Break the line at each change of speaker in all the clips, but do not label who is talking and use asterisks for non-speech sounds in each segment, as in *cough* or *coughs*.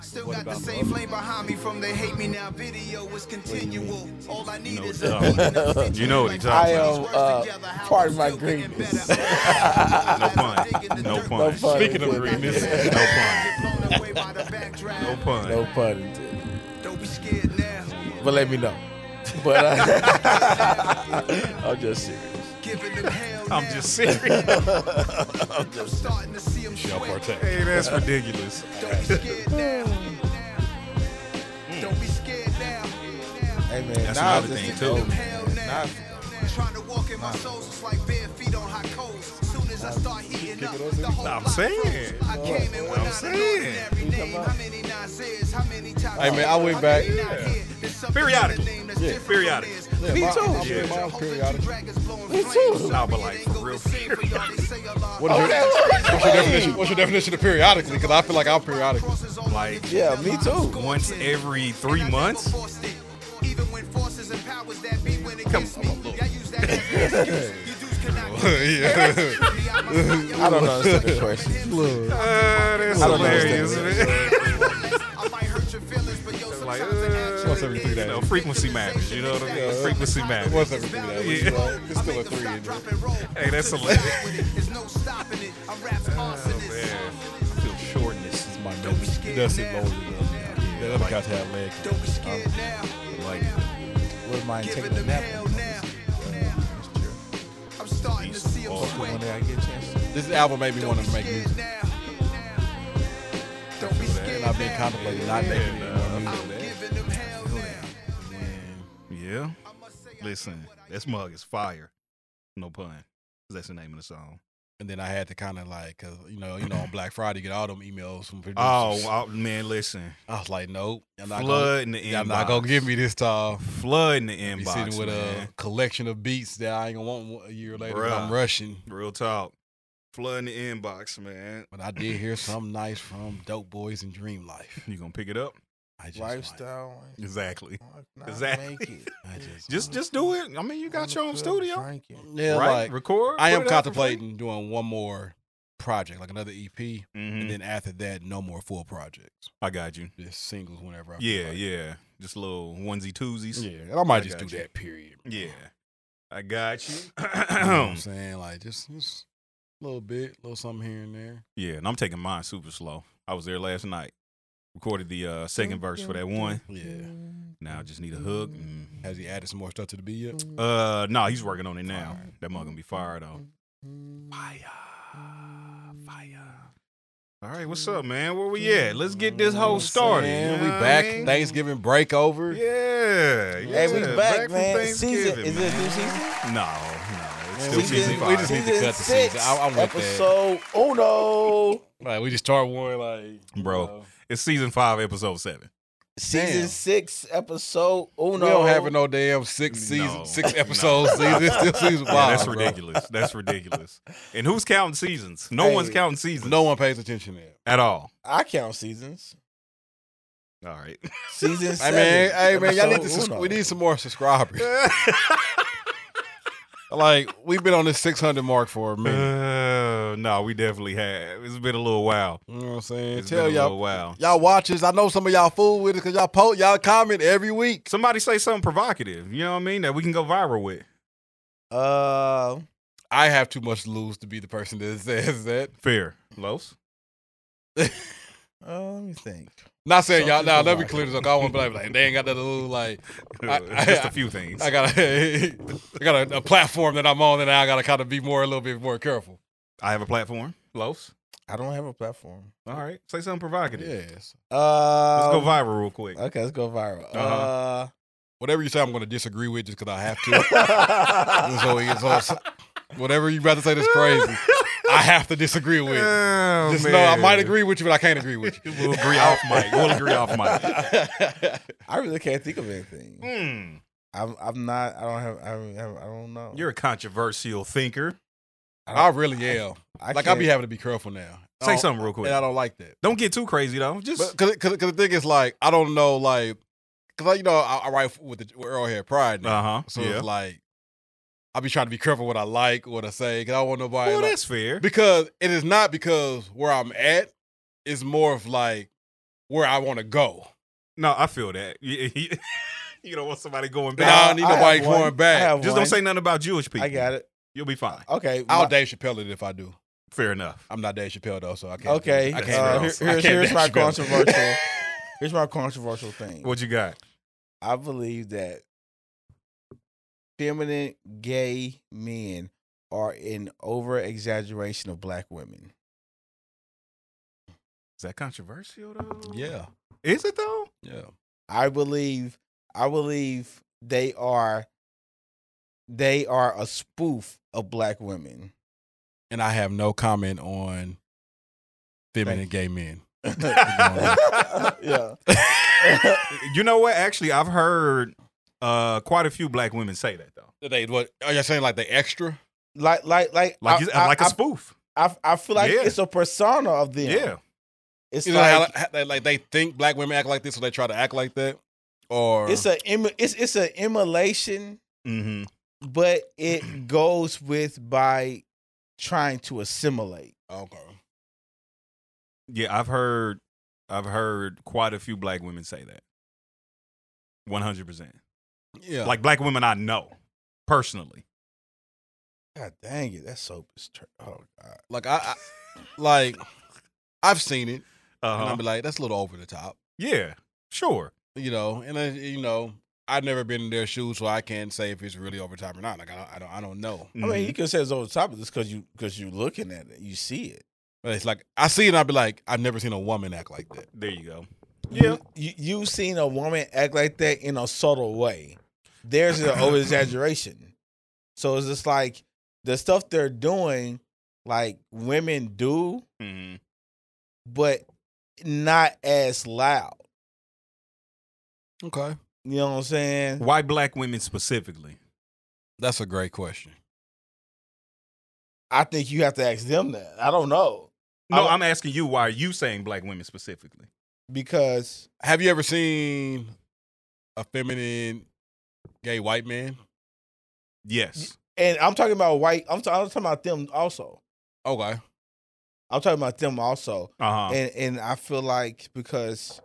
Still got the same flame behind me from the hate me now video is continual. All I need is a *laughs*
*laughs* You know what he
I
talking
am uh, part of my *laughs* greatness. no pun.
No pun.
No pun.
Speaking of greatness,
No pun. No
No pun.
pun.
no pun intended.
Don't be scared now.
But let me know. But uh,
*laughs*
I'm just serious.
Giving them hell
I'm
now.
just serious.
I'm starting to see them
Y'all
sweat.
partake.
hey, that's ridiculous.
Don't be scared now.
Hmm.
Don't be scared now.
Hey man,
That's
Nas
another
is
thing,
the
too.
GOAT,
Giving them
man.
hell now.
Nas-
Trying to walk in my soles, it's like bare feet on hot coals. Soon as I start heating up, the whole
I'm
block
saying.
froze. I came in with
I'm
not an
saying.
ordinary name. How many nines is? How many times?
Hey, man, I went back-
Periodic.
Yeah.
Periodic.
Me too.
Yeah.
Me
too. Nah, but like, for real,
What is your, what's your definition? What's your definition of periodically? Because I feel like I'm periodic.
Like,
Yeah, me too.
Once every three months?
Even when forces and powers that be when it gets me,
*laughs*
I use that as an excuse. You dudes cannot
yeah.
I don't understand the question.
Uh, that's
I don't
hilarious,
understand.
man.
I might hurt your feelings, but yo,
Like,
sometimes an
uh,
action
Once every three
is-
you know,
days.
frequency matters. You know what I mean?
Yeah.
Frequency matters.
What's up with that?
Yeah.
It's still a three. isn't it?
Hey, that's a-
There's no stopping it. I'm rap's arsonist.
Man, I feel shortness.
It's my nose. That's it, loaded up. That other guy's had leg.
Don't be
Oh,
scared now.
Like,
Wouldn't mind
Giving
taking a
them
nap.
hell now.
That's true.
I'm starting to see them
Oh,
One
sweat.
day I get a chance to.
this album made me
Don't
want
be
to make music.
scared now. Don't be scared
And I've been
now.
contemplating not making any more music.
I'm giving them hell now.
Yeah.
I must say I
Listen,
did what I
this mug is fire. No pun. That's the name of the song.
And then I had to kind of like, cause you know, you know, on Black Friday, you get all them emails from producers.
Oh, wow, man, listen.
I was like, nope, I'm not gonna,
Flood in the inbox.
I'm not gonna give me this time.
Flood in the
Be
inbox.
sitting with
man.
a collection of beats that I ain't gonna want one- a year later. 'cause I'm
Bruh.
rushing,
Real talk. Flood in the inbox, man.
but I did
*laughs*
hear something nice from Dope Boys and Dream Life.
You gonna pick it up?
I just like-
Lifestyle.
Exactly.
Not
Exactly.
Make it.
I
*laughs*
just,
Just
like-
just do it. I mean, you got your own studio.
Drinking.
yeah,
right?
like
Record.
I am contemplating doing one more project, like another EP,
hmm
and then after that, no more full projects,
I got you.
just singles whenever. I feel
Yeah,
like.
yeah. Just little onesie twosies.
yeah. And I might just do
got you.
that. Period. bro.
Yeah. I got *clears throat*
You know what I'm
you.
saying like just, just a little bit, a little something here and there.
yeah, and I'm taking mine super slow. I was there last night. Recorded the uh, second verse for that one.
Yeah.
Now I just need a Mm-hmm. hook. and-
Has he added some more stuff to the beat yet?
Uh, no, he's working on it now.
Fire.
That mug gonna be fired though. Fire, fire. All right, what's up, man? Where we at? Let's get this
You know
whole
what Mm, I'm
started.
saying?
you know
we
what I
back.
mean?
Thanksgiving break over.
Yeah, yeah.
Hey, we back,
from
man. Season
Thanksgiving,
is this new season?
man. No, no. It's
Man,
still
we
season
just-
five.
we just need to cut the
six,
season. I- I want that.
episode Uno.
Like we just start one like you
Bro,
know.
it's season five, episode seven.
Season
Damn.
six, episode Uno.
We don't have no damn six season, *laughs*
No.
six
No.
episodes season. It's still season
Yeah,
five.
that's
bro.
ridiculous. That's ridiculous. And who's counting seasons? No one's
Hey.
counting seasons.
No one pays attention to that.
at all.
I count seasons.
All right.
Season
Hey
seven.
man, hey man, y'all need to.
episode
Subs-
Uno.
we need some more subscribers. *laughs* like we've been on this six hundred mark for a minute.
Uh, no, we definitely have. It's been a little while.
You know what I'm saying?
It's
Tell
been a
y'all,
little while.
y'all watchers. I know some of y'all fool with it because y'all post, y'all comment every week.
Somebody say something provocative. You know what I mean? That we can go viral with.
Uh,
I have too much to lose to be the person that says that.
Fair. Los.
uh, let me think.
Not saying y'all.
Something's
Now
wrong.
let me clear this up. I want to be like, like, they ain't got that little like. I- I-
*laughs* Just a few things.
I got a, *laughs* I got a, a platform that I'm on, and I got to kind of be more a little bit more careful.
I have a platform. Los.
I don't have a platform.
All right. Say something provocative.
Yes.
Uh,
Let's
Um,
go viral real quick.
Okay, let's go viral. uh
Uh-huh.
Whatever you say, I'm going to disagree with just because I have to. And
Uh, *laughs*
so, it's also- whatever you about to say that's crazy, I have to disagree with. *laughs*
Oh,
just know I
man.
might agree with you, but I can't agree with you. *laughs*
We'll agree off mic. We'll agree off mic.
I really can't think of anything.
Mm,
I'm, I'm not. I don't have. I don't, have, I don't know.
you're a controversial thinker.
I really am.
I
like I
can't-
be having to be careful now. I
Say
don't-
something real quick.
and I don't like that.
Don't get too crazy though. Just
Because the thing is, like, I don't know, like, because like, you know, I, I write with the with Earl Head Pride now,
uh huh.
so
yeah.
it's like I be trying to be careful what I like, what I say, because I don't want nobody.
well,
like-
that's fair.
because it is not because where I'm at. It's more of like where I want to go.
No, I feel that. *laughs* You, you- you don't want somebody going
Nah, I
back.
don't need
I have
nobody
one.
going back.
I have
Just
one.
don't say nothing about Jewish people.
I got it.
You'll be fine.
Okay.
I'll
my-
Dave Chappelle it if I do.
Fair enough.
I'm not Dave Chappelle though, so I can't.
Okay.
I can't.
uh,
do
here-
this. I
here's
can't
here's
do
my
this, bro. *laughs*
controversial. here's my controversial thing.
What you got?
I believe that feminine gay men are an over exaggeration of black women.
Is that controversial though?
yeah,
Is it
*laughs*
though?
yeah.
I believe I believe they are they are a spoof of
*laughs*
black women. *laughs*
And I have no comment on feminine
Thank
gay
*laughs*
men.
yeah.
You know what? Actually, I've heard uh, quite a few black women say that though.
They what? Are you saying like they extra?
Like like like
Like
I,
you-
I-
like a
I-
spoof.
I, I feel like
Yeah.
it's a persona of them.
yeah.
It's
You know how,
like
how they, like they think black women act like this, so they try to act like that, or
it's a imm- it's it's an immolation
Mm-hmm.
but *clears throat* it goes with by trying to assimilate.
okay.
Yeah, I've heard I've heard quite a few black women say that. One hundred percent.
Yeah,
Like black women I know personally.
God dang it, that soap is. Ter- oh God,
like I, I like I've seen it, and
Uh-huh.
I'll be like, that's a little over the top,
Yeah, sure.
you know. And then, you know, I've never been in their shoes, so I can't say if it's really over the top or not. Like I don't, I don't, I don't know.
I
Mm-hmm.
mean, you can say it's over the top of this because you because you're looking at it, you see it.
But it's like I see it, and I'll be like, I've never seen a woman act like that.
there you go.
You, you you've seen a woman act like that in a subtle way. There's an over exaggeration, so it's just like the stuff they're doing, like women do,
Mhm.
but not as loud.
Okay,
You know what I'm saying?
Why black women specifically?
that's a great question.
I think you have to ask them that. I don't know
No,
I-
I'm asking you why are you saying black women specifically?
because
Have you ever seen a feminine gay white man?
Yes.
And I'm talking about white. I'm, t- I'm talking about them also.
Okay.
I'm talking about them also.
Uh huh.
And and I feel like because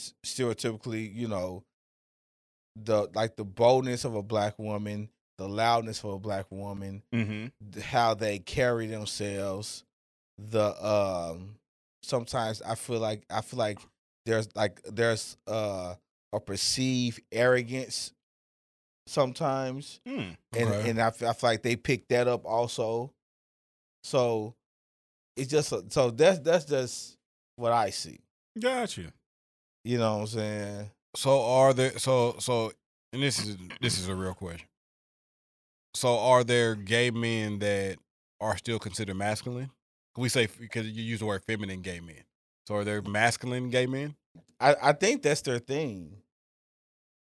s- stereotypically, you know, the like the boldness of a black woman, the loudness of a black woman,
Mm-hmm.
th- how they carry themselves, the um. Sometimes I feel like I feel like there's like there's uh a perceived arrogance. Sometimes
Hmm.
and
Okay.
and I, f- I feel like they picked that up also. So it's just a- so that's that's just what I see.
Gotcha.
You know what I'm saying?
So are there so so and this is this is a real question. So are there gay men that are still considered masculine? We say because you use the word feminine gay men. So are there masculine gay men?
I I think that's their thing.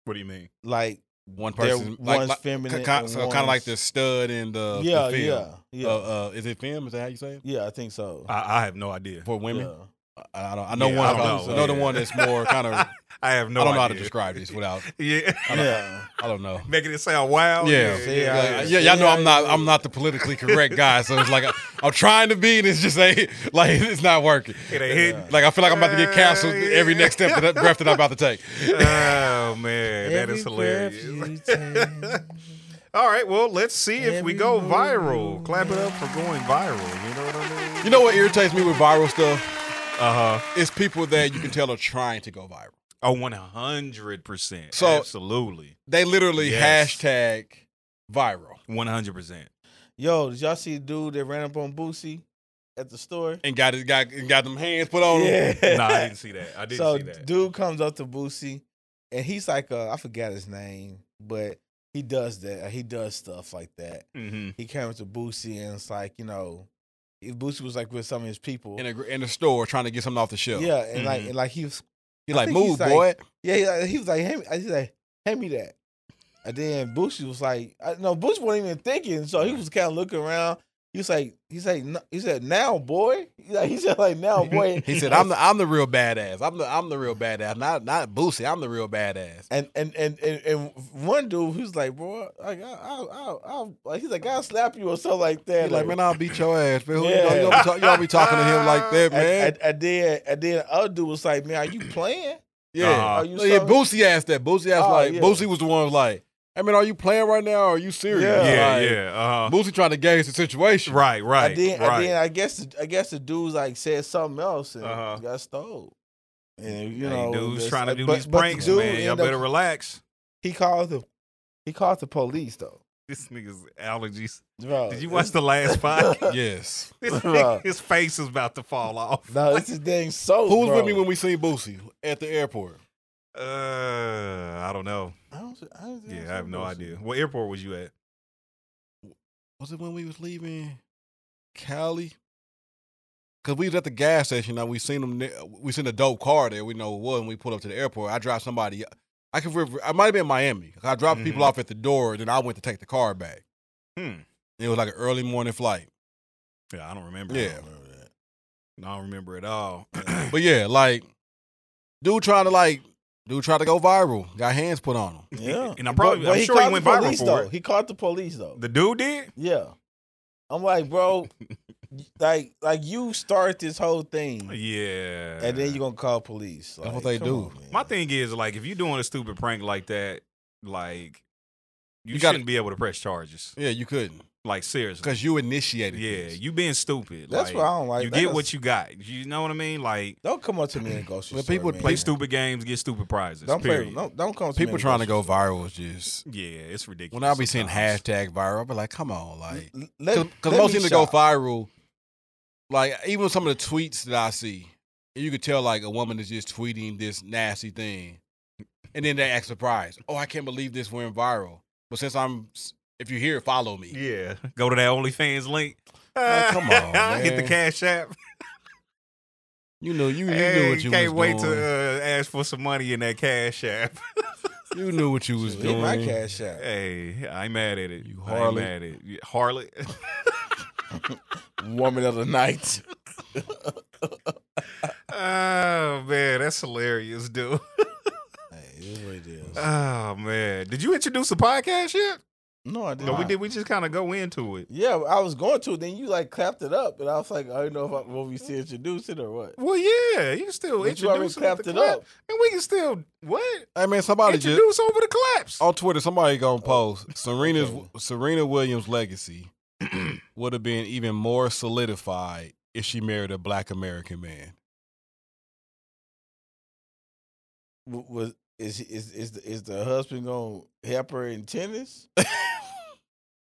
What do you mean?
Like
One
they're
person
one's
like,
feminine,
kind,
and
so kind of like
one's-
the stud and the the
yeah,
film.
yeah, yeah,
Uh, uh, is it film? Is that how you say it
yeah. I think so.
I, I have no idea.
for women?
Yeah.
I, I don't. I know
Yeah,
one.
I don't
about-
know.
I know the one that's more kind of.
I have *laughs* no
I don't
idea.
know how to describe this without.
*laughs* Yeah. *laughs*
yeah.
I don't know.
Making it sound
Oh,
wild.
Yeah.
See,
Yeah,
I-
*laughs*
yeah, y'all know I'm not. I'm
yeah.
not the politically correct guy, so it's like I, I'm trying to be, and it's just a like *laughs* it's not working.
It ain't hitting.
Like I feel like I'm about to get canceled
Uh,
every next step that breath that I'm about to take.
*laughs* oh man, that is
Every breath
hilarious.
you take.
*laughs* All right, well, let's see if we
Every
go
move.
viral. Clap it up for going viral. You know what I mean?
You know what irritates me with viral stuff?
Uh-huh.
Uh huh.
It's people that you can tell are trying to go viral.
Oh, one hundred percent.
So-
absolutely,
They literally
Yes.
hashtag viral
one hundred percent.
Yo, did y'all see the dude that ran up on Boosie at the store?
and got it got and got them hands put on. them.
Yeah.
No, I didn't see that. I didn't
so
see that.
dude comes up to Boosie, and he's like, uh, I forgot his name, but he does that. He does stuff like that.
hmm
He came up to Boosie, and it's like, you know, if Boosie was like with some of his people.
In a, in the store trying to get something off the shelf.
yeah, and like
Mhm.
and like he was,
He
I
like
think he's
move,
like-
boy.
yeah, he, like- he was like, hand me, he's like, hand me that. And then Boosie was like, I, no, Boosie wasn't even thinking, so he was kind of looking around. He's like, he's like, "No," he said, now boy. He's like, he said, like
*laughs*
now boy.
He said, "I'm the I'm the real badass. I'm the I'm the real badass. Not not Boosie. I'm the real badass."
And and and and, and one dude, he's like, bro, like, I, I, I, I, like, he's like, I'll slap you or something like that.
He like, man, I'll beat your ass, man. Who- You, know,
Yeah.
you, don't be talk- you don't be talking to him
*laughs*
like that,
and,
man.
and, and then and then the other dude was like, man, are you playing?
yeah,
Nah.
Are you
No, yeah.
something?
Boosie asked that. Boosie asked
Oh,
like,
yeah.
Boosie was the one who was like, "I mean, are you playing right now? Or are you serious?"
Yeah.
yeah,
Like,
yeah. Uh,
Boosie trying to gauge the situation.
right, right,
And then,
right.
and then I guess the, I guess the dudes like said something else and
Uh-huh.
got stole. And you
hey,
know,
dudes
that's-
trying to do
but-
these
but the
pranks,
dude
man. Y'all
end up-
better relax.
He called the he called the police though.
This nigga's allergies.
Bro,
Did you watch the *laughs* last podcast?
*laughs*
yes.
This
Bro.
nigga, his face is about to fall off.
*laughs*
*laughs*
No, this is dang so.
Who was with me when we seen Boosie at the airport?
Uh, I don't know.
I don't, I don't-
Yeah,
don't
I have no
know.
idea. What airport was you at?
Was it when we was leaving Cali? Cause we was at the gas station. Now we seen them. ne- We seen a dope car there. We know it was. And we pulled up to the airport. I dropped somebody. I could. re- I might have been in Miami. 'Cause I dropped people
Mhm.
off at the door. Then I went to take the car back.
Hmm.
It was like an early morning flight.
Yeah, I don't remember.
Yeah.
*laughs* I don't remember at *clears throat* all. Uh,
But yeah, like dude trying to like dude tried to go viral. Got hands put on him.
Yeah,
And I'm probably- I'm sure he
called the
went viral
police,
for
though.
it.
He called the police though.
the dude did?
yeah, I'm
*laughs*
like, bro, like like you start this whole thing,
Mm-hmm. Yeah.
and then you gonna call police.
That's
Like,
what they
come
do.
on, man.
My thing is like if you're doing a stupid prank like that, like you,
You gotta-
shouldn't be able to press charges.
Yeah, you couldn't
Like seriously.
because you initiated.
Yeah,
this.
you being stupid.
That's
like,
what I don't like.
you
That
get
is-
what you got. You know what I mean? Like
Don't come up to me and go.
But people would
man.
play stupid games, get stupid prizes.
Don't play.
period.
Don't, don't come. To me
people
and
trying to
grocery
go viral is just
Yeah, it's ridiculous.
when I be seeing
sometimes.
hashtag viral, I be like, come on,
store.
like
L- let-
because
let
most
me
things that go
shop.
viral, like even some of the tweets that I see, you could tell like a woman is just tweeting this nasty thing, and then they act surprised. Oh, I can't believe this went viral. But since I'm, if you hear, it, follow me.
Yeah, go to that OnlyFans link.
Like, come on,
*laughs* hit the
man.
cash app.
You know, you, you knew
Hey,
what you
can't
was
wait
doing.
to uh, ask for some money in that cash app. *laughs*
You knew what you was
Hit my
doing.
cash out.
hey, I ain't mad at it.
You
I ain't
harlot.
mad at it. You harlot. *laughs*
Woman of the night.
oh man, that's hilarious, dude. *laughs*
Hey, it is what it is.
Oh man, did you introduce the podcast yet?
no, I didn't.
No, we did. We just kind of go into it.
Yeah, I was going to. Then you like clapped it up, and I was like, I don't know if I will we see introduce it or what.
Well, yeah, you can still
But you already
introduce them with
clapped
the
it
clap.
up.
and we can still what
Hey man, somebody just
introduce over the claps.
on Twitter, somebody gonna post Serena's
Oh, okay.
Serena Williams'
*clears throat*
legacy would have been even more solidified if she married a black American man.
W- Was is is is the, is the husband gonna help her in tennis? *laughs*
*laughs*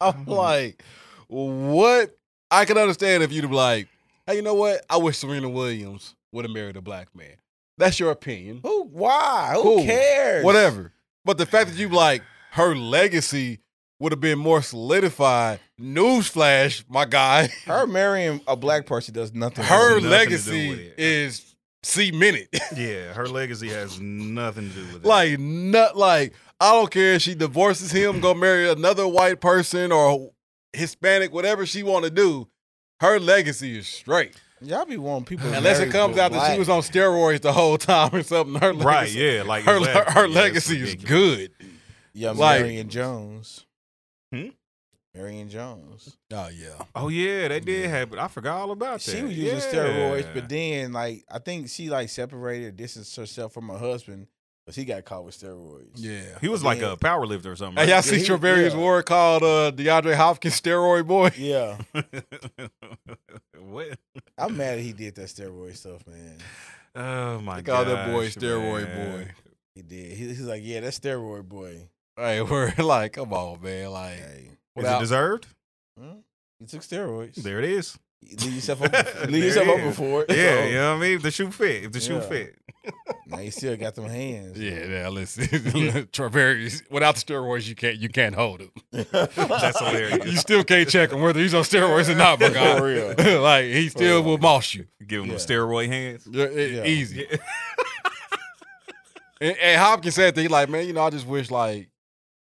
Mm-hmm.
I'm like, what? I can understand if you'd be like, hey, you know what? I wish Serena Williams would have married a black man. That's your opinion.
Who? Why? Who
Cool.
cares?
Whatever. But the fact that
*sighs*
you like her legacy would have been more solidified. Newsflash, my guy. *laughs*
Her marrying a black person does nothing.
nothing to do
her
with
legacy
it.
is cemented. *laughs*
yeah, her legacy has nothing to do with it.
like not like I don't care if she divorces him, go marry another white person or Hispanic, whatever she want to do. Her legacy is straight,
Y'all be wanting people.
unless it
married
comes
to
out that she
black.
was on steroids the whole time or something. *laughs* Her legacy,
right, yeah, like
her
exactly.
her
Yeah, it's
legacy is
ridiculous.
good.
Yeah,
like-
Marion Jones.
Hmm?
Marion Jones.
Oh yeah,
Oh yeah, that did
Yeah.
happen. I forgot all about that.
She was using
Yeah.
steroids, but then like I think she like separated, distanced herself from her husband, but he got caught with steroids.
yeah.
he was
but
like
then-
a power lifter or something.
Hey, y'all
right?
see
he-
Traverius
yeah.
Ward called uh, DeAndre Hopkins steroid boy?
Yeah.
*laughs* what?
I'm mad he did that steroid stuff, man.
Oh my
They
god,
call that boy steroid boy.
He did. He, he's like, yeah, that's steroid boy.
Hey, we're *laughs* like, come on, man. Like,
Hey,
Is it
without-
deserved?
hmm? you took steroids.
There it is.
You Leave
*laughs*
yourself open.
There
leave yourself
it
open
is.
for it.
Yeah,
So,
you know what I mean. If the shoe fit. If the shoe
Yeah.
fit.
Now you still got them hands. *laughs*
Yeah, yeah. Listen, *laughs* Traverius, without the steroids, you can't you can't hold him.
That's hilarious.
You still can't check him whether he's on steroids or not, my *laughs* guy.
For real.
like he still
real.
will moss you
Give him
Yeah.
the steroid hands.
Yeah, it-
Yeah.
easy. And, and Hopkins said that he like, man, you know, I just wish like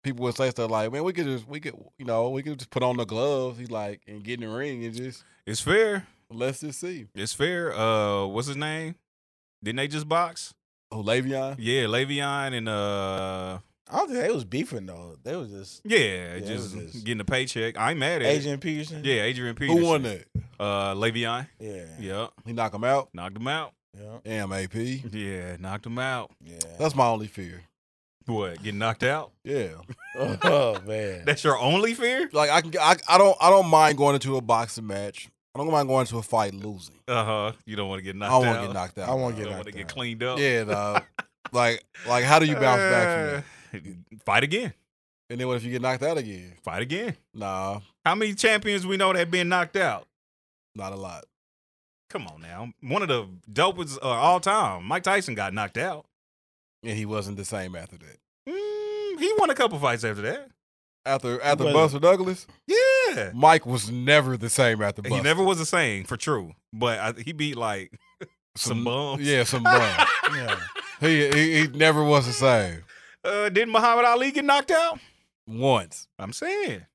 people would say stuff like, "Man, we could just we could you know we could just put on the gloves." He's like, and get in the ring and just
It's fair.
let's just see.
It's fair. Uh, what's his name? Didn't they just box?
Oh, Le'Veon.
Yeah, Le'Veon and uh,
I don't think they was beefing though. They was just
yeah,
it
just
was just-
getting a paycheck. I ain't mad at
Adrian Peterson.
it. Yeah, Adrian Peterson.
Who won that?
Uh, Le'Veon.
yeah,
Yep,
He knock him out.
knocked him out.
yeah,
Damn, AP.
*laughs* Yeah, knocked him out.
yeah.
That's my only fear.
What? Getting knocked out?
Yeah,
Oh man,
That's your only fear?
like I can. I, I don't. I don't mind going into a boxing match. I don't mind going into a fight losing.
Uh huh. You don't want to get
I
knocked out.
don't want to get knocked out.
I won't
You
get
don't
knocked
want to get
out.
cleaned up.
Yeah, dog. like, like, how do you bounce back from
*laughs* from
that?
that? Eh, Fight again.
And then what if you get knocked out again?
Fight again.
Nah,
How many champions we know that been knocked out?
not a lot.
Come on now. One of the dopest uh, all time. Mike Tyson got knocked out.
And he wasn't the same after that.
Mm, he won a couple fights after that.
After after
wasn't.
Buster Douglas,
Yeah.
Mike was never the same after Buster.
He never was the same for true, but I, he beat like some bums.
Yeah, some bums.
*laughs*
yeah.
he, he he never was the same
Uh, didn't Muhammad Ali get knocked out?
once.
I'm saying.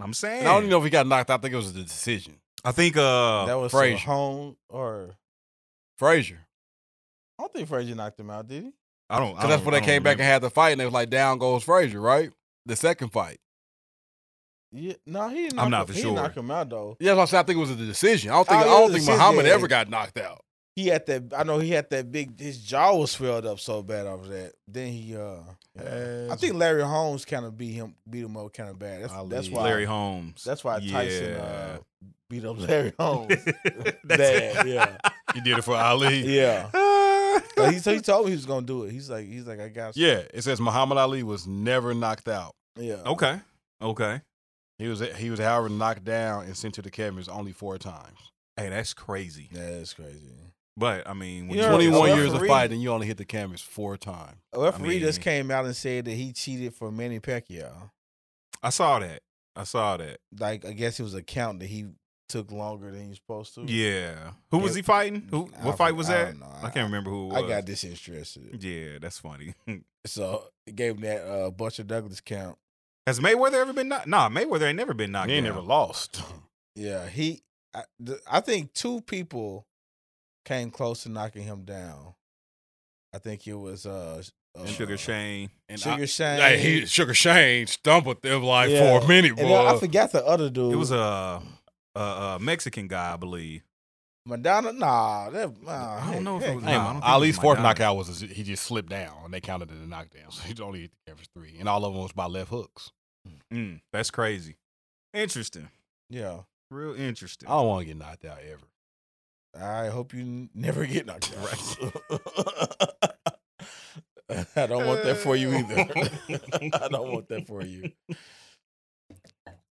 I'm saying.
And I don't even know if he got knocked out. I think it was a decision.
I think uh
that was
Frazier.
home or
Frazier,
I don't think Frazier knocked him out, did he?
I don't. I
because that's
don't-
when
I
they
don't
came back
remember.
and had the fight, and it was like down goes Frazier, right? The second fight.
Yeah, no, he didn't.
I'm
knock
not
him-
for
he
sure.
Knock him out though.
Yeah, that's what I'm saying. I think it was a decision. I don't think
Oh,
I
yeah, it
don't
was a
think
decision,
Muhammad
yeah.
ever got knocked out.
He had that. I know he had that big. His jaw was swelled up so bad off that. Then he. uh I think Larry Holmes kind of beat him, beat him up kind of bad. That's,
Ali.
that's why.
Larry Holmes.
That's why Tyson
Yeah.
uh,
*laughs*
beat up Larry Holmes.
That's
bad. Yeah,
He did it for Ali.
*laughs* yeah.
*laughs* Uh,
But he, so he told me he was gonna do it. He's like, he's like, I got.
Yeah, it says Muhammad Ali was never knocked out.
yeah.
okay. Okay.
He was he was however knocked down and sent to the cabins only four times.
Hey, that's crazy.
That is crazy.
But I mean, when
You
you
know,
Twenty one years of
referee-
fighting, and you only hit the canvas four times.
A referee just
mean-
came out and said that he cheated for Manny Pacquiao.
I saw that. I saw that.
Like, I guess it was a count that he took longer than he was supposed to.
Yeah. Who was
Yeah.
he fighting? Who?
I
What fight
don't-
was
I
that?
don't know.
I can't remember who. It
I
was.
got disinterested.
Yeah, that's funny. *laughs*
So it gave him that uh, Butcher Douglas count.
Has Mayweather ever been knocked? Nah, Mayweather ain't never been knocked.
He ain't
down.
never lost.
Yeah, he. I, th- I think two people came close to knocking him down. I think it was uh, uh
Sugar Shane.
*laughs* And
Sugar
I-
Shane.
Hey, he, Sugar Shane stumbled them like for
Yeah.
a minute,
and then I
boy.
forgot the other dude.
It was a, a, a Mexican guy, I believe.
Madonna. Nah, that, nah
I don't know if it
heck,
was-
heck,
Nah, I don't
Damn,
think it
Ali's
was
fourth
Madonna.
knockout was he just slipped down and they counted it a knockdown, *laughs* so he only hit the canvas three, and all of them was by left hooks.
Mm, that's crazy. Interesting.
Yeah.
Real interesting.
I
Oh.
don't want to get knocked out ever.
I hope you n- never get knocked out. *laughs* I don't want that for you
*laughs*
*laughs* either. I don't *laughs* want that for you.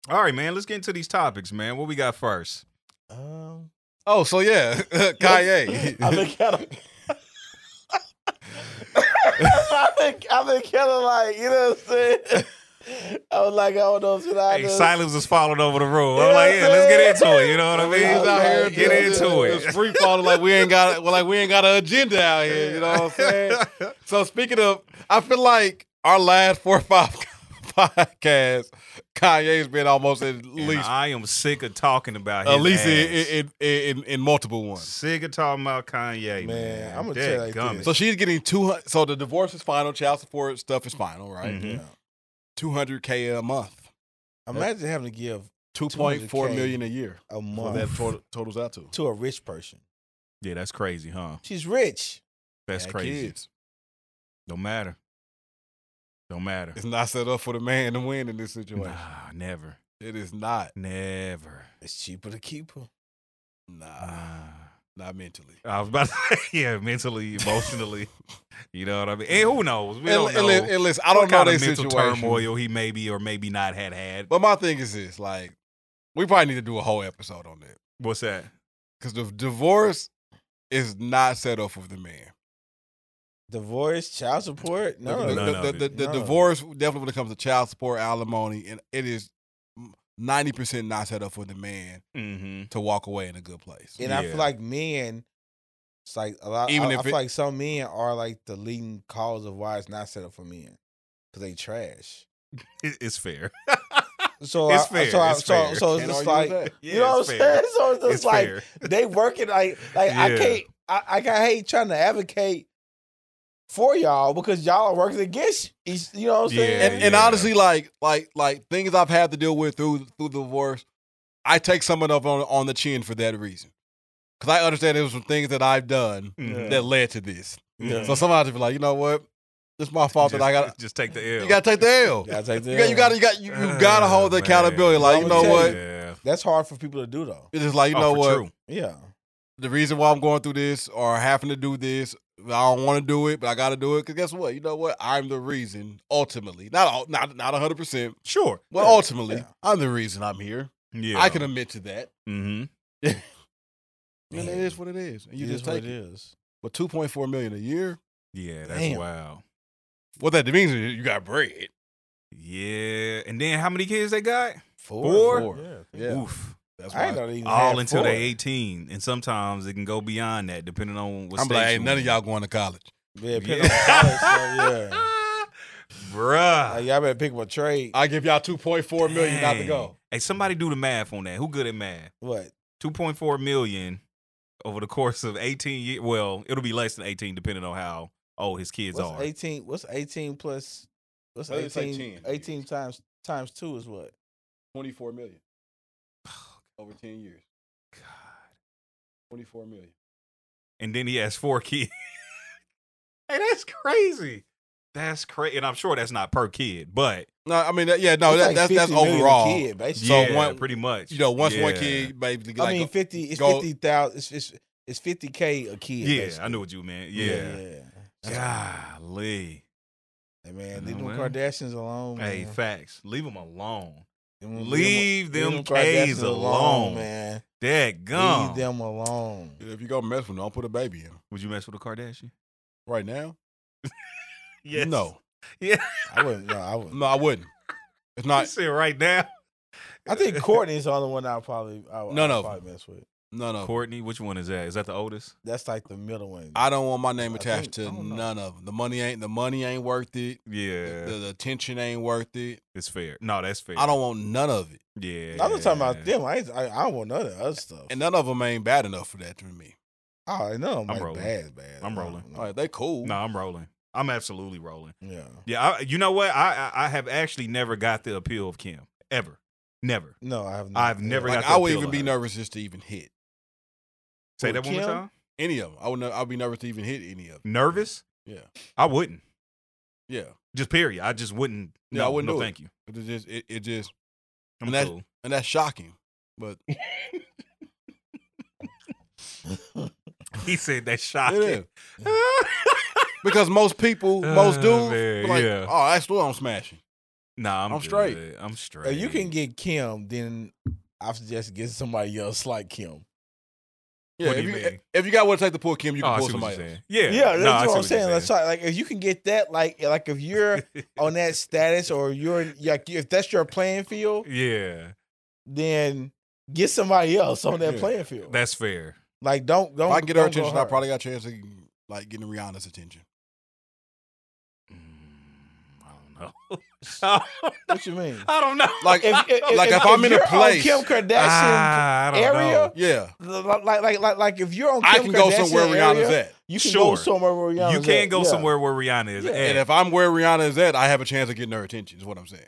All right, man. Let's get into these topics, man. What we got first?
Um,
Oh, so
*laughs*
yeah, Kanye.
I look at him. I think I think kind of like you know what I'm saying. I was like, I don't know if I
Hey,
just-
silence was falling over the room.
You know
I'm like,
what
yeah,
I'm
let's get
saying?
into it. You know what I
We
mean?
out here
Get
doing
into
this.
it.
*laughs*
It's free falling like we ain't got well, like we ain't got an agenda out here. You know what
*laughs*
I'm saying? So speaking of, I feel like our last four or five *laughs* podcasts, Kanye's been almost at
And
least
I am sick of talking about his
at least
ass.
in, in, in, in, in multiple ones.
sick of talking about Kanye, man.
Man, I'ma tell you like
Dadgummit.
this.
So she's getting two hundred. So the divorce is final. Child support stuff is final, right?
Mhm.
hundred k a month,
Imagine having to give
two point four
200K.
million a year.
a
What
month
that tot- totals out to.
to a rich person.
Yeah, that's crazy, huh?
She's rich.
That's
Had
crazy.
kids.
Don't matter. Don't matter.
It's not set up for the man to win in this situation.
Nah, never.
It is not.
Never.
It's cheaper to keep her.
Nah,
Nah.
not mentally.
I was about to *laughs* say, yeah, mentally, emotionally. *laughs* you know what I mean? And who knows? We don't
And- and li-
know
and listen, I
what
don't know
kind
their
of mental
situation.
turmoil he maybe or maybe not had had.
But my thing is this: like, we probably need to do a whole episode on that
What's that?
because the divorce is not set up for the man.
Divorce, child support. No,
the,
None
the-
of
the-
it.
the- the
None of it.
divorce definitely when it comes to child support, alimony, and it is ninety percent not set up for the man
Mm-hmm.
to walk away in a good place.
And I
Yeah.
feel like men, it's like a lot.
Even
I,
if
I feel
it-
like some men are like the leading cause of why it's not set up for men because they trash.
It- it's fair. *laughs*
So
It's
I-
fair,
So, I-
it's
so,
fair.
so it's
Can't
just
argue
like
with that.
Yeah,
you know what I'm
it's fair.
saying. So it's just
It's
like
fair.
they working like like I
Yeah.
can't I, I got hate trying to advocate for y'all because y'all are working against each. You know what I'm saying?
Yeah,
and, and
yeah.
honestly, like like like things I've had to deal with through through the divorce, I take some of them on, on the chin for that reason, because I understand there was some things that I've done
Mhm.
that led to this.
Yeah.
So sometimes I be like, you know what, it's my fault
Mm-hmm. just,
that I got.
just take the L.
You gotta take the L.
Gotta take
You got you got you got you, you gotta hold the
Man.
accountability. Like you
I'ma
know
tell
what,
Yeah.
That's hard for people to do though.
it's just like
Oh,
you know what,
Yeah.
the reason why I'm going through this or having to do this, I don't want to do it, but I got to do it. Cause guess what? You know what? I'm the reason. Ultimately, not all, not not 100, percent
Sure.
but
Yeah,
ultimately,
yeah.
I'm the reason I'm here.
Yeah.
I can admit to that.
Mm-hmm.
And it
Man.
is what it is. And you
It
just
is what
take it.
it is.
But 2.4 million a year.
Yeah. That's
Damn.
wild.
What that means is you got bread.
Yeah. And then how many kids they got?
Four.
Four.
Yeah.
Yeah,
Oof.
that's
I ain't
why.
know they even had
All until
four.
they 18, and sometimes it can go beyond that, depending on what.
I'm
state
like,
you
ain't none of
in.
y'all going to college.
Yeah, pick
Yeah. *laughs*
college, so, yeah. Like,
Bruh.
y'all better pick up a trade.
I give y'all 2.4 million not to
Dang.
go.
Hey, somebody do the math on that. Who good at math?
What?
2.4 million over the course of 18 years. Well, it'll be less than 18, depending on how old his kids
what's
are.
eighteen? What's eighteen plus? What's
Let's say
18,
10.
18 times times two is what?
24 *sighs* million over 10 years.
God.
24 million.
And then he has four *laughs* kids. hey, that's crazy. That's crazy. And I'm sure that's not per kid, but
No, I mean, that, yeah, no,
It's
that,
like
that's that's
50 million a
overall.
Kid, basically.
So
yeah,
one-
pretty much.
You know, once one
Yeah.
kid, baby,
I
like,
mean, fifty. It's
go-
fifty thousand. It's, it's it's fifty k a kid.
Yeah,
basically.
I know what you meant.
yeah.
Yeah.
That's-
Golly.
Hey, man,
No,
leave them
well.
Kardashians alone.
Hey,
man.
facts. Leave them alone.
Mm,
Them-
Leave them,
Kardashians
K's alone.
man.
That gum.
Leave them alone.
if you go mess with them, don't put a baby in
Would you mess with a Kardashian?
right now.
Yes. *laughs*
No,
I wouldn't. No, I wouldn't.
no, I wouldn't. It's
I
not.
said right now.
I think Courtney's the only one I probably. I, would- I
No,
would
no.
Probably mess with.
No, no.
Courtney, which one is that? Is that the oldest?
That's like the middle one.
Ah,
I don't want my name
I
attached
think- I
to
don't know.
none of them. The money ain't the money ain't worth it.
Yeah,
The, the attention ain't worth it.
it's fair. No, that's fair.
I don't want none of it,
Yeah,
I'm just talking about them. I ain't, I, I don't want none of that other stuff.
and none of them ain't bad enough for that to me.
oh, no, I'm,
I'm
like
rolling.
bad, bad.
I'm
No,
rolling.
no.
All right, they cool.
No, I'm rolling. I'm absolutely rolling.
Yeah.
Yeah, I, you know what? I, I I have actually never got the appeal of Kim ever, never.
No, I have.
I've never
like
got
I
the
would
appeal
even
of
be
her.
nervous just to even hit
Say
Who,
that one more
Kim?
time.
any of them. I would. ne- I'd be nervous to even hit any of them.
Nervous?
Yeah,
I wouldn't.
yeah.
Just period. I just wouldn't.
Yeah,
no,
I wouldn't
No,
do it.
thank you.
But it just it, it just
I'm
And that's-
cool. *laughs*
and that's shocking. But
He said that
it is.
shocking.
Because most people, most
Uh,
dudes,
man,
be like,
yeah.
oh, that's what I'm smashing.
nah, I'm,
I'm straight.
good. I'm straight.
If you can get Kim, then I suggest get somebody else like Kim.
Yeah,
do
if
you
you,
mean?
if you got what it takes to pull Kim, you
Oh,
can
I
pull
see what
somebody
you're
else.
saying. Yeah,
Yeah, that's
no, I see
what I'm
you're
saying. That's right. Like if you can get that, like like
*laughs*
if you're on that status or you're like if that's your playing field,
Yeah,
then get somebody else on that
Yeah.
playing field.
that's fair.
like don't don't.
If I can get her
don't go
attention, I probably got a chance of like getting Rihanna's attention.
Mm, I don't know.
What
*laughs*
you mean?
*laughs* I don't know.
Mm.
*laughs*
Like,
If, if, if,
Like, if *laughs* I'm in a
you're on
place-
Kim Kardashian
Ah, I don't
area,
know.
yeah,
like like like like if you're on Kim
I can go
Kardashian
somewhere
area,
Rihanna's at,
You can go
Sure.
somewhere where Rihanna's
you can
at,
go
yeah.
somewhere where Rihanna is. Eh,
Yeah.
at.
and if I'm where Rihanna is at, I have a chance of getting her attention. Is what I'm saying.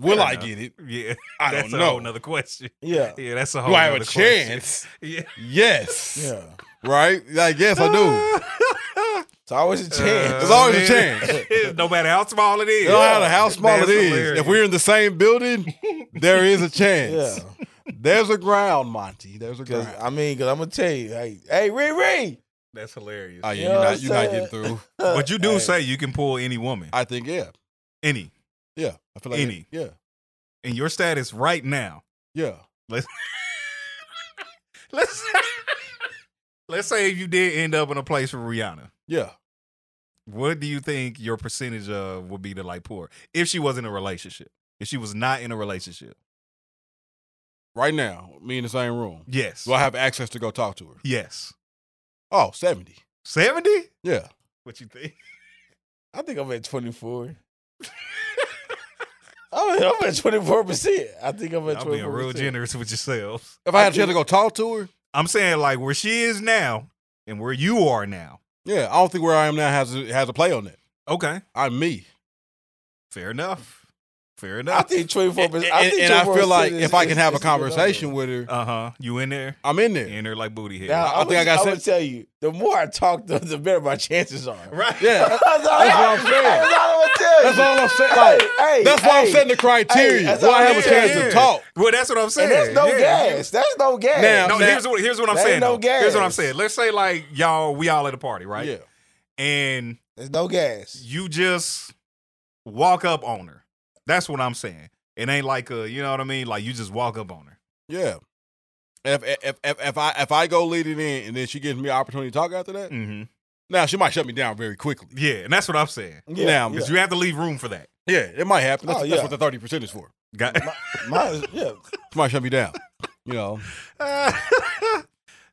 Will
Fair
I
enough.
get it?
yeah,
*laughs* I
that's
don't
a whole
know.
Another question.
Yeah.
Yeah, that's a whole.
Do I have a
nother question.
chance?
*laughs* Yeah,
Yes.
Yeah.
Right? Like yes, I
Ah.
do.
*laughs* do.
It's always a chance.
There's Uh, always a
*laughs*
chance.
Uh, no matter how small it is.
No matter how small
That's
it is,
hilarious.
if we're in the same
*laughs*
building, there is a chance.
yeah.
There's a ground, Monty. There's a
Cause
ground.
I mean, cause I'm gonna tell you, hey, hey, Riri.
That's hilarious.
Oh yeah,
You
you
know
are
what
not
I'm
you're not
saying?
getting
*laughs*
through.
But you do
Hey.
say you can pull any woman,
I think yeah,
any,
yeah. I feel like
Any.
yeah,
in your status right now.
yeah.
Let's *laughs* let's say if you did end up in a place for Rihanna,
Yeah.
what do you think your percentage of would be to like poor if she was in a relationship? If she was not in a relationship,
Right now, me in the same room.
yes,
Do I have access to go talk to her?
yes,
Oh, 70.
seventy.
Yeah.
What you think?
I think I'm at 24. *laughs* I'm at- I'm at twenty four percent. I think I'm at
Y'all
twenty
being
four
real
percent.
generous with yourselves.
If I had a chance to go talk to her,
I'm saying like where she is now and where you are now.
yeah, I don't think where I am now has a, has a play on that.
Okay,
I'm me,
fair enough. Fair
I
enough.
think twenty four
and,
percent.
and- and I feel like if I can have a conversation with her,
Uh huh. You in there?
I'm in there.
In there like booty head.
now,
I
I,
think
would,
I
I,
got
would tell you, the more I talk, the, the better my chances are.
Right.
Yeah,
*laughs* That's all
That's what I'm saying.
That's all I'm telling you.
that's all I'm saying. Like,
hey,
that's why I'm
hey,
setting the criteria.
hey, that's
Will I
all
have a
I'm
chance to
saying.
talk?
Well, that's what I'm saying.
And that's no
Yeah.
gas. That's no gas.
Now-
No, here's what here's what I'm
That ain't
saying.
no
though. Here's what I'm
gas.
saying. Let's say like y'all, we all at a party, right?
Yeah,
And
There's no gas.
*laughs*
you just walk up on her. That's what I'm saying. It ain't like a, you know what I mean? Like you just walk up on her.
yeah. If if if, if I if I go lead it in and then she gives me an opportunity to talk after that,
Mm-hmm.
now she might shut me down very quickly.
Yeah, and that's what I'm saying.
Yeah,
Yeah,
now,
Because you have to leave room for that.
yeah, it might happen. That's,
Oh,
that's
yeah.
what the thirty percent is for.
Got-
Mine is- yeah.
She might shut me down. You know,
*laughs*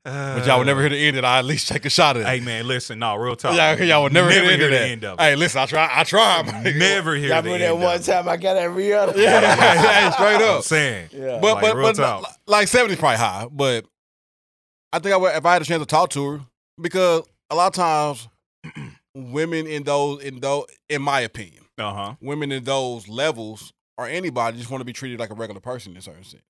Uh,
but y'all would never hear the end. And I at least take a shot at it.
Hey man, listen, no, real talk.
Y'all, y'all would never, hear the end of that.
of it.
Hey, listen, I try. I try. my nigga.
Never hear
Y'all
the
remember
end
that
of
one
it.
time I got that
*laughs*
Rihanna?
Yeah. Hey, straight
I'm
up.
saying.
yeah.
But
Oh, Like,
but
real
but
talk.
li- like seventy probably high. But I think I would, if I had a chance to talk to her because a lot of times *clears throat* women in those in those in my opinion
Uh huh.
women in those levels or anybody just want to be treated like a regular person in certain sense.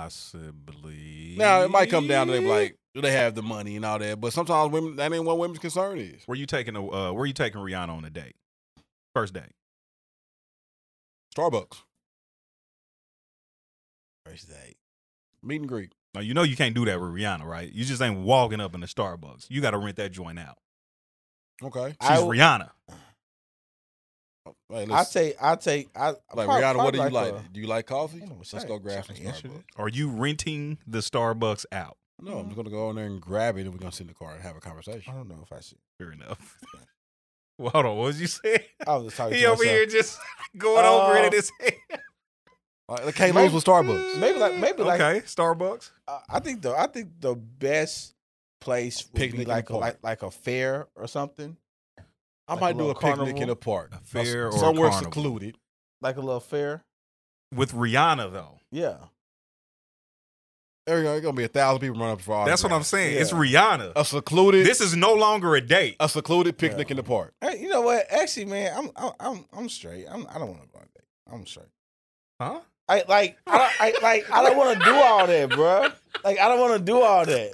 Possibly.
Now it might come down to they be like do they have the money and all that, but sometimes women that ain't what women's concern is.
Were you taking a uh, were you taking Rihanna on a date? First date.
Starbucks
First date.
meet and greet.
Now you know you can't do that with Rihanna, right? You just ain't walking up in the Starbucks. You gotta rent that joint out.
Okay,
She's
I w-
Rihanna.
hey,
I
listen,
take. I take. I
like
prob-
Rihanna, what do
probably
you like?
a-
do you like coffee?
I don't know,
Let's go grab some Starbucks.
something yesterday.
Are you renting the Starbucks out?
No,
mm-hmm.
I'm just gonna go in there and grab it, and we're gonna sit in the car and have a conversation.
I don't know if I should.
Fair enough. *laughs* well, hold on, what was you saying?
I was Oh. just talking
He
to
over
myself.
here just *laughs* going over it in his head.
Like, I can't
Maybe-
lose with Starbucks.
Maybe like- maybe *laughs* like-
Okay, Starbucks.
I- I think the I think the best place would
Picnic in
be
the
like a,
park.
like like a fair or something,
I
Like
might
a
do
little
a picnic in
carnival?
a park,
A fair or a
somewhere
carnival.
secluded.
like a little fair.
With Rihanna though.
Yeah,
There you go. There's gonna be a thousand people running up for all.
That's what I'm saying. It's
Yeah.
Rihanna.
A secluded,
This is no longer a date.
a secluded picnic
Yeah.
in the park.
hey, you know what? Actually, man, I'm I'm I'm, I'm straight. I'm I don't want to go on a date. I'm straight.
Huh?
I like I don't I, like I don't want to do all that, bro. Like I don't want to do all that.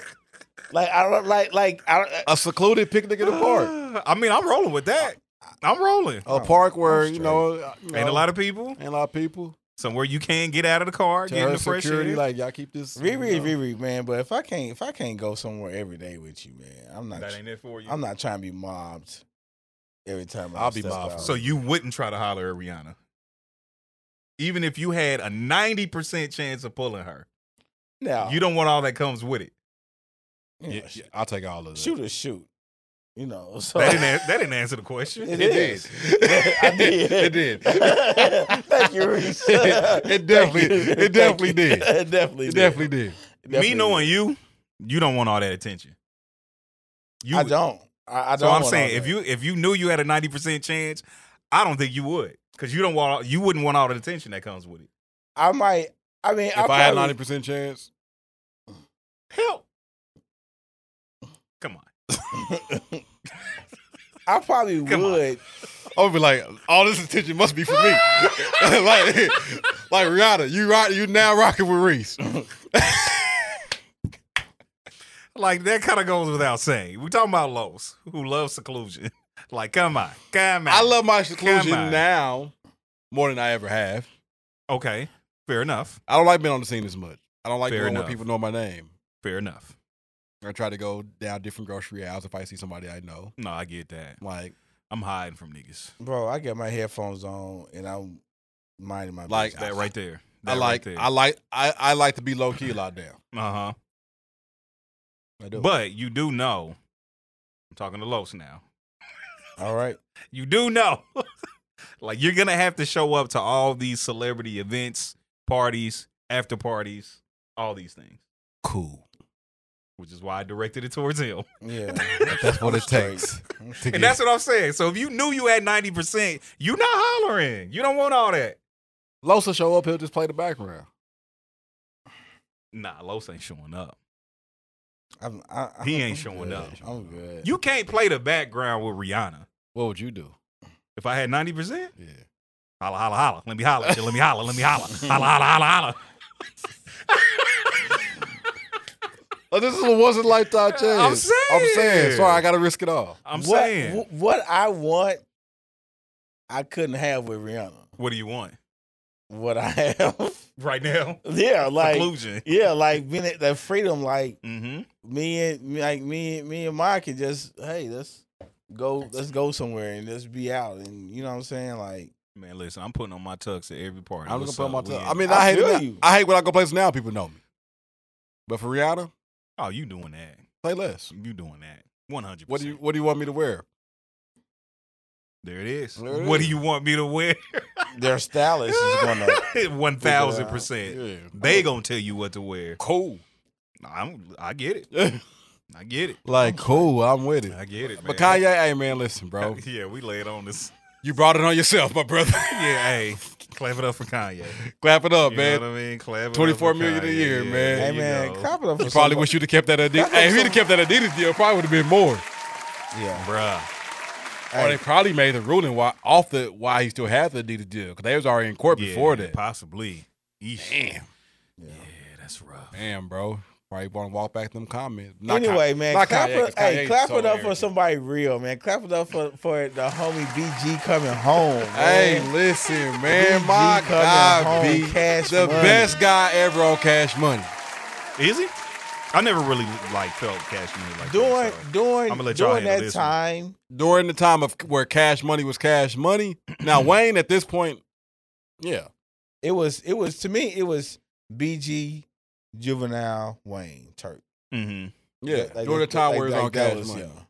Like I don't like like I don't. uh,
A secluded picnic in the *laughs* park.
*gasps* I mean, I'm rolling with that. I'm rolling.
A
No,
park where
I'm
you know, uh, you
Ain't a
know,
lot of people.
ain't a lot of people.
Somewhere you can get out of the car,
Tell
get in
her
the fresh
security,
air.
like y'all keep this.
Riri,
you
is
know.
Riri, man. But if I can't if I can't go somewhere every day with you, man, I'm not
that ain't it for you.
I'm not trying to be mobbed every time. I
I'll be
step
mobbed.
out.
So you wouldn't try to holler at Rihanna, even if you had a ninety percent chance of pulling her.
now
You don't want all that comes with it.
you know,
Yeah, yeah, I'll take all of that.
shoot or shoot. You know, *laughs* so
That didn't, an- that didn't answer the question.
It
It
is.
did.
*laughs* I
*laughs*
did.
It
*laughs*
did.
Thank you, Reese.
*laughs* It definitely-
Thank you. *laughs*
it definitely
Thank you.
did.
it definitely
It
did.
definitely did.
Definitely
Me knowing you, you don't want all that attention. You
I don't. I, I don't.
So I'm
want all
saying if
that.
you if you knew you had a ninety percent chance, I don't think you would because you don't want all- you wouldn't want all the attention that comes with it.
I might. I mean,
If
I,
I had ninety
probably,
percent chance,
Help! Come on.
I probably
Come on.
would.
I would be like, all this attention must be for
*laughs*
me. *laughs* like, like Rihanna, you rock, you now rocking with Reese.
Like that kind of goes without saying. We're talking about Lowe's, who loves seclusion. *laughs* Like, come on, come on.
I love my seclusion
Come on.
now more than I ever have.
Okay, fair enough.
I don't like being on the scene as much. I don't like
Fair
going where
enough.
people know my name.
Fair enough.
I try to go down different grocery aisles if I see somebody I know.
No, I get that.
Like,
I'm hiding from niggas.
Bro, I got my headphones on and I'm minding my
Like,
business.
That right there.
I like, I like, I, I like to be low key a lot down.
uh huh.
I do.
But you do know. I'm talking to Los now.
All right.
You do know. *laughs* like you're gonna have to show up to all these celebrity events, parties, after parties, all these things.
cool.
which is why I directed it towards him. *laughs*
Yeah,
*laughs* That's what it *laughs* takes. to
And
get-
that's what I'm saying. So if you knew you had 90%, you not hollering. You don't want all that.
Losa show up, he'll just play the background.
Nah, Los ain't showing up.
I'm, I, I'm,
He ain't
I'm
showing
good.
up.
I'm good.
You can't play the background with Rihanna.
What would you do?
If I had 90%,
Yeah.
holla, holla, holla. Let me holla. at you. Let me holla. Let me holla. Holla, holla, holla, holla.
Oh, this is a once in a lifetime chance.
I'm
*laughs* I'm saying.
saying.
Sorry, I got to risk it all.
I'm
what,
saying.
wh- what I want, I couldn't have with Rihanna.
what do you want?
What I *laughs* have,
Right
*laughs*
now?
yeah, like
Conclusion.
yeah, like being at that freedom, like
Mm-hmm.
me and me, like me, me and Mike can just hey, let's go, let's go somewhere and let's be out, and you know what I'm saying, like
Man, listen, I'm putting on my tux at every party.
I'm
What's
just gonna put my
up? We
tongue.
in-
I mean,
I
I, hate it.
feel
now.
you.
I hate when I go places now. People know me, but for Rihanna,
oh, you doing that.
play less.
You doing that. 100%.
What do you What do you want me to wear?
There it is.
There it
what
is.
do you want me to wear?
their stylist
*laughs*
is gonna.
One thousand percent.
Yeah,
They gonna tell you what to wear.
cool.
I'm. I get it. I get it.
*laughs* like cool. I'm with it.
I get it. Man.
But Kanye, hey man, listen, bro.
*laughs* Yeah, we laid on this.
You brought it on yourself, my brother.
*laughs* Yeah, hey, clap it up for Kanye.
Clap it up,
You
man.
know what I mean? Clap it up for
24 million a
Kanye.
year,
Yeah,
man.
there
Hey
you
man,
go.
clap it up.
You
for
probably
somebody-
wish you'd have kept
*laughs*
that Adidas. Hey, if he'd have kept that Adidas deal, it probably would have been more.
Yeah,
Bruh.
Or they probably made the ruling why off the why he still had the Adidas deal because they was already in court
Yeah,
before that.
Possibly. Eesh.
Damn,
yeah.
Yeah, that's rough.
damn, bro. Probably want to walk back them comments. Not Ka-
Anyway, man,
not
clap,
Kanye,
it,
'cause
hey,
Kanye
clap
so
it up for
arrogant.
somebody real, man. Clap it up for, for the homie BG coming home.
Hey,
man.
listen, man,
BG
my
coming
God,
home,
B,
Cash
the
Money.
best guy ever on Cash Money.
Is he? I never really like felt cash money like
during
that. so I'ma
during
let y'all
during
handle
that
this one.
time,
During the time of where Cash Money was Cash Money. *clears throat* Now Wayne, at this point, yeah,
it was it was to me it was BG, Juvenile, Wayne, Turk.
Mm-hmm.
Mhm.
yeah.
Like-
During the
like-
time
like-
where it was
like
on
that
Cash
was,
Money.
yeah.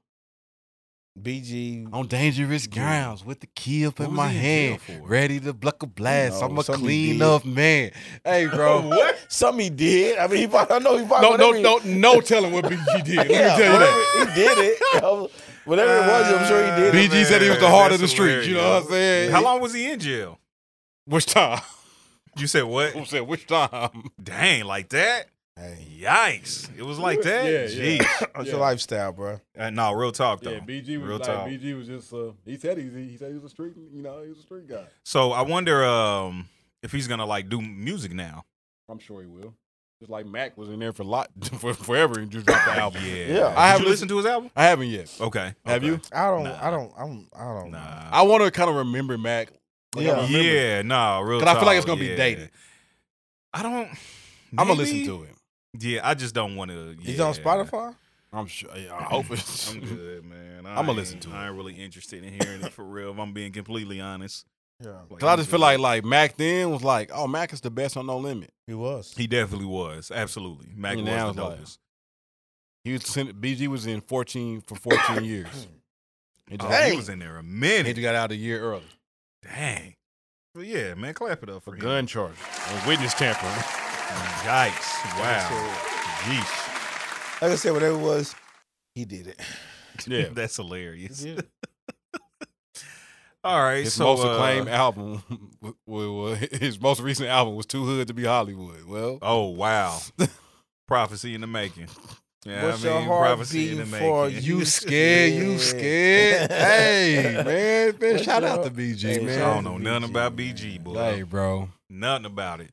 BG,
On dangerous grounds with the key up
What
in
was
my
he in
hand,
jail for?
ready to block a blast.
No,
I'm a
something
clean
big.
up man. Hey, bro. *laughs* what?
*laughs* something he did. I mean, he probably, I know he probably
No, no,
whatever he-
no, no telling what BG did. *laughs* Let me
yeah,
tell you that.
whatever, he did *laughs* it. Whatever it was, I'm sure he did. it.
BG said he was the
Man,
heart of the
that's
streets. You know
hilarious.
what I'm saying?
How long was he in jail?
Which time?
You said what?
I'm saying which *laughs* time?
Dang, like that?
Hey, *clears throat*
Yikes! It was like that.
Yeah,
Jeez.
yeah.
that's
Yeah.
your lifestyle, bro.
Uh, no, real talk though.
BG
Real talk.
BG was just uh, he said he he said he was a street you know he was a street guy.
So I wonder um, if he's gonna like do music now.
I'm sure he will. Just like Mac was in there for a lot *laughs* for forever and just dropped *laughs* the album.
Yeah.
Yeah.
I
I
Did
haven't
you listen to his album?
I haven't yet.
Okay.
Have
okay.
you?
I don't,
Nah.
I don't, I'm, I don't. know.
Nah.
Oh, I want to kind of remember Mac. Like, I
Yeah.
remember-
Yeah. No. Real.
'Cause I feel like it's
talk,
gonna be
yeah.
dated.
I don't.
I'm gonna listen to it.
it. Yeah. I just don't want to. Yeah.
He's on Spotify.
I'm sure. yeah, *laughs* I hope
*laughs*
it's.
I'm good, man. I
*laughs* I'ma
ain't-
listen to
I ain't really interested in hearing it for real. If I'm being completely honest.
Yeah,
Like,
Cause I
I'm
just feel
good.
like like Mac then was like, oh Mac is the best on No Limit.
he was.
he definitely was. Absolutely. Mac
And
was the
now it's like-
dopest.
He was sent, BG was in 14 for 14 years. He just,
Oh,
got-
he was in there a minute.
he just got out a year early
Dang. But yeah, man, clap it up for
for
him.
gun charges and witness tampering.
Yikes. Wow. Jeez.
Like I said, whatever it was, he did it.
Yeah,
*laughs* That's hilarious.
*laughs* did it.
All right.
*laughs* his
so,
most
uh,
acclaimed album, *laughs* wa- wa- wa- his most recent album was Too Hood to Be Hollywood. Well,
Oh,
*laughs*
wow. prophecy in the making. Yeah,
What's
I
your
mean,
heart
prophecy in the
beating for
making.
you scared? You scared? hey man, man,
What's
shout out
up?
to BG
Hey,
I
man.
don't
shout
know nothing
BG,
about
man.
BG, boy.
Hey bro,
Nothing about it.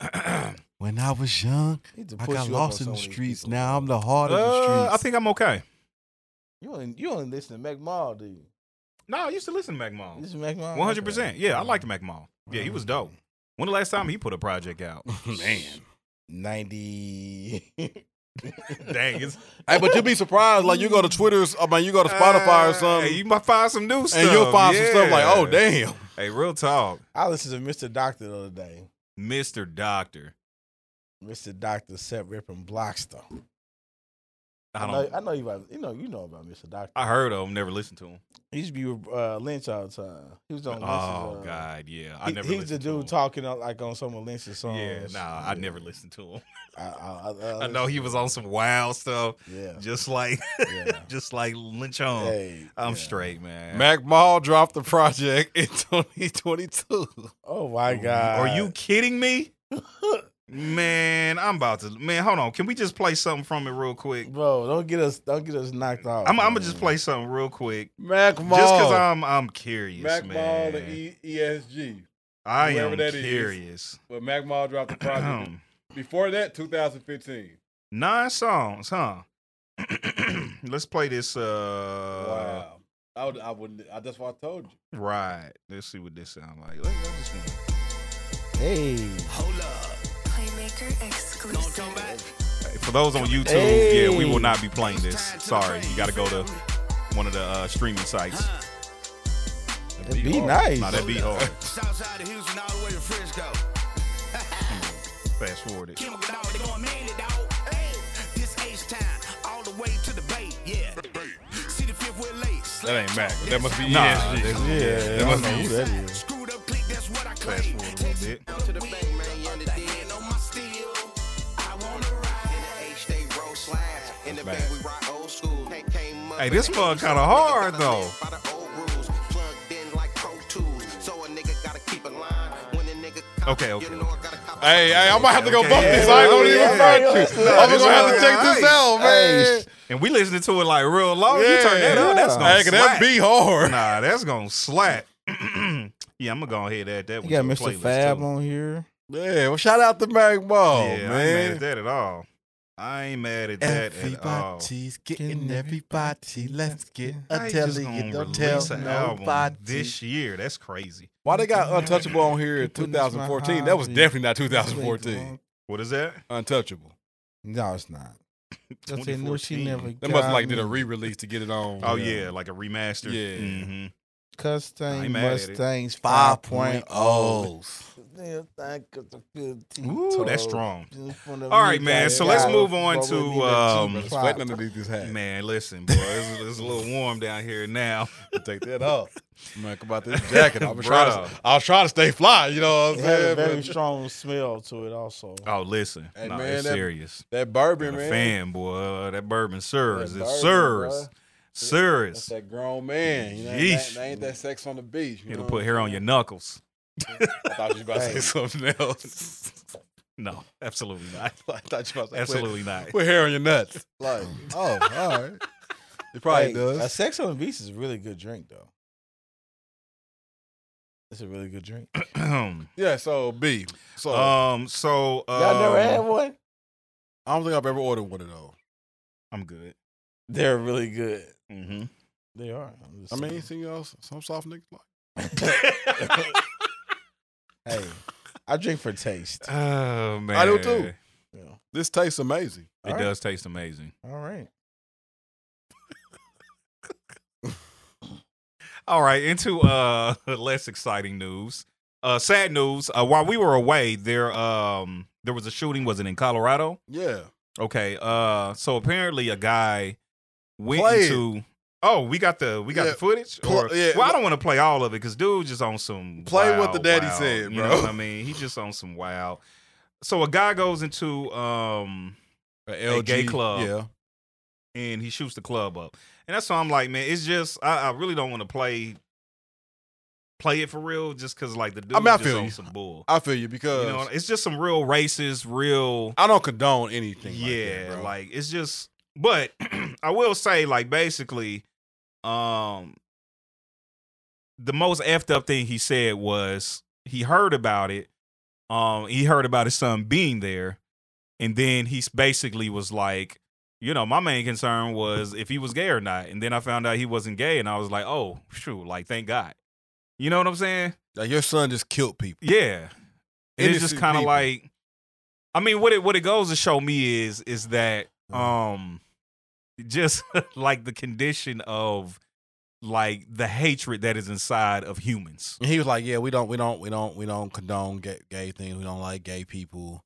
*clears throat* uh,
when I was young,
Need to
I
push
got
you up
lost
on
in the
some of these
streets.
people,
Now
bro.
I'm the heart of the streets.
Uh, I think I'm okay.
You only you only listen to Mac Mall, do you?
No, I used to listen to Mac
Oh.
You
Mall.
listen to Mac Mm-hmm. Mall.
100%. Yeah, I liked
him.
Mac Mall. Yeah, he was dope. When the last time he put a project
*laughs*
out?
Man,
Ninety.
*laughs* Dang, it's
hey, but you'll be surprised. Like you go to Twitter's, I mean, you go to Spotify or
Uh,
something,
you might find some new stuff.
and you'll find some stuff like,
yeah.
oh damn.
Hey, real talk,
*laughs* I listened to Mr. Doctor the other day.
Mister Doctor.
Mr. Doctor set ripping blocks though.
I
know,
don't.
I know you about you know you know about Mr. Doctor.
I heard of him. Never listened to him.
He used to be with uh, Lynch all the time. He was on. Lynch's,
Oh
uh,
God, yeah. I
He,
never.
he's the
listened to him.
dude talking on, like on some of Lynch's songs.
Yeah, nah. I
Yeah.
never listened to him.
I, I, I,
I know he was on some wild stuff,
Yeah.
just like, *laughs*
Yeah.
just like Lynch on.
Hey,
Oh, I'm
yeah.
straight, man.
Mac Mall dropped the project in *laughs* 2022.
Oh my
Are
God.
you kidding
*laughs*
me? man, I'm about to. Man, hold on. Can we just play something from it real quick?
bro? Don't get us. Don't get us knocked off.
I'm, I'm gonna just
man.
play something real quick,
Mac Mall.
just cause I'm I'm curious,
Mac Mall
man.
to E- ESG.
I
whoever
am
that is.
curious.
But Mac Mall
*clears throat*
dropped the project. Before that, 2015.
Nine songs, huh? *clears throat* Let's play this. Uh,
wow. I would, I would, I, that's what I told you.
ride. Let's see what this sound like. Let- let this one-
Hey.
Hold up.
Playmaker exclusive.
Don't come back.
Hey, For those on YouTube,
Hey.
yeah, we will not be playing this. Sorry, you got to go to one of the uh, streaming sites.
Huh.
It'd be nice.
Nah, that beat hard.
Southside of Houston, all the way to Frisco.
Fast forward it.
Chemical dog, they going mainly dog. Hey, this H time, all the way to the bay. Yeah. See the fifth we're late.
That ain't Mac. That must be
Nah,
ESG.
this-
Yeah. I
must
don't know
be
who that is.
Screwed up click, that's what I
Fast
claim.
forward a little bit.
Down to the bay, man, yeah, the dead on my steel. I wanna ride. In the H, they roll slides. In the
Bad.
bay, we rock old school. Hey, came up
Hey,
with
this
the
mug
eighties,
kinda
so
hard,
niggas
though.
live by the old rules. Plugged in like Pro Tools. So a nigga gotta keep a line. When a nigga cop,
Okay, okay,
you know I gotta cop a
Hey, hey, I might have to go
Okay.
bump this. I ain't gonna
Yeah.
even front you.
Yeah.
I'm gonna have to
Yeah.
check this out, man.
Hey.
And we listening to it like real low. Oh, You turn that up, that's gonna
Hey,
slap.
that be hard. *laughs*
Nah, that's gonna slap. *clears throat* yeah, I'm gonna go ahead and add that
You
one.
got
to the
Mr.
playlist,
Fab
too.
on here.
Yeah, well, shout out to Mac Ball,
yeah, I ain't mad at
Oh, man.
that at all. I ain't mad at that at all.
getting everybody. Let's get a
I just gonna release an album this year. That's crazy.
Why they got Untouchable on here in
Putting this my
2014? That was
hobby.
definitely not 2014.
What is that?
Untouchable.
No, it's
*laughs*
not. That's a new she
2014.
never
They must like did a re-release to get it on.
Oh yeah, like a remaster.
Yeah.
Mhm. I
Custang
ain't mad at it. oh.
Mustangs oh. 5.0.
5.0s.
Ooh, that's strong.
All
All right, man, so let's move on to, um,
Brother, sweating underneath his hat.
Man, listen, boy, it's, it's a little warm down here
*laughs*
now.
Take that off. Man, come about this jacket. I was,
Bruh.
*laughs* trying to, I was trying to stay fly. You know what
It
I'm
had a
saying?
very
But
strong smell to it, also.
Oh, listen,
Hey,
nah,
man,
it's
that-
serious.
that bourbon,
Got a
man.
fan, boy. Uh, That bourbon serves.
That
It
bourbon,
serves.
bruh. That's
Serves.
that grown man. You know,
Yeesh.
that, that ain't that sex on the beach. You
It'll
know
put
what
hair
*laughs* I'm
on your
saying?
knuckles.
I thought you was about to
Hey.
say something
*laughs*
else.
No, *laughs* absolutely
*laughs*
not.
I thought you was about to say put-
Absolutely not. *clears throat*
Put, hair on your nuts.
Like,
Oh, all right. It probably does.
A sex on the beach is a really good drink, though. It's a really good drink.
yeah. So B. So
um. So uh,
*coughs* Y'all never had one?
I don't think I've ever ordered one of those.
I'm good.
They're really good.
Mm-hmm.
They are. I'm just
I mean,
saying.
you see y'all some soft niggas like.
*laughs* hey, I drink
*laughs*
for taste.
oh man,
I do too.
It
You know.
This tastes amazing.
All right.
does taste amazing.
All right.
All right, into uh *laughs* less exciting news. Uh, sad news. Uh, while we were away, there um there was a shooting. Was it in Colorado?
Yeah.
Okay. Uh, so apparently a guy went
Play it.
into. Oh, we got the we got
Yeah,
the footage.
pl-
Or,
yeah,
well, I don't want to play all of it because dude just on some
Play what
wild,
the daddy
wild,
said,
You
bro.
know what I mean? He just on some wild. So a guy goes into um
A
gay club.
Yeah.
and he shoots the club up, and that's why I'm like, man, it's just I, I really don't want to play play it for real, just because like the dude
I mean, I
just
feel
on
you.
some bull.
I feel you
You
because
know, it's just some real racist, real
I don't condone anything.
yeah,
like, that, bro.
like it's just. But *clears throat* I will say, like basically, um, the most effed up thing he said was he heard about it. Um, he heard about his son being there, and then he s- basically was like, you know, my main concern was if he was gay or not, and then I found out he wasn't gay, and I was like, oh, shoot, like thank God. You know what I'm saying?
Like, your son just killed people.
Yeah. And it's just
Innocent
kind of
people.
like I mean what it what it goes to show me is is that
Mm-hmm.
um just *laughs* like the condition of like the hatred that is inside of humans.
And he was like, "Yeah, we don't, we don't, we don't, we don't condone gay, gay things. We don't like gay people.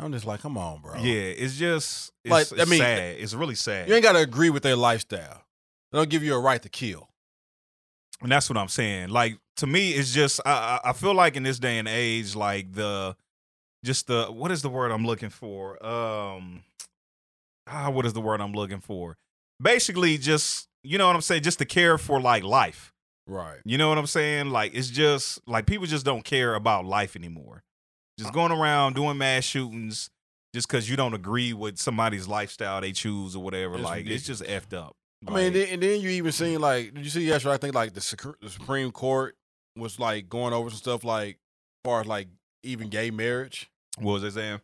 I'm just like, come on, bro.
Yeah, it's just it's,
Like, I
it's
mean,
sad. It's really sad.
You ain't gotta agree with their lifestyle. They don't give you a right to kill.
And that's what I'm saying. Like to me, it's just I I I feel like in this day and age, like the just the what is the word I'm looking for? Um ah, what is the word I'm looking for? Basically, just you know what I'm saying, just to care for like life.
Right.
You know what I'm saying? Like it's just like people just don't care about life anymore. Just going around doing mass shootings just because you don't agree with somebody's lifestyle they choose or whatever.
It's
like it's just effed up.
I mean,
Like,
and then, and then you even seen like, did you see yesterday? I think like the, Sucre- the Supreme Court was like going over some stuff like, as far as like even gay marriage.
what was it saying?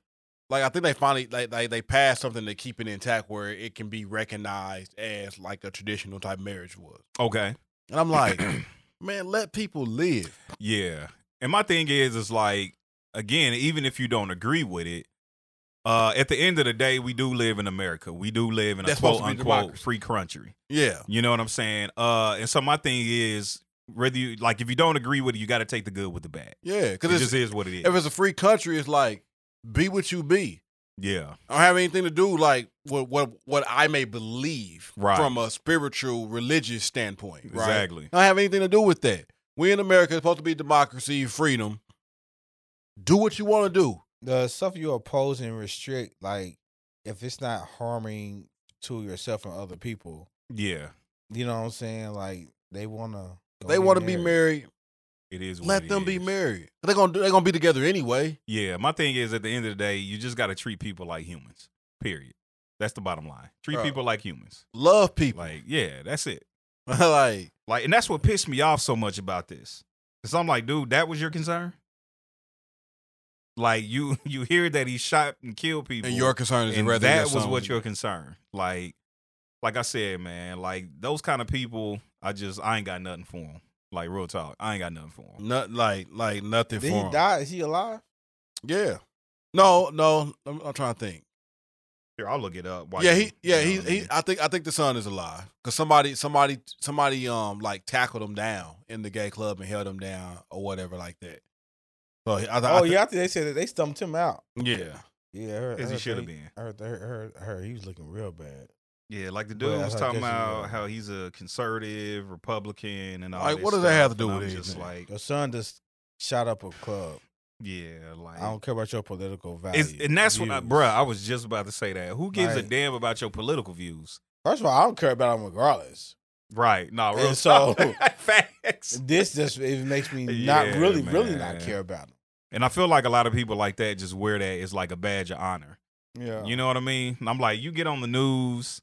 Like I think they finally like they, they passed something to keep it intact where it can be recognized as like a traditional type marriage was.
Okay.
And
*clears throat*
I'm like, man, let people live.
Yeah. And my thing is, is like, again, even if you don't agree with it, uh, at the end of the day, we do live in America. We do live in a
That's supposed
quote
to be
unquote
democracy.
free country.
Yeah,
You know what I'm saying? Uh, and so my thing is, whether you like, if you don't agree with it, you got to take the good with the bad.
yeah.
It
Because
just is what it is.
if it's a free country, it's like be what you be.
Yeah.
I don't have anything to do like what what what I may believe
Right.
from a spiritual religious standpoint. Right?
Exactly.
I don't have anything to do with that. We in America it's supposed to be democracy, freedom. Do what you want to do.
the stuff you oppose and restrict, like if it's not harming to yourself and other people,
Yeah.
you know what I'm saying? Like they wanna go
they want to be married.
It is. What
Let
it
them be
is.
married. They're gonna do, they're gonna be together anyway.
Yeah. My thing is, at the end of the day, you just got to treat people like humans. Period. That's the bottom line. Treat
Bro.
people like humans.
Love people.
Like, yeah, that's it.
*laughs* Like,
Like, and that's what pissed me off so much about this. Cause I'm like, dude, that was your concern. Like you, *laughs* you hear that he shot and killed people,
and your concern is
and
whether your
that was
son-
what your concern. Like, like I said, man, like those kind of people, I just, I ain't got nothing for them. Like real talk, I ain't got nothing for them.
not like like nothing
Did
for
he
'em.
die? Is he alive?
Yeah. No, no. I'm, I'm trying to think.
Here, I'll look it up. while
yeah,
you-
he,
you
yeah,
know
he,
what I mean?
he. I think, I think the son is alive because somebody, somebody, somebody, um, like tackled him down in the gay club and held him down or whatever like that. So I, I, I
Oh
thi-
yeah, I think they said that they stumped him out.
yeah.
Yeah, I heard, I
As he
heard
should have
they-
been.
I heard, I heard, I heard, I heard he was looking real bad.
Yeah, like the dude
Well,
was
I
talking
guess you
about
know.
how he's a conservative Republican and all.
Like,
this
what does that have
stuff,
to do
and
with
I'm Just
anything?
like,
Your son just shot up a club.
yeah, like
I don't care about your political values.
It's, and that's what, I,
views.
bruh. I was just about to say that. Who gives a
Like-
damn about your political views?
First of all, I don't care about him regardless.
Right? *laughs* No, real
And so-
talk. *laughs* facts.
This just it
*laughs*
makes me not
Yeah,
really, really not
man.
care about him.
And I feel like a lot of people like that just wear that as like a badge of honor.
Yeah,
You know what I mean? And I'm like, you get on the news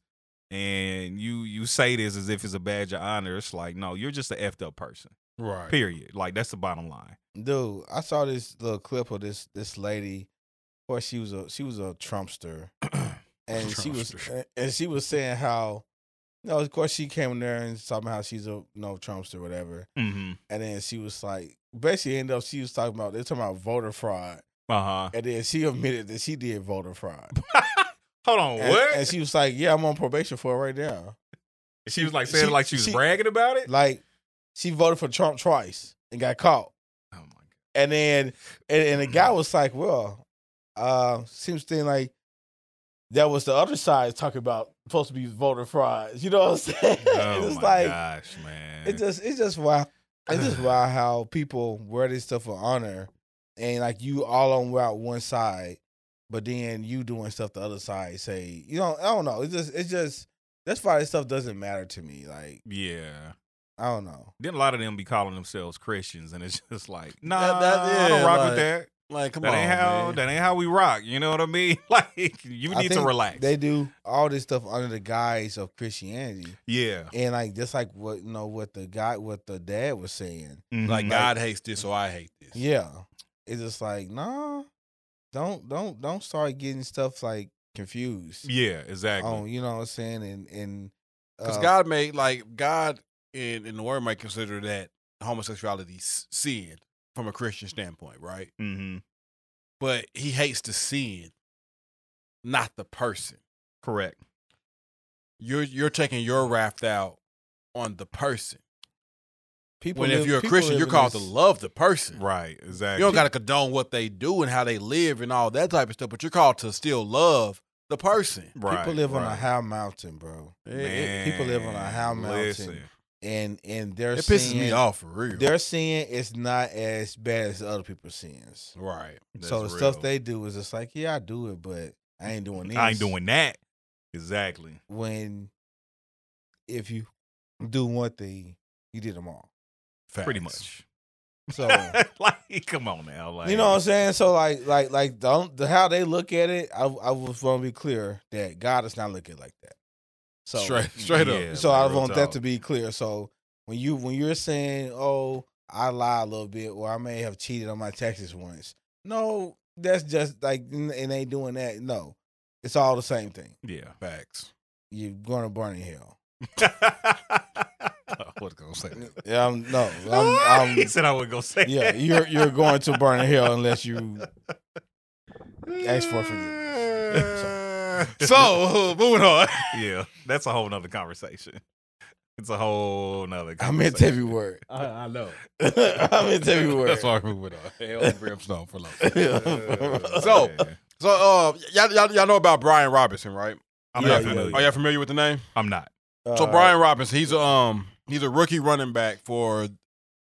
and you you say this as if it's a badge of honor. It's like, no, you're just an effed up person.
Right.
Period. Like that's the bottom line.
Dude, I saw this little clip of this this lady. Of course, she was a she was a Trumpster, and she was
Trumpster.
and she was saying how, you know, of course she came in there and talking about how she's a you know Trumpster, whatever.
Mm-hmm.
And then she was like, basically, ended up she was talking about they're talking about voter fraud,
Uh huh.
and then she admitted that she did voter fraud.
Hold on,
And,
what?
and she was like, yeah, I'm on probation for it right now.
she was like saying
she-
it like she was
she-
bragging about it.
Like, she voted for Trump twice and got caught.
oh my god.
And then and, and the
Mm-hmm.
guy was like, Well, uh seems to think like that was the other side talking about supposed to be voter fraud. You know what I'm saying? *laughs*
*laughs* Oh
it's
my
like
gosh, man.
it just it's just wild.
*sighs*
It's just wild how people wear this stuff for honor and like you all on out one side, but then you doing stuff the other side say, you know, I don't know. It's just it's just that's why this stuff doesn't matter to me. Like,
yeah.
I don't know.
Then a lot of them be calling themselves Christians, and it's *laughs* just like, nah,
That- that-
I don't
yeah,
rock
like,
with that.
Like, come
That
on,
ain't how
man.
that ain't how we rock. You know what I mean? *laughs* Like, you
I
need to
think
relax.
They do all this stuff under the guise of Christianity.
yeah,
and like just like what you know what the guy what the dad was saying
Mhm.
like God hates this, so I hate this.
Mm-hmm. yeah it's just like nah don't don't don't start getting stuff like confused
yeah, exactly.
on you know what i'm saying and and
Because
uh,
God made like God in in the word might consider that homosexuality s- sin from a Christian standpoint, right?
hmm
But He hates the sin, not the person.
Correct.
You're you're taking your wrath out on the person.
People
when if
live-
you're a
people
Christian,
live
you're
in
called to
this-
love the person.
Right, exactly.
You don't got to condone what they do and how they live and all that type of stuff, but you're called to still love the person.
right,
People live on a
right.
high mountain, bro, people live on a high
Man,
mountain.
listen.
and and they're
It pisses
seeing,
me off for real.
Their sin is not as bad as other people's sins.
Right.
so the
That's
stuff
real.
they do is just like, yeah, I do it, but I ain't doing this.
I ain't doing that. Exactly.
when if you do one thing, you did them all.
Pretty
Facts.
much.
So
*laughs* like, come on now. Like,
you know what I'm saying. So like like like the, the how they look at it, I I was want to be clear that God is not looking like that.
*laughs*
So *laughs*
straight straight up.
Yeah,
so
like,
I
real
want
talk.
that to be clear. So when you when you're saying, "Oh, I lie a little bit," or I may have cheated on my taxes once, no, that's just like n- it ain't doing that. No, it's all the same thing.
Yeah.
*laughs*
*laughs*
Facts.
You're going to burn in hell.
I was gonna say that.
Yeah, I'm, no,
*laughs*
I'm,
he
I'm,
said I would go say.
Um, yeah, you're you're going to burn in hell unless you ask
*laughs*
for forgiveness. So,
So moving on.
yeah, that's a whole nother conversation. It's a whole nother.
I
Conversation.
meant every word.
I, I
*laughs*
know.
I meant every word.
That's why we're moving on. Hell and brimstone for love.
*laughs*
Uh,
So-
yeah.
So uh, y'all, y'all, y'all know about Brian Robinson, right?
I'm
Yeah,
not
yeah,
familiar.
Are y'all familiar with the name?
I'm not.
so
Uh,
Brian Robinson, he's a um, he's a rookie running back for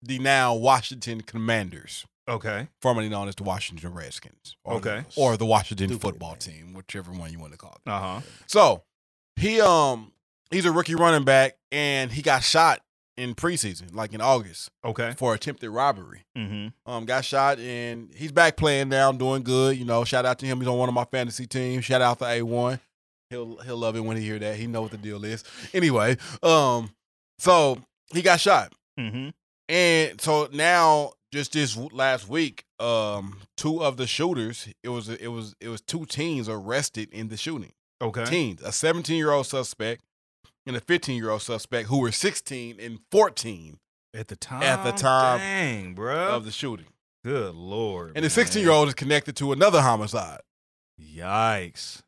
the now Washington Commanders,
Okay.
formerly known as the Washington Redskins. Or,
Okay.
Or the Washington
Stupid
Football
name.
Team, whichever one you want to call it.
Uh huh.
So he um, he's a rookie running back, and he got shot in preseason, like in August,
Okay.
for attempted robbery.
Mm-hmm.
Um, got shot and he's back playing now, doing good. You know, shout out to him. He's on one of my fantasy teams. Shout out to A One. He'll he'll love it when he hear that. He know what the deal is. Anyway, um, so he got shot,
Mm-hmm.
and so now just this w- last week, um, two of the shooters. It was it was it was two teens arrested in the shooting.
Okay.
Teens, a 17 year old suspect and a 15 year old suspect who were 16 and 14
At the time.
time
Dang, bro.
of the shooting,
Good lord.
and the 16 year old is connected to another homicide.
Yikes.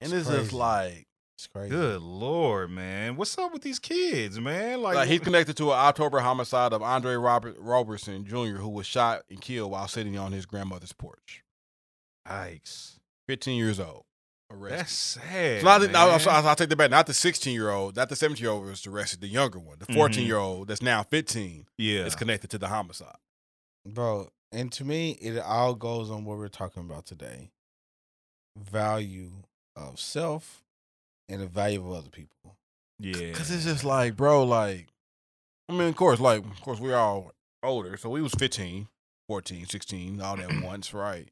And
It's
it's just
crazy.
like,
It's crazy.
Good lord, man. What's up with these kids, man? Like,
like he's connected to an October homicide of Andre Robert Robertson Jr., who was shot and killed while sitting on his grandmother's porch.
yikes.
15 years old. Arrested.
That's sad.
so not the, no,
man.
I'm sorry, I'll, I'll take that back. Not the 16 year old, not the 17 year old was arrested. The younger one, the
Mhm.
14 year old that's now 15,
Yeah.
is connected to the homicide.
bro. And to me, it all goes on what we're talking about today: value of self and the value of other people.
yeah.
Because it's just like, bro, like, I mean, of course, like, of course, we're all older. So we was 15, 14, 16, all that
*clears throat*
once, right?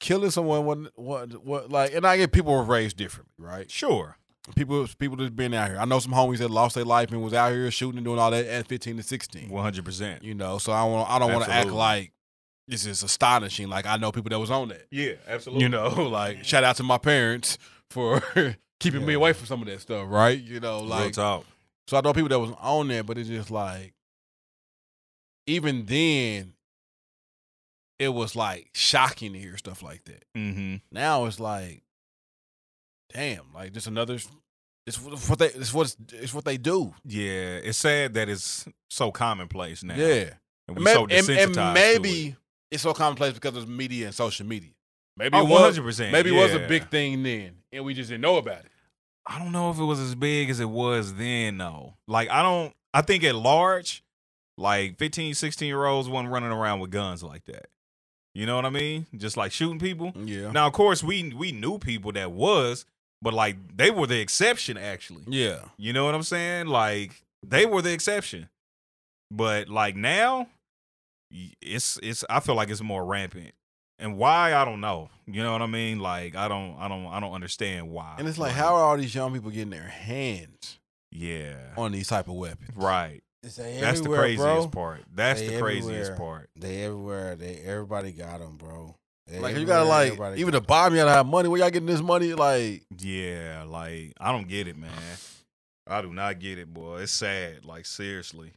Killing someone, what, what, what, like, and I get people were raised differently, right?
sure.
People, people that's been out here. I know some homies that lost their life and was out here shooting and doing all that at 15 to 16.
One hundred percent.
You know, so I don't, I don't want to act
Absolutely.
like this is astonishing. Like, I know people that was on that.
Yeah, absolutely.
You know, *laughs* like, shout out to my parents for *laughs* keeping me
Yeah.
away from some of that stuff, right? You know,
real
like,
talk.
so I know people that was on there, but it's just like, even then, it was like shocking to hear stuff like that.
Mm-hmm.
Now it's like, damn, like just another. It's what they. It's what. It's what they do.
Yeah, it's sad that it's so commonplace now.
Yeah,
and
And
we
may-
so
and,
desensitized.
and
to
maybe
it.
it's so commonplace because of media and social media. Maybe
oh,
it was.
100%.
Maybe it was a
yeah.
big thing then, and we just didn't know about it.
I don't know if it was as big as it was then though. Like I don't I think at large like 15, 16 year olds wasn't running around with guns like that. You know what I mean? Just like shooting people.
Yeah.
Now of course we we knew people that was, but like they were the exception actually.
Yeah.
You know what I'm saying? Like they were the exception. But like now y- it's it's I feel like it's more rampant. And why I don't know. You know what I mean? Like I don't I don't I don't understand why.
And it's like, how are all these young people getting their hands
Yeah.
on these type of weapons?
Right.
It's they
That's the
everywhere,
craziest
bro.
part. That's
They
the craziest
everywhere.
part.
They everywhere. They everybody got them, bro. They
Like you
everywhere,
gotta like
everybody
even
got
the bomb, you gotta have money. Where y'all getting this money? Like
Yeah, like I don't get it, man. I do not get it, boy. It's sad. Like seriously,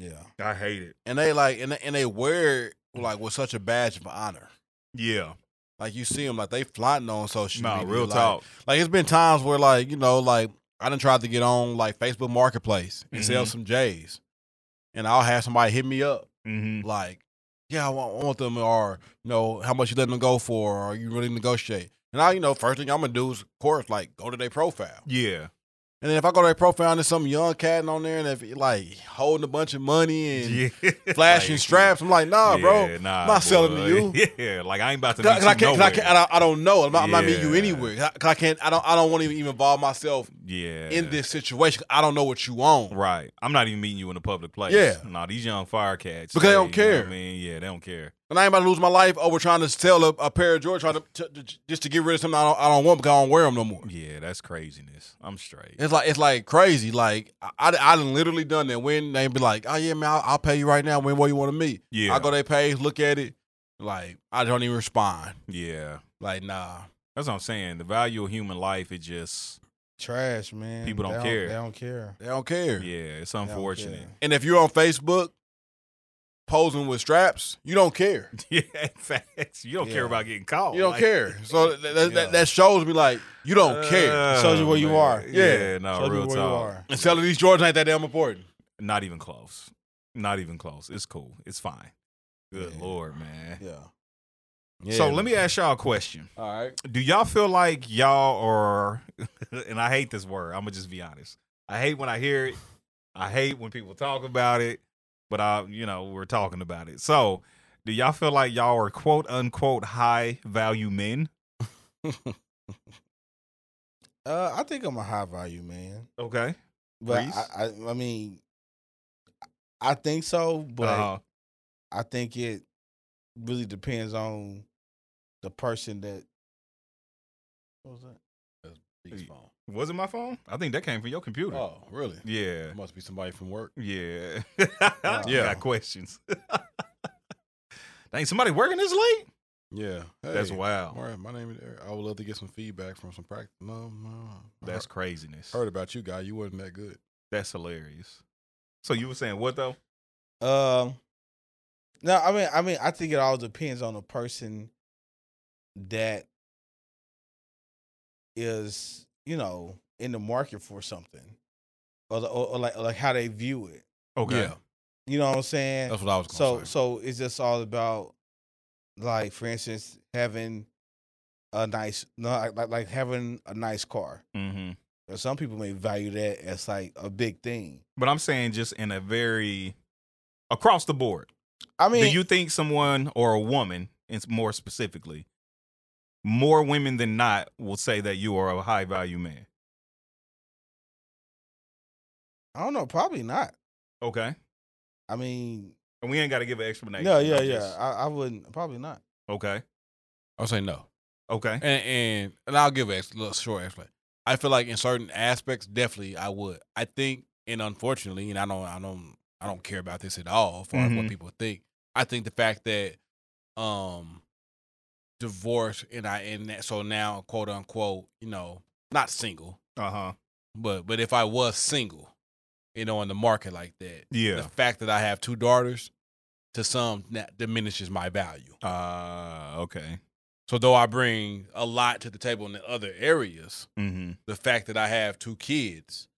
'em. Yeah,
I hate it.
and they like and they, and they wear like with such a badge of honor.
Yeah,
Like you see them like they flaunting on social
nah,
media.
real
like,
talk.
Like it's been times where like you know like I done tried to get on like Facebook Marketplace and sell
Mhm.
some J's, and I'll have somebody hit me up
Mm-hmm.
like, "Yeah, I want, I want them," or you know, "How much you letting them go for?" Or you really negotiate. And I, you know, first thing I'm gonna do is, of course, like go to their profile.
Yeah.
And then if I go to their profile and there's some young cat on there and if he, like holding a bunch of money
*laughs*
and flashing
Like,
straps, I'm like, nah, bro.
yeah, nah,
not selling to
boy. *laughs* Yeah, like I ain't about to. Meet
Cause, 'cause
you
I can't, 'cause I,
nowhere.
can't I, don't, I don't know. I'm not, I'm not meeting you
Yeah.
anywhere. 'Cause I, 'cause I can't. I don't. I don't want to even, even involve myself
yeah.
in this situation. 'cause I don't know what you own.
Right. I'm not even meeting you in a public place.
Yeah.
Nah, these young fire cats.
Because they don't
you know what
care.
I mean, yeah, they don't care.
And I ain't about to lose my life over trying to sell a, a pair of Jordans, trying to, to- to- just to get rid of something I don't, I don't want because I don't wear them no more.
Yeah, that's craziness. I'm straight.
It's like it's like crazy. Like I, I, I done literally done that. When they be like, oh yeah, man, I'll, I'll pay you right now. When where you want to meet?
yeah.
I go to their page, look at it. Like I don't even respond.
yeah.
Like nah.
That's what I'm saying. The value of human life, it just
Trash, man.
People don't
They
care.
They don't care.
They don't care.
yeah, it's
They don't
unfortunate. *laughs*
care.
And if you're on Facebook posing with straps, you
*laughs*
don't care.
Yeah, facts. You don't care
Yeah.
about getting caught.
You don't
Oh, Like-
care. So that, that,
Yeah.
that, that shows me like you don't care.
Oh,
Shows you where you
man.
are.
Yeah,
Yeah.
no,
Show you
real
where you
talk.
are.
And selling these Jordans ain't that damn important.
Not even close. Not even close. It's cool. It's fine. Good
Yeah.
lord, man.
Yeah.
so let me ask y'all a question.
All right.
do y'all feel like y'all are *laughs* and I hate this word, I'm gonna just be honest. I hate when I hear it. I hate when people talk about it, but I you know, we're talking about it. So do y'all feel like y'all are quote unquote high value men?
Uh, I think I'm a high value man,
Okay.
but
Reese?
I, I, I mean, I think so, but
Uh,
I think it really depends on the person that. What was that?
was it my phone? I think that came from your computer.
Oh, really?
Yeah.
It must be somebody from work.
Yeah. *laughs*
Wow.
You Got questions. *laughs* Dang, somebody working this late?
Yeah.
That's
Hey,
wild.
All right. My name is Eric. I would love to get some feedback from some practice. No, no. I
That's
heard-
craziness.
heard about you guy. You wasn't that good.
That's hilarious. So you were saying what though?
Um, no, I mean, I mean, I think it all depends on the person that is, you know, in the market for something, or, or, or like like how they view it.
Oh,
Yeah.
You know what I'm saying?
That's what I was going
so
to say.
so it's just all about like for instance having a nice no like like- like having a nice car
Mm-hmm.
Now, some people may value that as like a big thing
But I'm saying just in a very across the board.
i mean
Do you think someone or a woman, and more specifically, more women than not will say that you are a high value man?
i don't know probably not
Okay.
i mean
And we ain't got to give an explanation.
no yeah
I
yeah
just-
I, I wouldn't probably not
okay.
I'll say no.
Okay.
And and, and I'll give a little short explanation. I feel like in certain aspects, definitely I would. I think, and unfortunately, and I don't, I don't, I don't care about this at all, as far as
Mhm.
what people think. I think the fact that, um, divorce and I and that, so now quote unquote, you know, not single,
Uh huh.
but but if I was single, you know, on the market like that,
Yeah.
the fact that I have two daughters, to some, that diminishes my value.
Uh, okay.
So though I bring a lot to the table in the other areas,
Mm-hmm.
the fact that I have two kids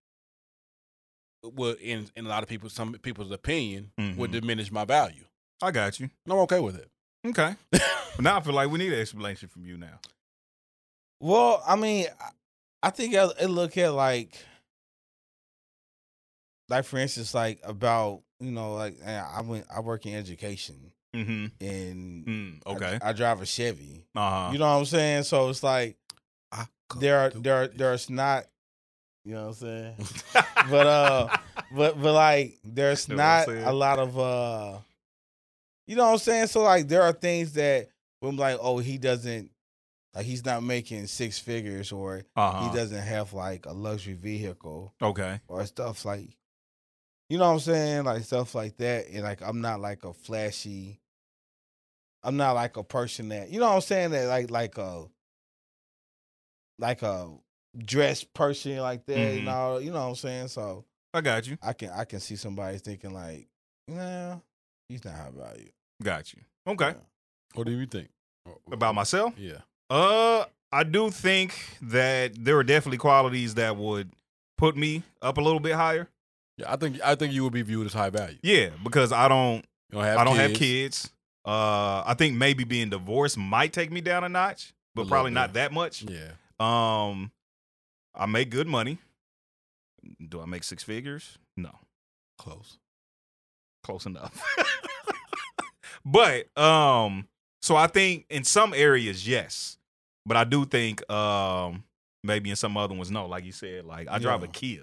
would in in a lot of people some people's opinion would
Mhm.
diminish my value.
I got you.
And I'm okay with it.
*laughs* Okay. now I feel like we need an explanation from you now.
well i mean I- i think I, I look at like like for instance like about you know like eh, i went i work in education
Mm-hmm.
and
Mm,
I-
okay.
I, drive a chevy
Uh huh.
You know what I'm saying? So it's like
I could
there are
do
there are,
this.
there's not you know what
*laughs*
I'm saying? but uh but but like there's
Know what I'm
not
saying?
a lot of uh you know what I'm saying? So like there are things that when I'm like, oh he doesn't like he's not making six figures or
uh-huh.
he doesn't have like a luxury vehicle
Okay.
or stuff like you know what I'm saying? Like stuff like that. And like I'm not like a flashy I'm not like a person that you know what I'm saying that like like a like a dressed person like that
Mhm.
and all you know what I'm saying? So
I got you.
I can I can see somebody thinking like, nah, he's not high value.
Got you. Okay.
What do you think?
About myself?
Yeah.
Uh, I do think that there are definitely qualities that would put me up a little bit higher.
Yeah, I think I think you would be viewed as high value.
Yeah, because I don't
You don't have
I don't have kids. Uh, I think maybe being divorced might take me down a notch,
A
but
little
probably
bit.
not that much.
Yeah.
Um, I make good money. Do I make six figures? No,
Close.
close
*laughs*
enough. but um, so I think in some areas, yes, but I do think um maybe in some other ones, no. Like you said, like I drive a
Yeah.
Kia,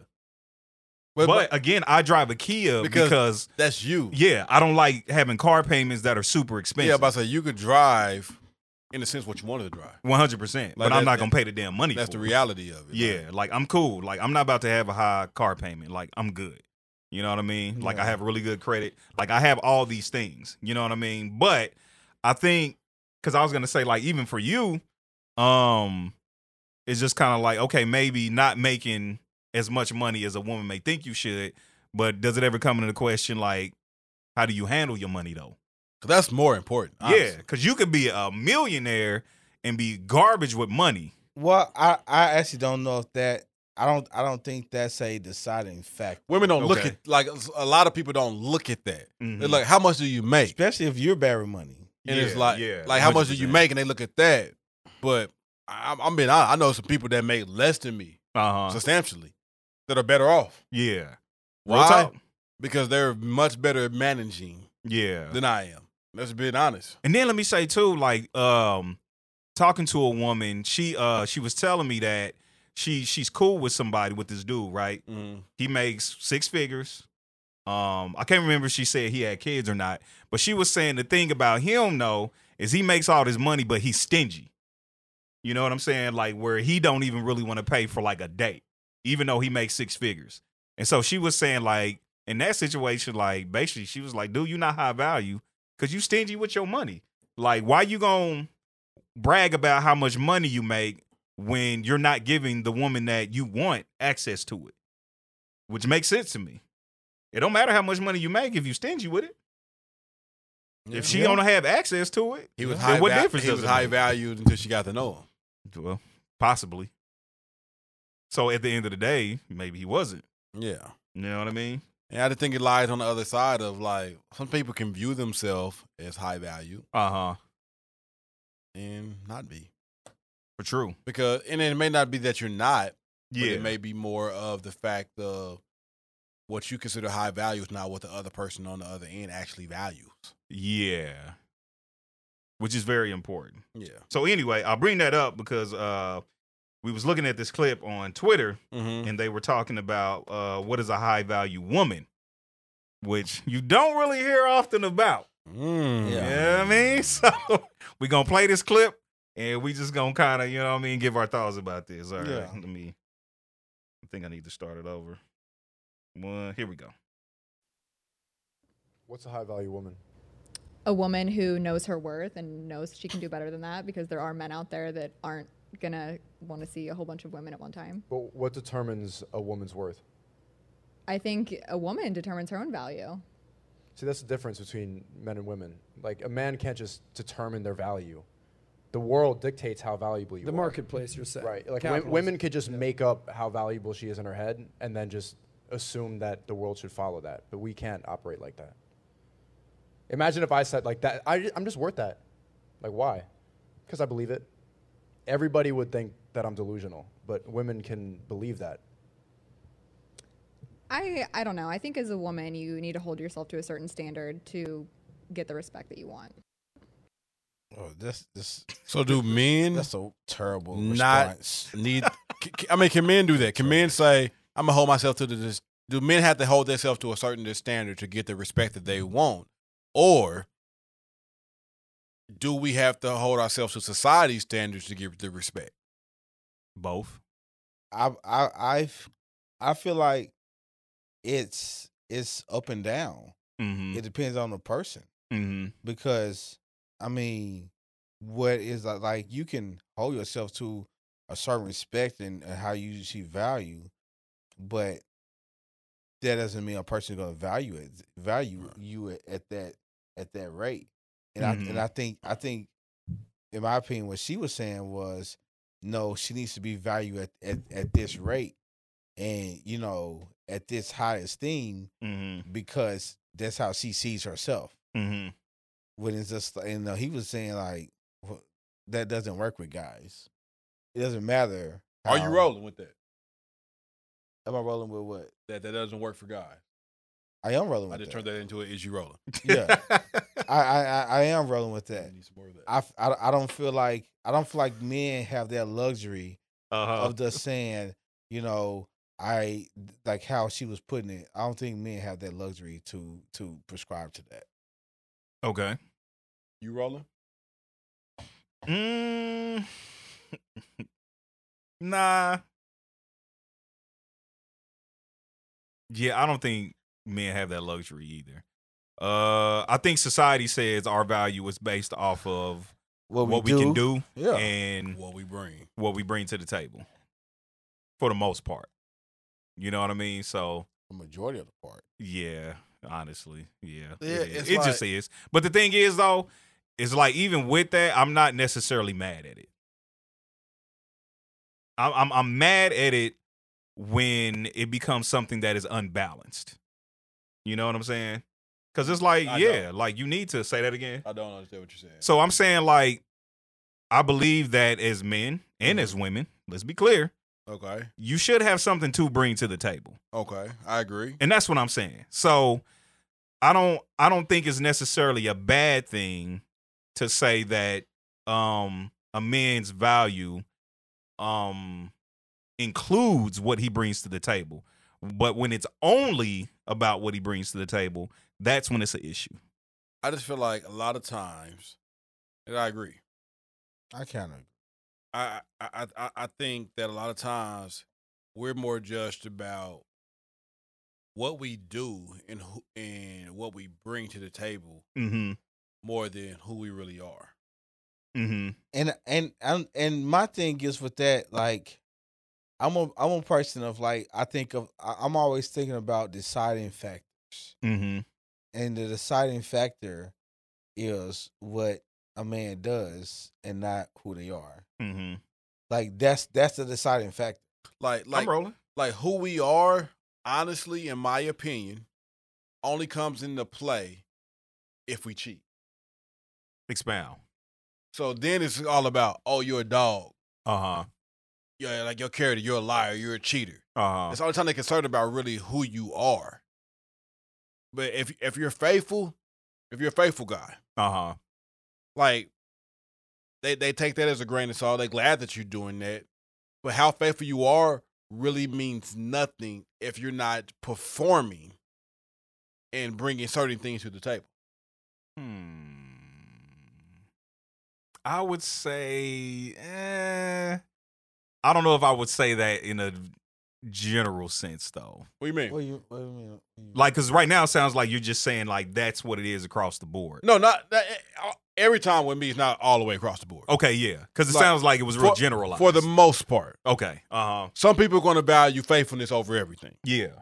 But,
but,
but
again, I drive a Kia
Because-
because
that's you.
yeah, I don't like having car payments that are super
Yeah,
expensive.
about to say you could drive in a sense what you wanted to drive.
One hundred percent.
Like
But I'm
that-
not gonna pay the damn money.
That's
for
the
it.
reality of it.
Yeah, like I'm cool. Like I'm not about to have a high car payment. Like I'm good. You know what I mean? Like I
Yeah.
have really good credit. Like I have all these things. You know what I mean? But I think because I was gonna say like even for you, um, it's just kind of like okay, maybe not making as much money as a woman may think you should. But does it ever come into the question like how do you handle your money though?
'Cause that's more important.
Yeah,
honestly.
because you could be a millionaire and be garbage with money.
Well, I, I actually don't know if that I don't I don't think that's a deciding factor.
Women don't look
Okay.
at like a lot of people don't look at that.
Mhm.
They're like, how much do you make?
Especially if you're bearing money.
And it's
Yeah,
like,
yeah,
like how much do you
100%.
make? And they look at that. But I, I'm, I'm being honest. I know some people that make less than me
Uh huh.
substantially that are better off.
Yeah. Real
Why?
talk.
Because they're much better at managing
Yeah.
than I am. Let's be honest.
And then let me say too, like, um, talking to a woman, she uh she was telling me that she she's cool with somebody with this dude, right?
Mm-hmm.
He makes six figures. Um, I can't remember if she said he had kids or not, but she was saying the thing about him though is he makes all this money, but he's stingy. You know what I'm saying? Like where he don't even really want to pay for like a date, even though he makes six figures. And so she was saying like in that situation, like basically she was like, "Dude, you not high value because you stingy with your money. Like why you gonna brag about how much money you make when you're not giving the woman that you want access to it?" Which makes sense to me. It don't matter how much money you make if you stingy with it. If she don't have access to it,
he was
then
high,
what
val-
difference
he
does
was
it
high
make?
valued until she got to know him.
Well, possibly. So at the end of the day, maybe he wasn't.
Yeah.
You know what I mean?
And I just think it lies on the other side of like some people can view themselves as high value
Uh huh.
and not be
For true.
because and it may not be that you're not. but
Yeah.
it may be more of the fact of what you consider high value is not what the other person on the other end actually values.
yeah. Which is very important.
Yeah.
So anyway, I'll bring that up because uh we was looking at this clip on Twitter
Mm-hmm.
and they were talking about uh what is a high value woman, which you don't really hear often about.
Mm.
Yeah.
You know what I mean? *laughs* So we gonna play this clip and we just gonna kinda, you know what I mean, give our thoughts about this. All right.
Yeah.
Let me I think I need to start it over. One, here we go.
What's a high value woman?
a woman who knows her worth and knows she can do better than that because there are men out there that aren't gonna want to see a whole bunch of women at one time.
But what determines a woman's worth?
I think a woman determines her own value.
See, that's the difference between men and women. Like, a man can't just determine their value. The world dictates how valuable you
the
are.
marketplace you're saying
Right. Like, w-
Capitalism.
women could just make up how valuable she is in her head and then just assume that the world should follow that. But we can't operate like that. Imagine if I said, like, that, I, I'm just worth that. Like, why? Because I believe it. Everybody would think that I'm delusional, but women can believe that.
I I don't know. I think as a woman you need to hold yourself to a certain standard to get the respect that you want.
Oh, that's this
So do men
that's a terrible
not
response.
need? *laughs* c- c- I mean, can men do that? Can men say, "I'm gonna hold myself to the"? This, do men have to hold themselves to a certain standard to get the respect that they want, or do we have to hold ourselves to society's standards to get the respect?
Both.
I I I've I feel like it's it's up and down.
Mm-hmm.
It depends on the person.
Mm-hmm.
because I mean, what is like, like you can hold yourself to a certain respect and and how you see value, but that doesn't mean a person going to value it value you at, at that at that rate. And I and
Mhm.
I think I think in my opinion, what she was saying was no, she needs to be valued at, at, at this rate. and you know at this high esteem
Mm-hmm.
because that's how she sees herself.
Mm-hmm.
When it's just and uh, he was saying like wh- that doesn't work with guys. It doesn't matter.
Are you
how-
rolling with that?
Am I rolling with what?
That that doesn't work for guys.
I am
I
rolling with
just
that.
turned that into an is you rolling.
Yeah,
*laughs*
I, I I I am rolling with that.
You need some more of that.
I, f- I I don't feel like I don't feel like men have that luxury
uh-huh.
Uh.
of just saying, you know, I like how she was putting it. I don't think men have that luxury to to prescribe to that.
Okay.
you rolling?
Mm. *laughs* nah. Yeah, I don't think men have that luxury either. Uh, I think society says our value is based off of what, we, can do
Yeah.
and
What we bring?
what we bring to the table, for the most part. You know what I mean? So
the majority of the part.
yeah, honestly, yeah,
Yeah,
it, is.
it's
It just
like-
is. But the thing is, though, is like even with that, I'm not necessarily mad at it. I'm I'm, I'm mad at it when it becomes something that is unbalanced. You know what I'm saying? Because it's like,
I
yeah, like you need to say that again.
I don't understand what you're saying.
So I'm saying, like, I believe that as men and as women, let's be clear,
okay,
you should have something to bring to the table
okay, I agree.
and that's what I'm saying. So I don't I don't think it's necessarily a bad thing to say that um a man's value um includes what he brings to the table. But when it's only about what he brings to the table, that's when it's an issue.
I just feel like a lot of times, and I agree.
I kind of
I I I- I, I think that a lot of times we're more judged about what we do and who, and what we bring to the table
Mm-hmm.
more than who we really are.
Mm-hmm.
and and and and my thing is with that like I'm a I'm a person of like I think of I- I'm always thinking about deciding factors
Mm-hmm.
and the deciding factor is what a man does and not who they are.
Mm-hmm.
Like that's that's the deciding factor.
Like like
I'm rolling.
like who we are, honestly, in my opinion, only comes into play if we cheat.
Expound.
So then it's all about, oh, you're a dog.
Uh-huh.
Yeah, like your character, you're a liar, you're a cheater.
Uh-huh.
It's all the time they're concerned about really who you are. But if if you're faithful, if you're a faithful guy,
Uh-huh.
like they they take that as a grain of salt. They're glad that you're doing that. But how faithful you are really means nothing if you're not performing and bringing certain things to the table.
Hmm. I would say, eh, I don't know if I would say that in a general sense though.
What do you mean?
What you what do you mean? What you-
Like, cause right now it sounds like you're just saying like that's what it is across the board.
No, not that, every time with me. It's not all the way across the board.
Okay, yeah, because it
Like,
sounds like it was real
for-
generalized.
For the most part,
okay, uh huh,
some people are going to value faithfulness over everything.
yeah,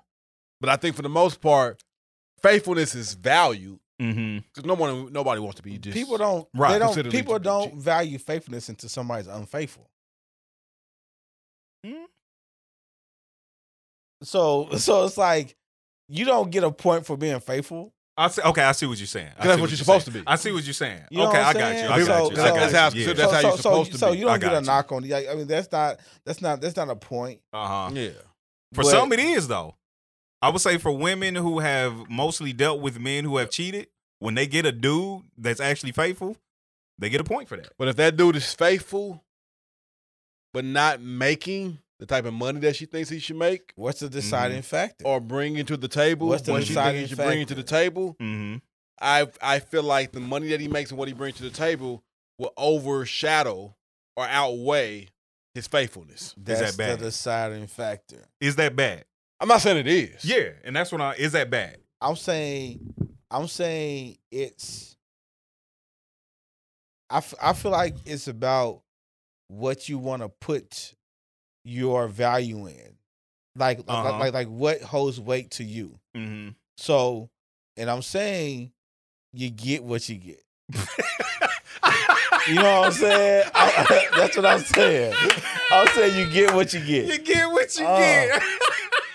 But I think for the most part, faithfulness is valued
mm-hmm,
because no one, nobody wants to be just
people don't
Right,
they don't
consider
people
legitimate
don't
cheating.
value faithfulness until somebody's unfaithful.
Mm.
So *laughs* so it's like you don't get a point for being faithful.
I see. Okay, I see what you're saying. I
That's
see
what you're
saying.
supposed to be.
I see what you're saying.
You know
okay,
what
I
I'm
got you.
saying?
I got
So-
you. I
so-
got
that's
you.
how-
Yeah.
that's how
so,
you're
so,
supposed
so,
to
so
be.
you
I
don't get
got
a
you.
knock on like I mean that's not that's not that's not a point.
Uh huh.
Yeah,
For
But-
some, it is though. I would say for women who have mostly dealt with men who have cheated, when they get a dude that's actually faithful, they get a point for that.
but if that dude is faithful, but not making the type of money that she thinks he should make
What's
Mm-hmm.
the deciding factor?
or bringing to the table,
What's the
what she thinks
deciding
he should bring to the
factor?
table,
Mm-hmm.
I I feel like the money that he makes and what he brings to the table will overshadow or outweigh his faithfulness.
that's
that bad?
the deciding factor.
Is that bad?
I'm not saying it is.
Yeah, and that's when I is that bad?
I'm saying, I'm saying it's. I, f- I feel like it's about what you want to put your value in, like like-
Uh-huh.
like, like what holds weight to you.
*laughs* Mm-hmm.
So, and I'm saying, you get what you get. You know what I'm *laughs* saying?
*laughs*
I- that's what I'm saying. I'm saying you get what you get.
you get *laughs* what you
Uh,
get.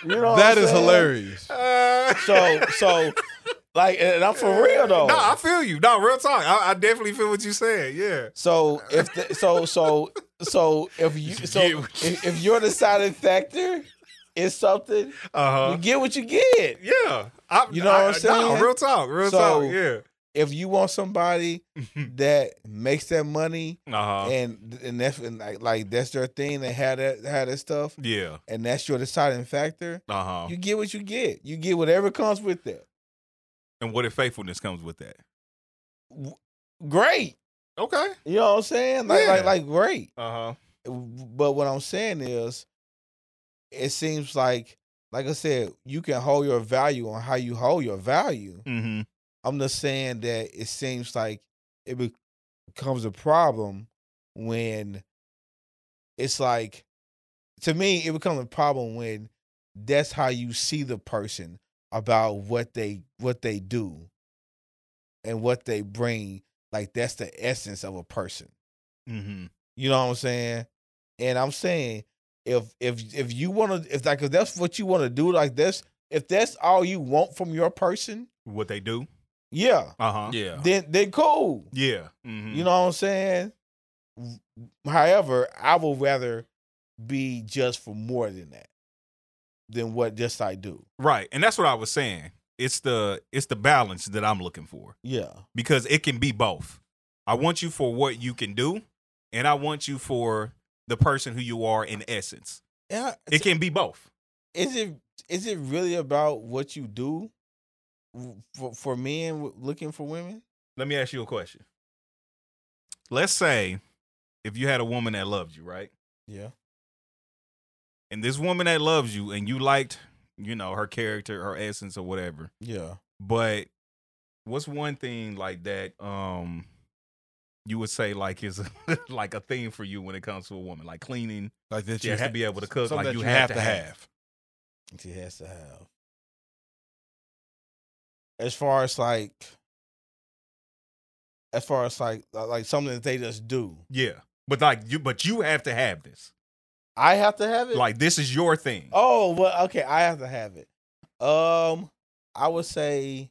You know what
That
I'm
is
saying?
hilarious.
Uh,
So so like and I'm for
*laughs*
real though.
no, I feel you. No, real talk. I, I definitely feel what you said. Yeah.
So if the, so so so if you
Just
so
get what
if, if you're the silent factor, it's something
Uh
you
huh.
get what you get.
Yeah. I,
You know what
I-
I'm saying?
No, real talk. Real
So-
talk. Yeah.
If you want
*laughs*
somebody that makes that money
Uh huh.
and and that's and like, like that's their thing, they had that had that stuff,
Yeah.
and that's your deciding factor.
Uh huh.
You get what you get. You get whatever comes with that.
And what if faithfulness comes with that?
Great.
Okay.
You know what I'm saying? Like
Yeah.
like like great.
Uh huh.
but what I'm saying is, it seems like, like I said, you can hold your value on how you hold your value.
Mm
I'm just saying that it seems like it be- becomes a problem when it's like, to me, it becomes a problem when that's how you see the person about what they what they do and what they bring. Like that's the essence of a person.
hmm. Mm hmm.
You know what I'm saying? And I'm saying if if if you want to if like if that's what you want to do like this, if that's all you want from your person,
What they do.
yeah,
Uh huh.
Yeah.
then then cool.
Yeah. Mm-hmm.
You know what I'm saying? However, I would rather be just for more than that than what this I do.
Right. And that's what I was saying. It's the it's the balance that I'm looking for
Yeah.
because it can be both. I want you for what you can do, and I want you for the person who you are in essence.
Yeah.
It can be both.
is it is it really about what you do for for men w- looking for women?
Let me ask you a question. Let's say if you had a woman that loved you, right?
Yeah.
And this woman that loves you and you liked, you know, her character, her essence or whatever.
Yeah.
But what's one thing like that um you would say like is like a *laughs* thing for you when it comes to a woman? Like cleaning,
Like that
she
you
has to be able to cook,
something
like
that
you, have, to have.
She has to have. As far as like, as far as like, li- like something that they just do.
Yeah. But like you but you have to have this.
I have to have it.
Like this is your thing.
oh, well, okay, I have to have it. Um, I would say,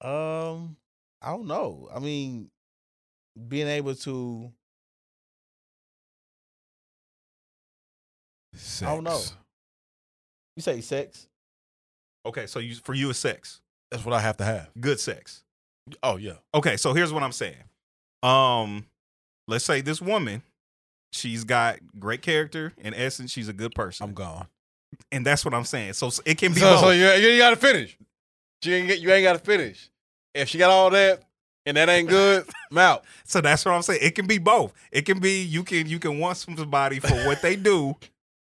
um, I don't know. I mean, being able to, I don't know.
Sex.
you say sex.
Okay, so you for you it's sex.
That's what I have to have.
Good sex.
Oh yeah.
okay so here's what i'm saying um let's say this woman she's got great character in essence she's a good person
I'm gone.
and that's what i'm saying so s- it can be
So,
both.
so you, you gotta finish. You ain't, get- you ain't gotta finish. If she got all that and that ain't *laughs* good, I'm out.
so that's what i'm saying it can be both it can be you can you can want somebody for what they
*laughs*
do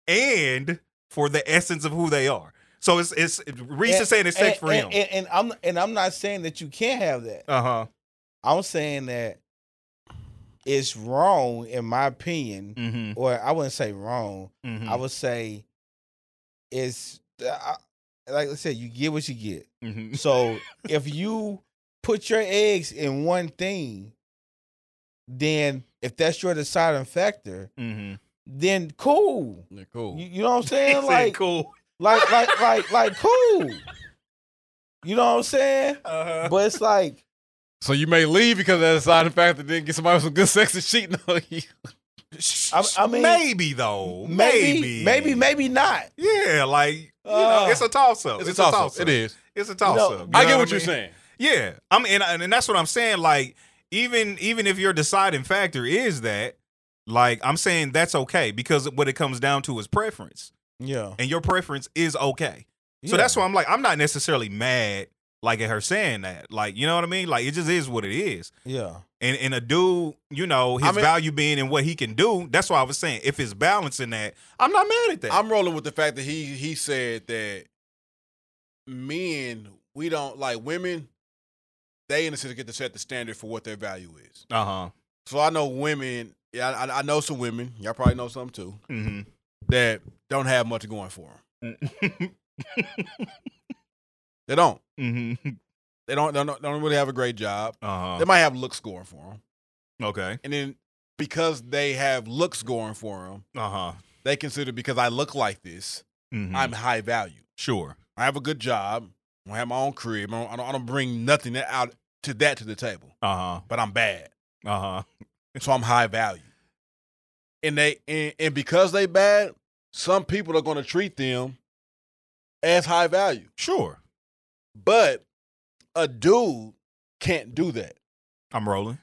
and for the essence of who they are so it's it's reese is saying it's sex
and,
for him
and, and, and I'm and I'm not saying that you can't have that.
uh-huh
I'm saying that it's wrong, in my opinion,
mm-hmm,
or I wouldn't say wrong.
mm-hmm,
I would say it's I, like I said, you get what you *laughs* get.
mm-hmm.
So if you put your eggs in one thing, then if that's your deciding factor,
Mm-hmm.
then cool.
Yeah, cool.
You, you *laughs* know what I'm saying? like,
cool.
like, like, *laughs* like, like, cool. You know what I'm saying?
Uh-huh.
But it's *laughs* like
So you may leave because of that side factor, then get somebody with some good sex and cheating on *laughs* you.
I- I mean-
maybe though.
maybe, maybe, maybe not.
Yeah, like you know,
Uh,
it's a toss
Oh,
up. It's, a toss up.
It is.
It's a toss up.
I get what you're saying.
Yeah, I'm and, and that's what I'm saying. Like even even if your deciding factor is that, like I'm saying that's okay because what it comes down to is preference,
Yeah.
and your preference is okay. So
Yeah.
that's why I'm like I'm not necessarily mad like at her saying that. Like you know what I mean? Like it just is what it is.
Yeah.
And and a dude, you know, his
I mean-
value being in what he can do. That's why I was saying if it's balancing that, I'm not mad at that.
I'm rolling with the fact that he he said that men we don't like women. They in a sense get to set the standard for what their value is.
uh huh.
So I know women. Yeah, I, I know some women. Y'all probably know some too
Mm-hmm.
that don't have much going for them. They don't.
*laughs* mm-hmm.
They don't. They don't, don't really have a great job.
Uh
They might have looks going for them,
huh. Okay.
and then because they have looks going for them,
Uh huh.
they consider because I look like this,
Mhm.
I'm high value.
sure.
I have a good job. I have my own crib. I don't, I don't, I don't bring nothing that out to that to the table,
Uh
but I'm bad.
huh. Uh
Uh-huh.
huh.
So I'm high value. And they and, and because they bad, some people are going to treat them as high value.
Sure.
But a dude can't do that.
I'm rolling.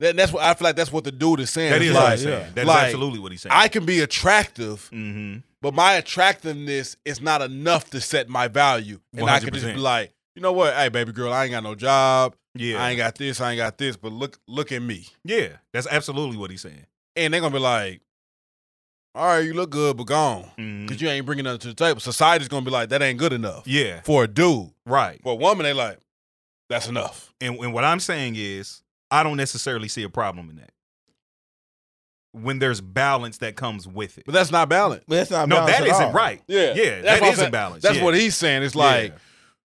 That, that's what I feel like. That's what the dude is saying.
That
It's
is what
like,
he's saying. That is
like,
absolutely what he's saying.
I can be attractive,
mm-hmm.
but my attractiveness is not enough to set my value. And I could just be
100%.
like, you know what? Hey, baby girl, I ain't got no job.
Yeah.
I ain't got this. I ain't got this. But look, look at me.
yeah. That's absolutely what he's saying.
And they're gonna be like, all right, you look good, but gone,
Mhm.
because you ain't bringing nothing to the table. Society's gonna be like, that ain't good enough
Yeah.
for a dude.
Right.
For a woman, they like, that's enough.
And, and what I'm saying is, I don't necessarily see a problem in that. When there's balance that comes with it.
But that's not balance.
But that's not
No,
balanced
that
at
isn't
all.
right.
Yeah,
Yeah,
that's
that
what I'm
is
saying.
imbalance.
That's
Yeah.
what he's saying. It's
Yeah.
like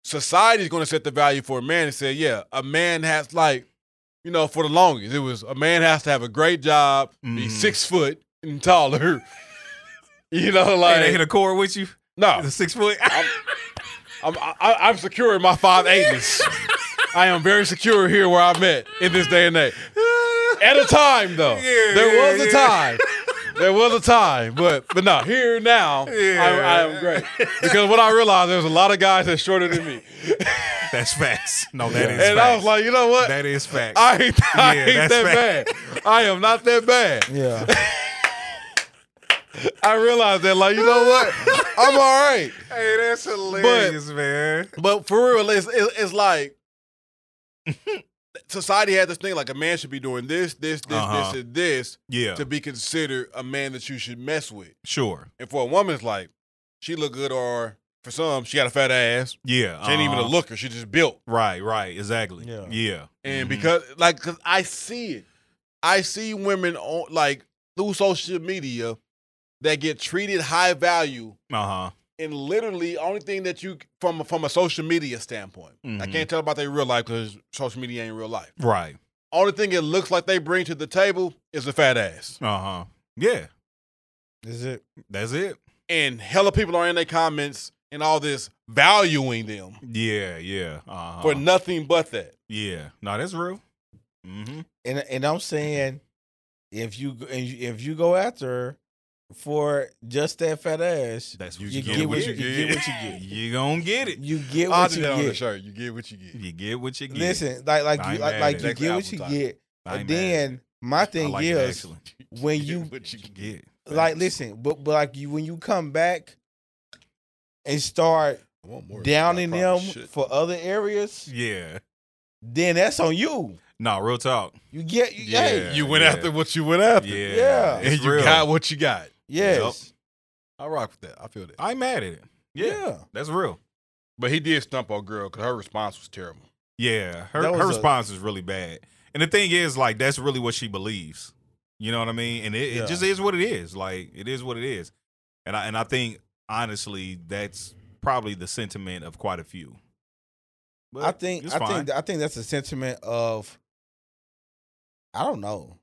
society's going to set the value for a man and say, yeah, a man has like, you know, for the longest, it was a man has to have a great job, be
Mhm.
six foot and taller. *laughs* you know,
Hey, they hit
like oh.
a cord with you?
no,
The six foot?
I'm I, I'm secure in my
*laughs*
five eighties. I am very secure here where I'm at in this day and age. At a time though,
Yeah,
there
yeah,
was a
yeah.
time. There was a time, but but no, here now I, I am great because what I realized there's a lot of guys that's shorter than me,
*laughs* that's facts. No, that is.
and I was
facts.
like, you know what?
that is facts.
I ain't, I
Yeah,
ain't
that's
that bad. I am not that bad.
*laughs*
Yeah.
I realized that, like, you know what? I'm all right.
hey, that's hilarious, man.
But for real, it's, it- it's like *laughs* society had this thing like a man should be doing this, this, this,
Uh-huh.
this, and this
Yeah,
to be considered a man that you should mess with.
sure.
And for a woman, it's like she look good, or for some, she got a fat ass. She
Yeah,
ain't even a
uh-huh.
looker. She just built.
Right, right, exactly.
Yeah.
Yeah, yeah.
And
Mhm.
because like, cause I see it, I see women on like through social media that get treated high value
uh huh,
and literally only thing that you from from a social media standpoint, I
Mm-hmm.
Mhm.
can't tell about their real life because social media ain't real life.
right,
Only thing it looks like they bring to the table is a fat ass,
uh huh, yeah.
Is it?
That's it.
and hella people are in their comments and all this valuing them
Yeah, yeah,
Uh-huh.
uh
for
huh.
nothing but that.
yeah, no, that's real. Mm-hmm.
And and I'm saying, if you and you- if you go after her for just that fat ass,
That's
You get what you get. You get what you
*laughs*
get.
You gonna get it.
you get
I
what
did
you
that on the
get.
shirt. You get what you get.
You get what you get.
Listen, like like
I
you
ain't
like,
mad
like
at
you
it.
get
That's
what you
the album
get.
I ain't
And
mad at
then my
it. I
thing
like it,
is
actually.
when
get
you
what you get.
Yeah,
like
facts.
listen, but but like you when you come back and start
I want more of this,
downing
I
them
promise shit.
for other areas,
Yeah,
then that's on you.
no, real
*laughs*
talk.
You get you,
Yeah.
hey,
you went
yeah.
after what you went after,
Yeah,
Yeah.
and
it's
you
real.
got what you got.
yes.
I rock with that. I feel that.
I ain't mad at it. Yeah,
Yeah.
that's real.
But he did stump on girl because her response was terrible.
Yeah, her
That was
her
a-
response is really bad. And the thing is, like, that's really what she believes. You know what I mean? And it,
Yeah.
it just is what it is. Like, it is what it is. And I and I think honestly, that's probably the sentiment of quite a few. But
I think
it's
I
fine.
think I think that's a sentiment of I don't know.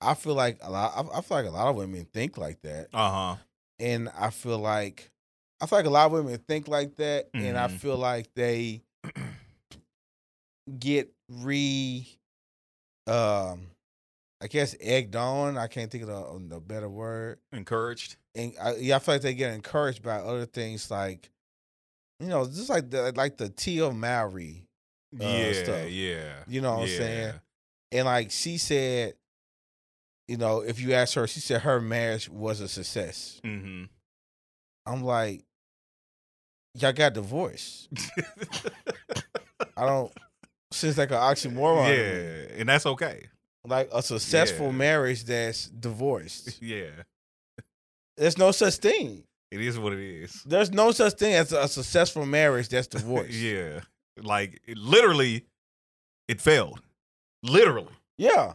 I feel like a lot I, I feel like a lot of women think like that.
uh huh.
and I feel like I feel like a lot of women think like that, and I
Mhm.
feel like they get re, um, I guess egged on. I can't think of a, a better word.
Encouraged.
And I, yeah, I feel like they get encouraged by other things like, you know, just like the like the Tia Mowry, Uh,
yeah,
stuff.
yeah.
You know what I'm
yeah.
saying? and like she said, you know, if you ask her, she said her marriage was a success. *laughs*
Mm-hmm.
I'm like, y'all got divorced. I don't. Seems like an oxymoron. to me.
yeah, and that's okay.
Like a successful
Yeah.
marriage
*laughs*
that's divorced.
Yeah,
There's no such thing.
it is what it is.
There's no such thing as a successful
*laughs*
marriage that's divorced.
yeah, like it, literally, it failed. Literally.
Yeah.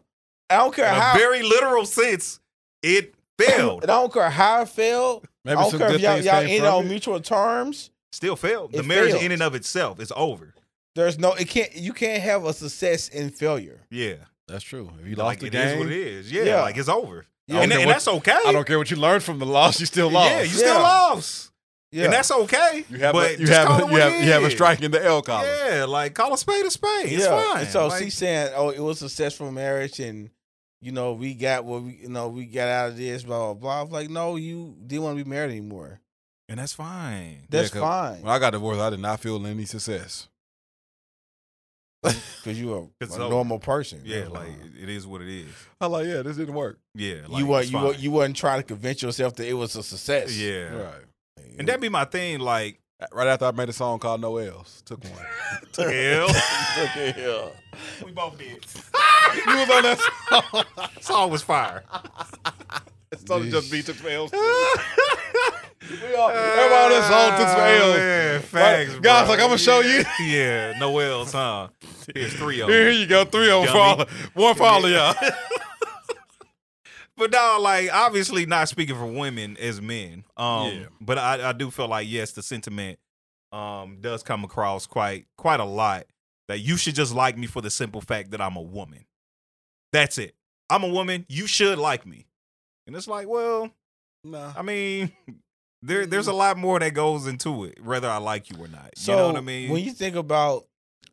I don't care
in
how.
a very literal sense, it failed.
*coughs*
and I don't care how it failed.
Maybe
I don't care if y'all, y'all ended on
it.
mutual terms.
Still failed. The
It
marriage
failed.
in and of itself is over.
There's no. It can't. You can't have a success in failure.
Yeah.
That's true. If you
like
lost
it
the
is
game,
what it is. Yeah,
Yeah.
Like it's over.
I don't
And,
care
and
what-
that's okay.
I don't care what you learned from the loss. You still lost.
Yeah, you still
Yeah.
lost.
Yeah.
and that's okay.
You have
but
a, you
just call
have
it
a,
what
you
it
have, you have a
is.
strike in the L column.
Yeah, like call a spade a spade. It's
yeah.
fine.
So
Like,
she's saying, "Oh, it was a successful marriage, and you know we got what we, you know we got out of this." Blah blah blah. I'm like, no, you didn't want to be married anymore.
and that's fine.
Yeah,
That's
'cause
fine
When I got divorced, I did not feel any success.
because you a,
It's
a
over.
normal person.
Yeah, like it- it is what it is.
I'm like, yeah, this didn't work.
Yeah, like,
you were
it's
you were,
fine.
you wasn't trying to convince yourself that it was a success.
yeah.
Right.
And that'd be my thing.
*laughs*
Like
Right after I made a song called No L's, took one. *laughs*
hell,
yeah.
we both did.
you was on that song.
Song was fire.
That song just beat took some L's. too. we all, everybody on that song took some
Ah,
L's.
Oh, Man, facts,
Right? God's
bro.
like, I'm gonna show you.
yeah, Noel's, huh? Here's three of
Here
them.
you go, three of them, for all,
Dummy.
one for all of y'all.
*laughs* But no, like obviously not speaking for women as men. Um
Yeah.
but I, I do feel like yes, the sentiment um does come across quite quite a lot that you should just like me for the simple fact that I'm a woman. That's it. I'm a woman, you should like me. And it's like, well,
Nah,
I mean, there there's
Mm.
a lot more that goes into it, whether I like you or not.
So
you know what I mean?
When you think about,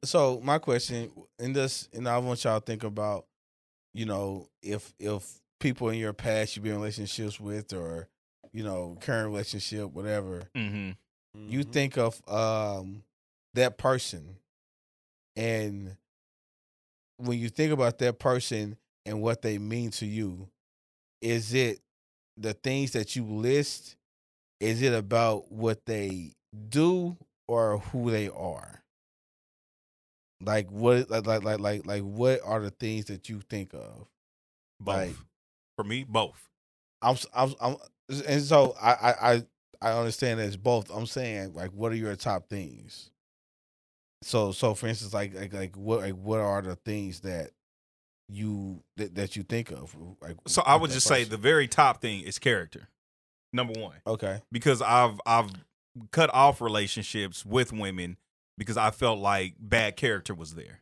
so my question in this, and I want y'all to think about, you know, if if people in your past you've been in relationships with, or you know, current relationship, whatever,
mm-hmm.
you think of um that person, and when you think about that person and what they mean to you, is it the things that you list? Is it about what they do or who they are? Like what like like like like, like what are the things that you think of?
Both.
Like-
for me, both.
I'm s- I'm, s- I'm and so I I I, I understand that it's both. I'm saying like what are your top things? So so for instance like like like what like what are the things that you that, that you think of? Like
So I
with
would
that
just say the
person?
very top thing is character. Number one.
okay
because I've I've cut off relationships with women because I felt like bad character was there.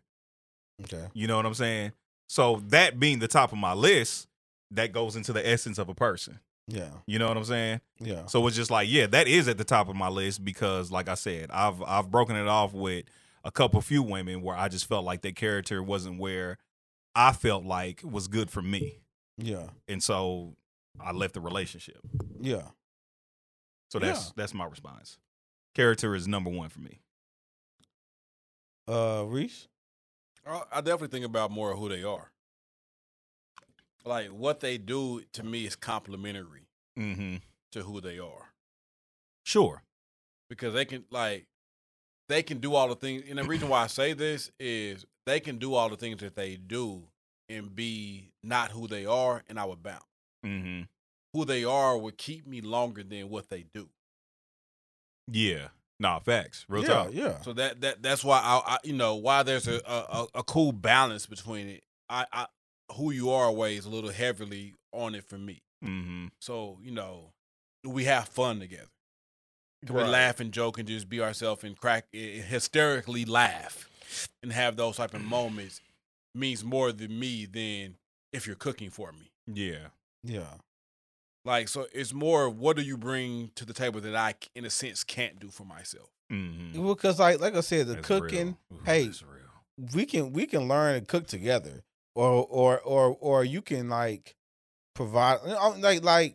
okay
You know what I'm saying? So that being the top of my list, that goes into the essence of a person.
yeah
You know what I'm saying?
yeah
So it's just like, yeah, that is at the top of my list because like I said, I've I've broken it off with a couple few women where I just felt like their character wasn't where I felt like was good for me.
yeah
And so I left the relationship.
yeah.
So that's that's my response. Character is number one for me.
Uh, Reese.
I I definitely think about more of who they are. Like what they do to me is complimentary
Mm-hmm.
to who they are
Sure.
because they can like they can do all the things. And the reason why I say this is they can do all the things that they do and be not who they are, and I would bounce.
Mm-hmm.
Who they are would keep me longer than what they do.
Yeah. Nah, facts. Real
yeah,
talk.
yeah.
So that that that's why I, I you know why there's a, a a- a cool balance between it. I, I who you are weighs a little heavily on it for me.
Mm-hmm.
So you know we have fun together. Can We
Right.
laugh and joke and just be ourselves and crack and hysterically laugh and have those type of moments means more to me than if you're cooking for me.
Yeah.
Yeah.
Like so, it's more of what do you bring to the table that I in a sense can't do for myself.
Mm-hmm.
Well, cause like like I said, the cooking. hey, we can we can learn and cook together or or or or you can like provide I'm like like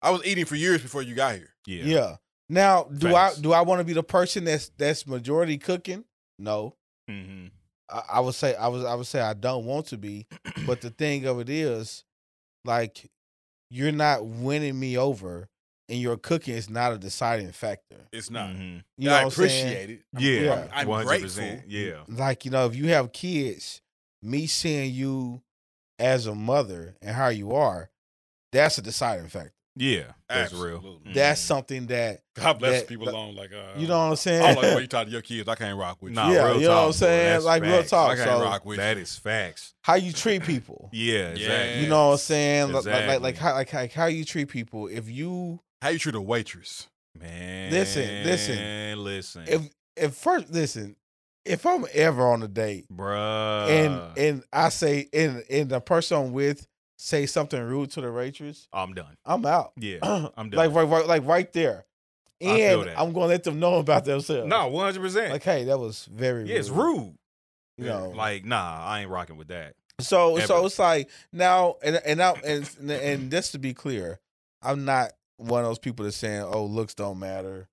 I was eating for years before you got here.
Yeah.
yeah, now do
Facts.
i do i want to be the person that's that's majority cooking no
Mm-hmm.
I, I would say i was i would say i don't want to
*clears throat*
be but the thing of it is like you're not winning me over and your cooking is not a deciding factor
It's not.
Mhm.
Mm-hmm. you know
I
what I'm saying?
appreciate it. *laughs* I'm-
Yeah.
Yeah.
I'm, I'm
100%.
grateful.
Yeah.
like you know if you have kids me seeing you as a mother and how you are that's a deciding factor
Yeah. That's real.
Absolutely.
that's something that
God bless
that-
people
that-
alone. Like uh,
you know what i'm
Mm. I
saying
don't like what you talk to your kids. I can't rock with
Nah,
you.
Yeah,
real
you know
talk,
what I'm
bro.
saying?
That's
Like, real
facts.
talk.
I can't
so-
rock with
That
you.
is facts.
*laughs* how you treat people
Yeah. Exactly.
Yeah.
you know what i'm saying Like- like, like
Exactly.
like how like, like how you treat people if you
How you treat a waitress?
Man.
Listen, listen.
Listen.
if if first listen if i'm ever on a date
Bruh.
and and i say and and the person I'm with say something rude to the waitress
I'm done.
i'm out *clears throat*
Yeah. I'm done.
like right, right like right there
feel
and
that.
I'm gonna let them know about themselves.
No, one hundred percent.
like hey, that was very
Yeah, it's rude.
You know,
Like, nah, I ain't rocking with that.
So
Ever.
so it's like now and and I and and just to be clear, I'm not one of those people that's saying, "Oh, looks don't matter."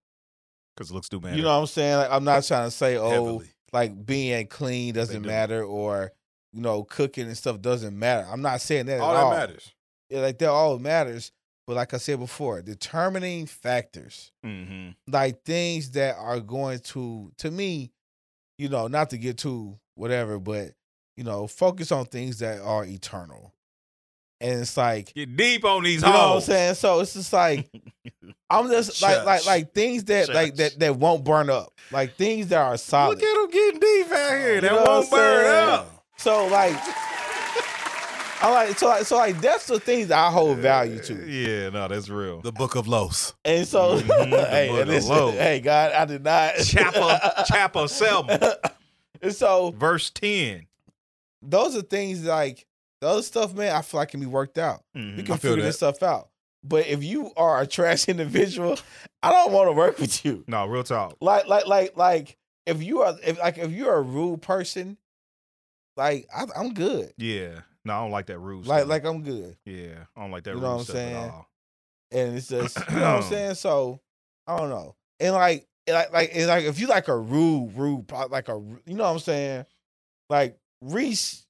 Cause it looks too bad.
You know what I'm saying? Like I'm not trying to say, "Oh,
Heavily.
like being clean doesn't
do.
matter," or you know, cooking and stuff doesn't matter. I'm not saying that
All
at all.
that matters.
Yeah, like that all matters. But like I said before, determining factors,
Mm-hmm.
hmm
like things that are going to, to me, you know, not to get too whatever, but you know, focus on things that are eternal. And it's like
Get deep on these
you know what I'm
hoes.
saying? So it's
*laughs*
just like I'm just like like
Shucks.
like things that like
Shucks.
that that won't burn up. Like things that are solid.
Look at them getting deep out here.
You
That
know what
won't
I'm
burn
saying?
up.
So
*laughs*
like I like so like so like that's the things that I hold value to.
Yeah, no, that's real.
The Book of Los.
And so
Mm-hmm.
Mhm, the
*laughs* hey,
Buddha
and listen,
low.
hey God, I did not
Chapel, Chapel Selma,
and *laughs* so
verse 10.
those are things like the other stuff, man, I feel like can be worked out.
Mhm.
We can
Mm-hmm. I feel
figure this
that.
stuff out. But if you are a trash *laughs* individual, I don't want to work with you.
No, real talk.
like like like like if you are if like if you're a rude person, like I, I'm good.
Yeah. No, I don't like that rude
Like
stuff.
like I'm good,
yeah, I don't like that
You
rude
know what I'm
stuff
saying?
at all.
and it's just you know what I'm saying. So I don't know, and like and like like and like if you like a rude rude pro- like a ru- you know what I'm saying, like Reese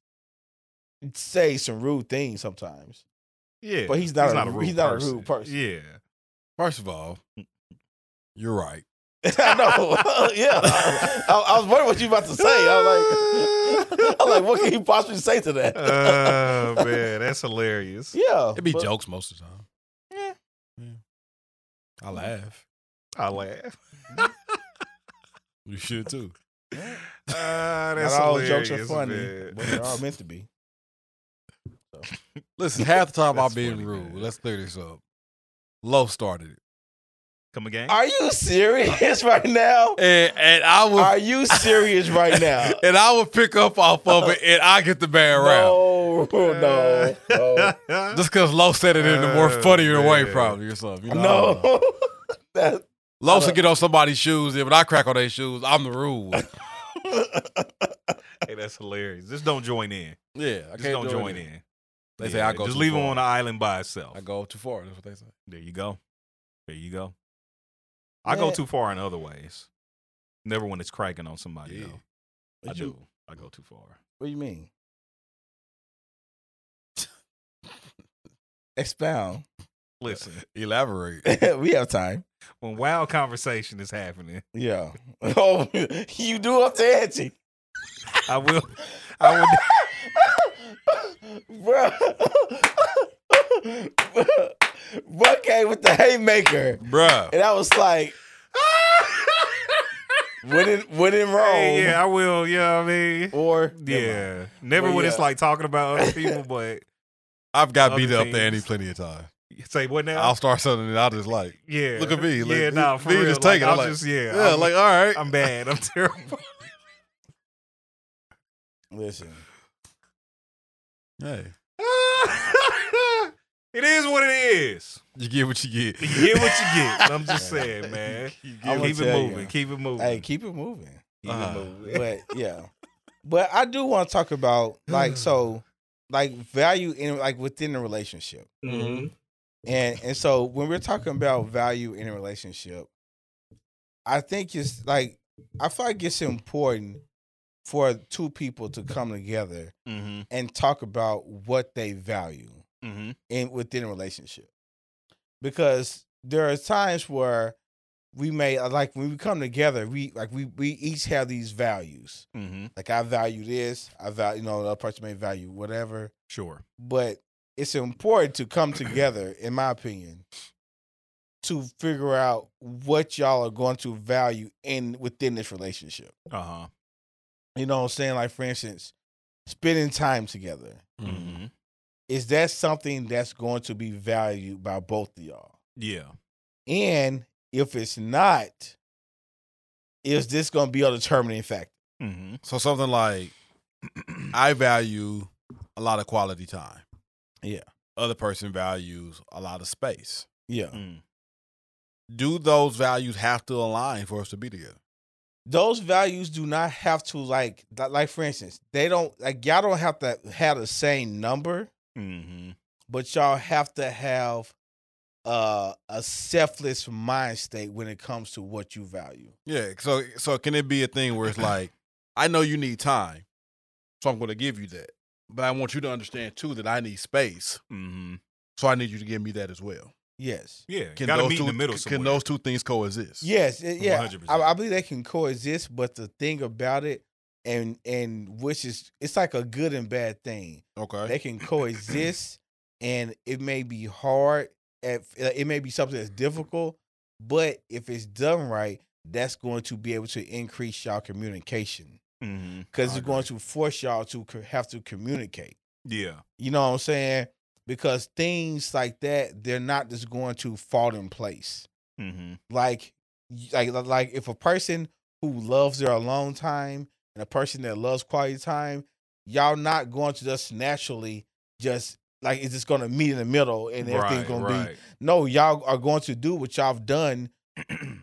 say some rude things sometimes, *laughs*
Yeah.
but he's not a, he's not a rude person.
Yeah.
First of all, you're right.
I know, *laughs* yeah. I, I was wondering what you about to say. I was like, *laughs* I was like, what can he possibly say to that?
*laughs* Oh, man, that's hilarious.
yeah,
It'd be
but-
jokes most of the time. Yeah. Mm. I laugh.
I laugh.
You should too.
Ah, that's
*laughs* Not all
hilarious,
jokes are funny,
man.
but
*laughs*
they're all meant to be.
*laughs* Listen, half the *laughs* time
That's
I've been
funny,
rude.
man.
Let's clear this up. Low started it.
Come again?
Are you serious *laughs* right now?
And, and I would
Are you serious right
*laughs*
now?
and I would pick up off of it and I get the bad round.
No, no, no,
*laughs*
Just cause Low said it in a more
Oh,
funnier way
man.
probably or something. You *laughs* know? I don't know.
Uh, no. *laughs* That- *laughs*
Low should get on somebody's shoes, and when I crack on their shoes, I'm the rude. one.
hey, that's hilarious. Just don't join in.
yeah. I
Just don't join in.
They say
Yeah,
I go
Just
too
leave
far.
him on the island by itself.
I go too far, that's what they say.
There you go. There you go. I go
Man.
too far in other ways. Never when it's cracking on somebody.
Yeah.
though. I
What you-
do. I go too far.
What do you mean? Expound. *laughs*
Listen,
Elaborate.
we have time.
*laughs* when wild conversation is happening,
Yeah. *laughs* Oh, you do up to ante,
I
*laughs*
will. *laughs* I will.
*laughs* bro. Bro came with the haymaker,
Bruh.
and I was like,
*laughs*
"When in when in Rome,
Oh.
Hey, yeah, I will. Yeah, I
*laughs*
mean,
or
yeah. Never
Well,
when it's
yeah.
like talking about other
*laughs*
people, but
I've got
Other
beat up
things.
the Andy plenty of times.
say what now?
I'll start something that I just like.
yeah,
Look at me. Like,
yeah, nah, for
me
real.
just
like,
take it.
I'll
I'm like,
just yeah,
yeah,
I'm,
like all
*laughs*
right.
I'm bad. I'm
*laughs*
terrible.
Listen,
hey,
*laughs* it is what it is.
you get what you get.
*laughs* You get what you get. I'm
*laughs*
just saying, man.
You get
I wanna
keep it
tell
moving.
you.
Keep it moving.
hey, keep it moving.
keep it
uh,
moving.
But yeah, but I do want to talk about
Mm.
like so, like value in like within a relationship,
Mm-hmm.
and and so when we're talking about value in a relationship, I think it's like I feel like it's important for two people to come together
Mm.
Mm-hmm.
and talk about what they value.
Mm-hmm.
in within a relationship because there are times where we may uh, like when we come together we like we we each have these values
Mm-hmm.
like i value this i value you know the other person may value whatever
Sure.
but it's important to come together in my opinion to figure out what y'all are going to value in within this relationship
Uh huh.
you know what i'm saying like for instance spending time together
Mhm.
Mm-hmm.
is that something that's going to be valued by both of y'all
Yeah.
And if it's not, is this going to be a determining factor?
Mm-hmm.
So something like *clears throat* I value a lot of quality time.
Yeah.
Uh.
Other person values a lot of space.
Yeah.
Mm.
do those values have to align for us to be together?
those values do not have to like th- like for instance they don't like y'all don't have to have the same number
Mm-hmm.
but y'all have to have uh, a selfless mind state when it comes to what you value
Yeah. So so can it be a thing where it's
*clears throat*
like, I know you need time, so I'm going to give you that, but I want you to understand too that I need space,
Mm-hmm.
so I need you to give me that as well.
yes
Yeah,
Can
gotta
those
meet
two
in the middle.
can
Somewhere.
those two things coexist?
yes it- yeah
100%.
I, I believe they can coexist but the thing about it and and which is it's like a good and bad thing
Okay.
they can coexist and it may be hard at, it may be something that's difficult but if it's done right that's going to be able to increase y'all communication
hmm
because
I
it's going to force y'all to co- have to communicate
Yeah,
you know what i'm saying because things like that they're not just going to fall in place
mm-hmm.
like y- like like if a person who loves their alone time and a person that loves quality time, y'all not going to just naturally just like it's just gonna meet in the middle and everything's gonna be no, y'all are going to do what y'all have done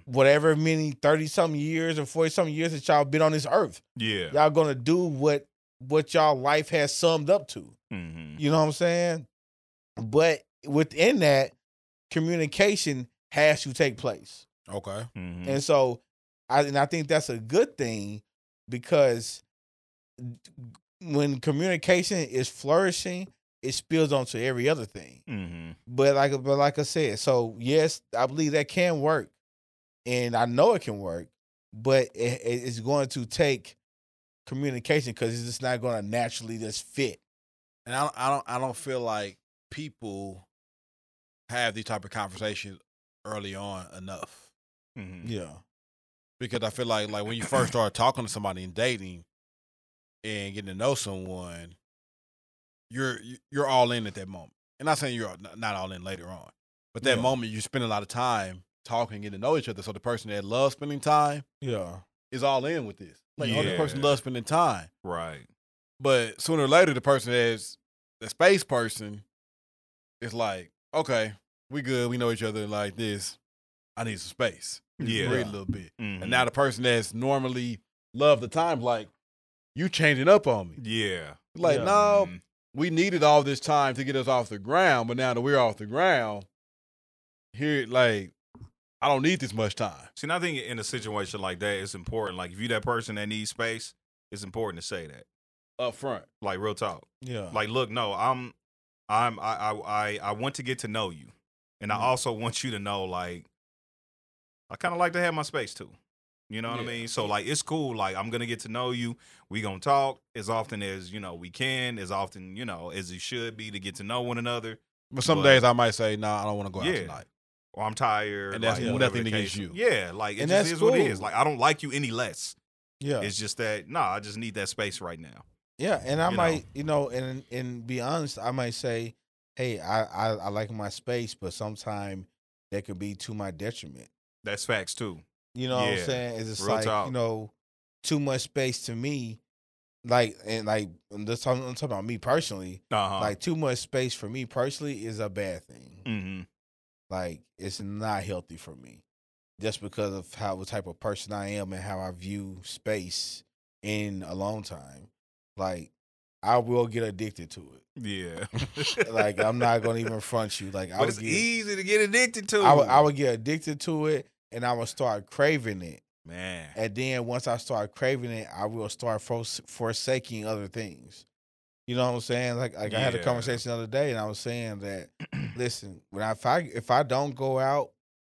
whatever many 30 some years or 40 some years that y'all been on this earth.
Yeah,
Y'all gonna do what what y'all life has summed up to.
mm-hmm.
You know what I'm saying? But within that, communication has to take place.
Okay.
Mm-hmm.
And so I and I think that's a good thing because when communication is flourishing, it spills onto every other thing.
mm-hmm.
But like but like I said, so yes, I believe that can work. And I know it can work, but it, it- it's going to take communication because it's just not going to naturally just fit.
and I don't, I don't I don't feel like people have these type of conversations early on enough
Mm-hmm.
Yeah.
because I feel like like when you first start talking to somebody and dating and getting to know someone, you're you're all in at that moment. And not saying you're all- not- not all in later on, but that
Yeah.
moment you spend a lot of time talking, getting to know each other. So the person that loves spending time
Yeah.
is all in with this. Like oh, this person
Yeah.
loves spending time.
Right.
But sooner or later, the person that's the space person is like, okay, we good. We know each other like this. I need some space. Just
Yeah.
Breathe a little bit.
Mm-hmm.
And now the person that's normally love the time, like, you changing up on me.
yeah.
Like,
Yeah.
no,
Mhm.
we needed all this time to get us off the ground. But now that we're off the ground, here, like, I don't need this much time.
See, and I think in a situation like that, it's important. Like, if you that person that needs space, it's important to say that.
Up front.
Like, real talk.
Yeah.
Like, look, no, I'm, I'm, I, I, I, I want to get to know you, and
Mm-hmm.
I also want you to know, like, I kind of like to have my space too. You know what I
Yeah.
mean? So like, it's cool. Like, I'm gonna get to know you. We gonna talk as often as you know we can, as often you know as it should be to get to know one another.
But some
But-
days I might say, nah, I don't want to go out
Yeah.
tonight.
Or I'm tired.
And that's
like,
nothing
whatever the
against
case-
you.
Yeah, like it
And
just
that's
is what it
cool.
is. Like I don't like you any less.
Yeah.
It's just that no, nah, I just need that space right now.
Yeah, and I
you know?
might, you know, and and be honest, I might say, hey, I I, I like my space, but sometimes that could be to my detriment.
That's facts too.
You know what
Yeah,
I'm saying? It's just
real
like
talk.
you know, too much space to me, like and like I'm just talking, I'm talking about me personally.
Uh huh.
Like too much space for me personally is a bad thing.
hmm
Like it's not healthy for me, just because of how the type of person I am and how I view space in a long time. Like I will get addicted to it.
yeah.
*laughs* like I'm not gonna even front you. Like I
But
would
it's
get,
easy to get addicted to.
I would, I would get addicted to it, and I would start craving it.
man.
And then once I start craving it, I will start fors- forsaking other things. You know what I'm saying? Like, like I had a
Yeah.
conversation the other day, and I was saying that, listen, when I, if I if I don't go out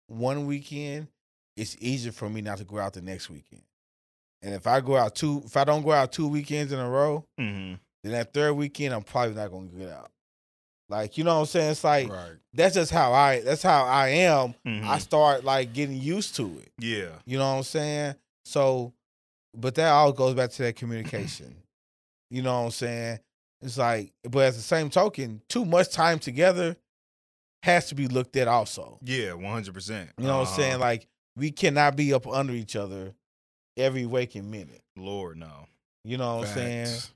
one weekend, it's easier for me not to go out the next weekend. And if I go out two, if I don't go out two weekends in a row,
hmm
then that third weekend I'm probably not gonna get out. Like you know what I'm saying? It's like
Right.
that's just how I that's how I am. I
Mm-hmm.
start like getting used to it.
yeah.
You know what I'm saying? So, but that all goes back to that communication. you know what I'm saying? It's like, but at the same token, too much time together has to be looked at also.
Yeah. One hundred percent. Uh,
You know what I'm saying? Like we cannot be up under each other every waking minute.
Lord, no.
You know what I'm saying?
Facts.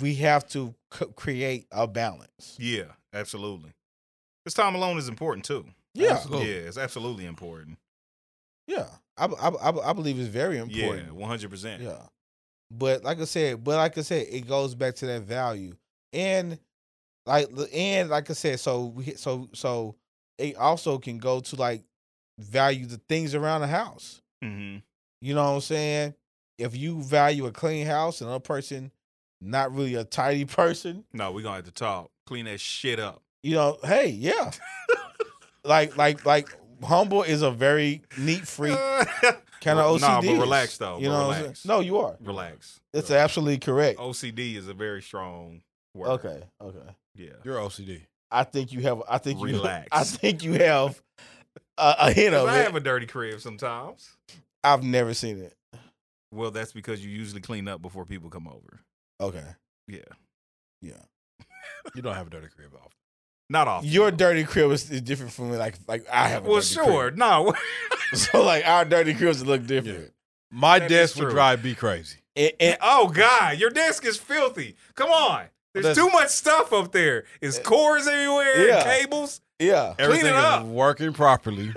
We have to c- create a balance.
Yeah. Absolutely. This time alone is important too.
Yeah.
Absolutely.
Oh.
Yeah, it's absolutely important.
Yeah, I, I, I, I believe it's very
Yeah,
important.
one hundred percent.
Yeah. But like I said, but like I said, it goes back to that value. And like and like I said, so we so so it also can go to like value the things around the house.
hmm
You know what I'm saying? If you value a clean house and a person not really a tidy *laughs* person,
No, we're gonna have to talk. Clean that shit up.
you know, hey, yeah. like like like humble is a very neat freak kind
Nah,
of OCD.
but relax, though,
You
but
know what I'm saying?
relax.
No, you are.
*laughs* Relax.
That's absolutely correct.
OCD is a very strong word.
Okay, okay.
Yeah.
You're OCD.
I think you *laughs* have. I think
Relax.
you. I think you have a, a hint of
'Cause I
it.
have a dirty crib sometimes.
I've never seen it.
Well, that's because you usually clean up before people come over.
Okay.
Yeah.
Yeah.
You don't have a dirty crib off.
Not often.
Your dirty crib is, is different from like like I have. A
well,
dirty
sure. No.
crib. *laughs* So like our dirty cribs look different.
My
That is
desk
true.
would drive me crazy.
And, and
oh God, your desk is filthy. Come on. There's
That's-
too much stuff up there. It's cords everywhere,
Eh, Yeah.
and cables.
yeah,
Everything is
up. *laughs*
working properly.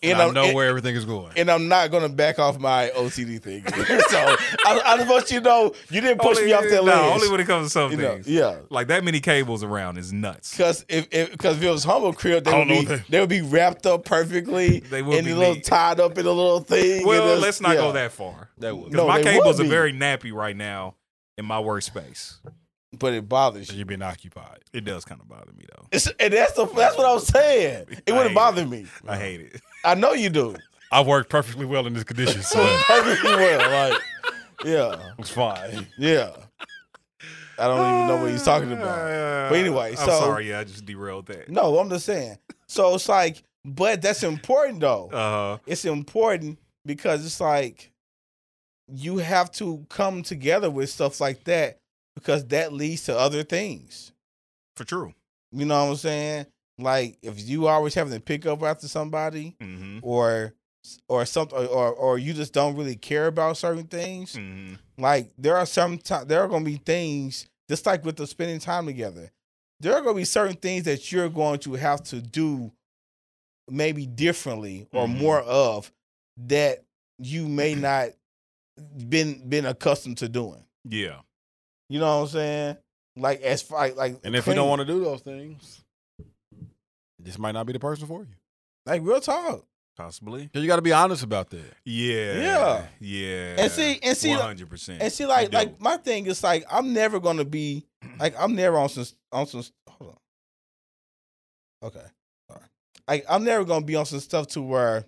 and
and I
I'm,
know
and,
where everything is going.
and I'm not gonna back off my OCD thing. *laughs* so I, I just want you to know you didn't push
Only-
me off that
no,
list.
only when it comes to some
you know,
things.
yeah.
Like that many cables around is nuts.
Because if if because if it was humble crib, they
I
would
don't
be
know that-
they would be wrapped up perfectly.
They would
and
be
a little
neat.
tied up in a little thing. and
Well,
it's-
let's not
yeah.
go that far.
That would.
'Cause
No,
my
they
cables
would
are
be.
very nappy right now in my workspace.
But it bothers you.
You're being occupied.
It *laughs* does kind of bother me though.
It's, and that's the that's what I was saying. It
I-
wouldn't bother me.
I hate it. *laughs*
I know you do.
I worked perfectly well in this condition, so
Perfectly well. Like, yeah,
it's fine.
yeah. I *laughs* don't even know what he's talking about.
Uh,
But anyway,
I'm
so-
sorry. Yeah, I just derailed that.
No, I'm just saying. So it's like, but that's important though.
Uh,
It's important because it's like you have to come together with stuff like that because that leads to other things.
for true.
You know what I'm saying? Like if you always having to pick up after somebody,
Mm-hmm.
or or something or or you just don't really care about certain things
Mm-hmm.
Hmm.
like there are some ti- there are going to be things just like with the spending time together there are going to be certain things that you're going to have to do maybe differently or
Mm-hmm.
Mhm.
more of that you may not been been accustomed to doing
Yeah.
you know what i'm saying like as far like, like
And if you don't want to do those things, this might not be the person for you.
to like real talk
Possibly.
'Cause You got to be honest about that.
Yeah.
Yeah.
Yeah.
And see- and see, like-
One hundred percent.
And see, like, like my thing is like I'm never gonna be *clears throat* like I'm never on some on some. Hold on. Okay, sorry. Like I'm never gonna be on some stuff to where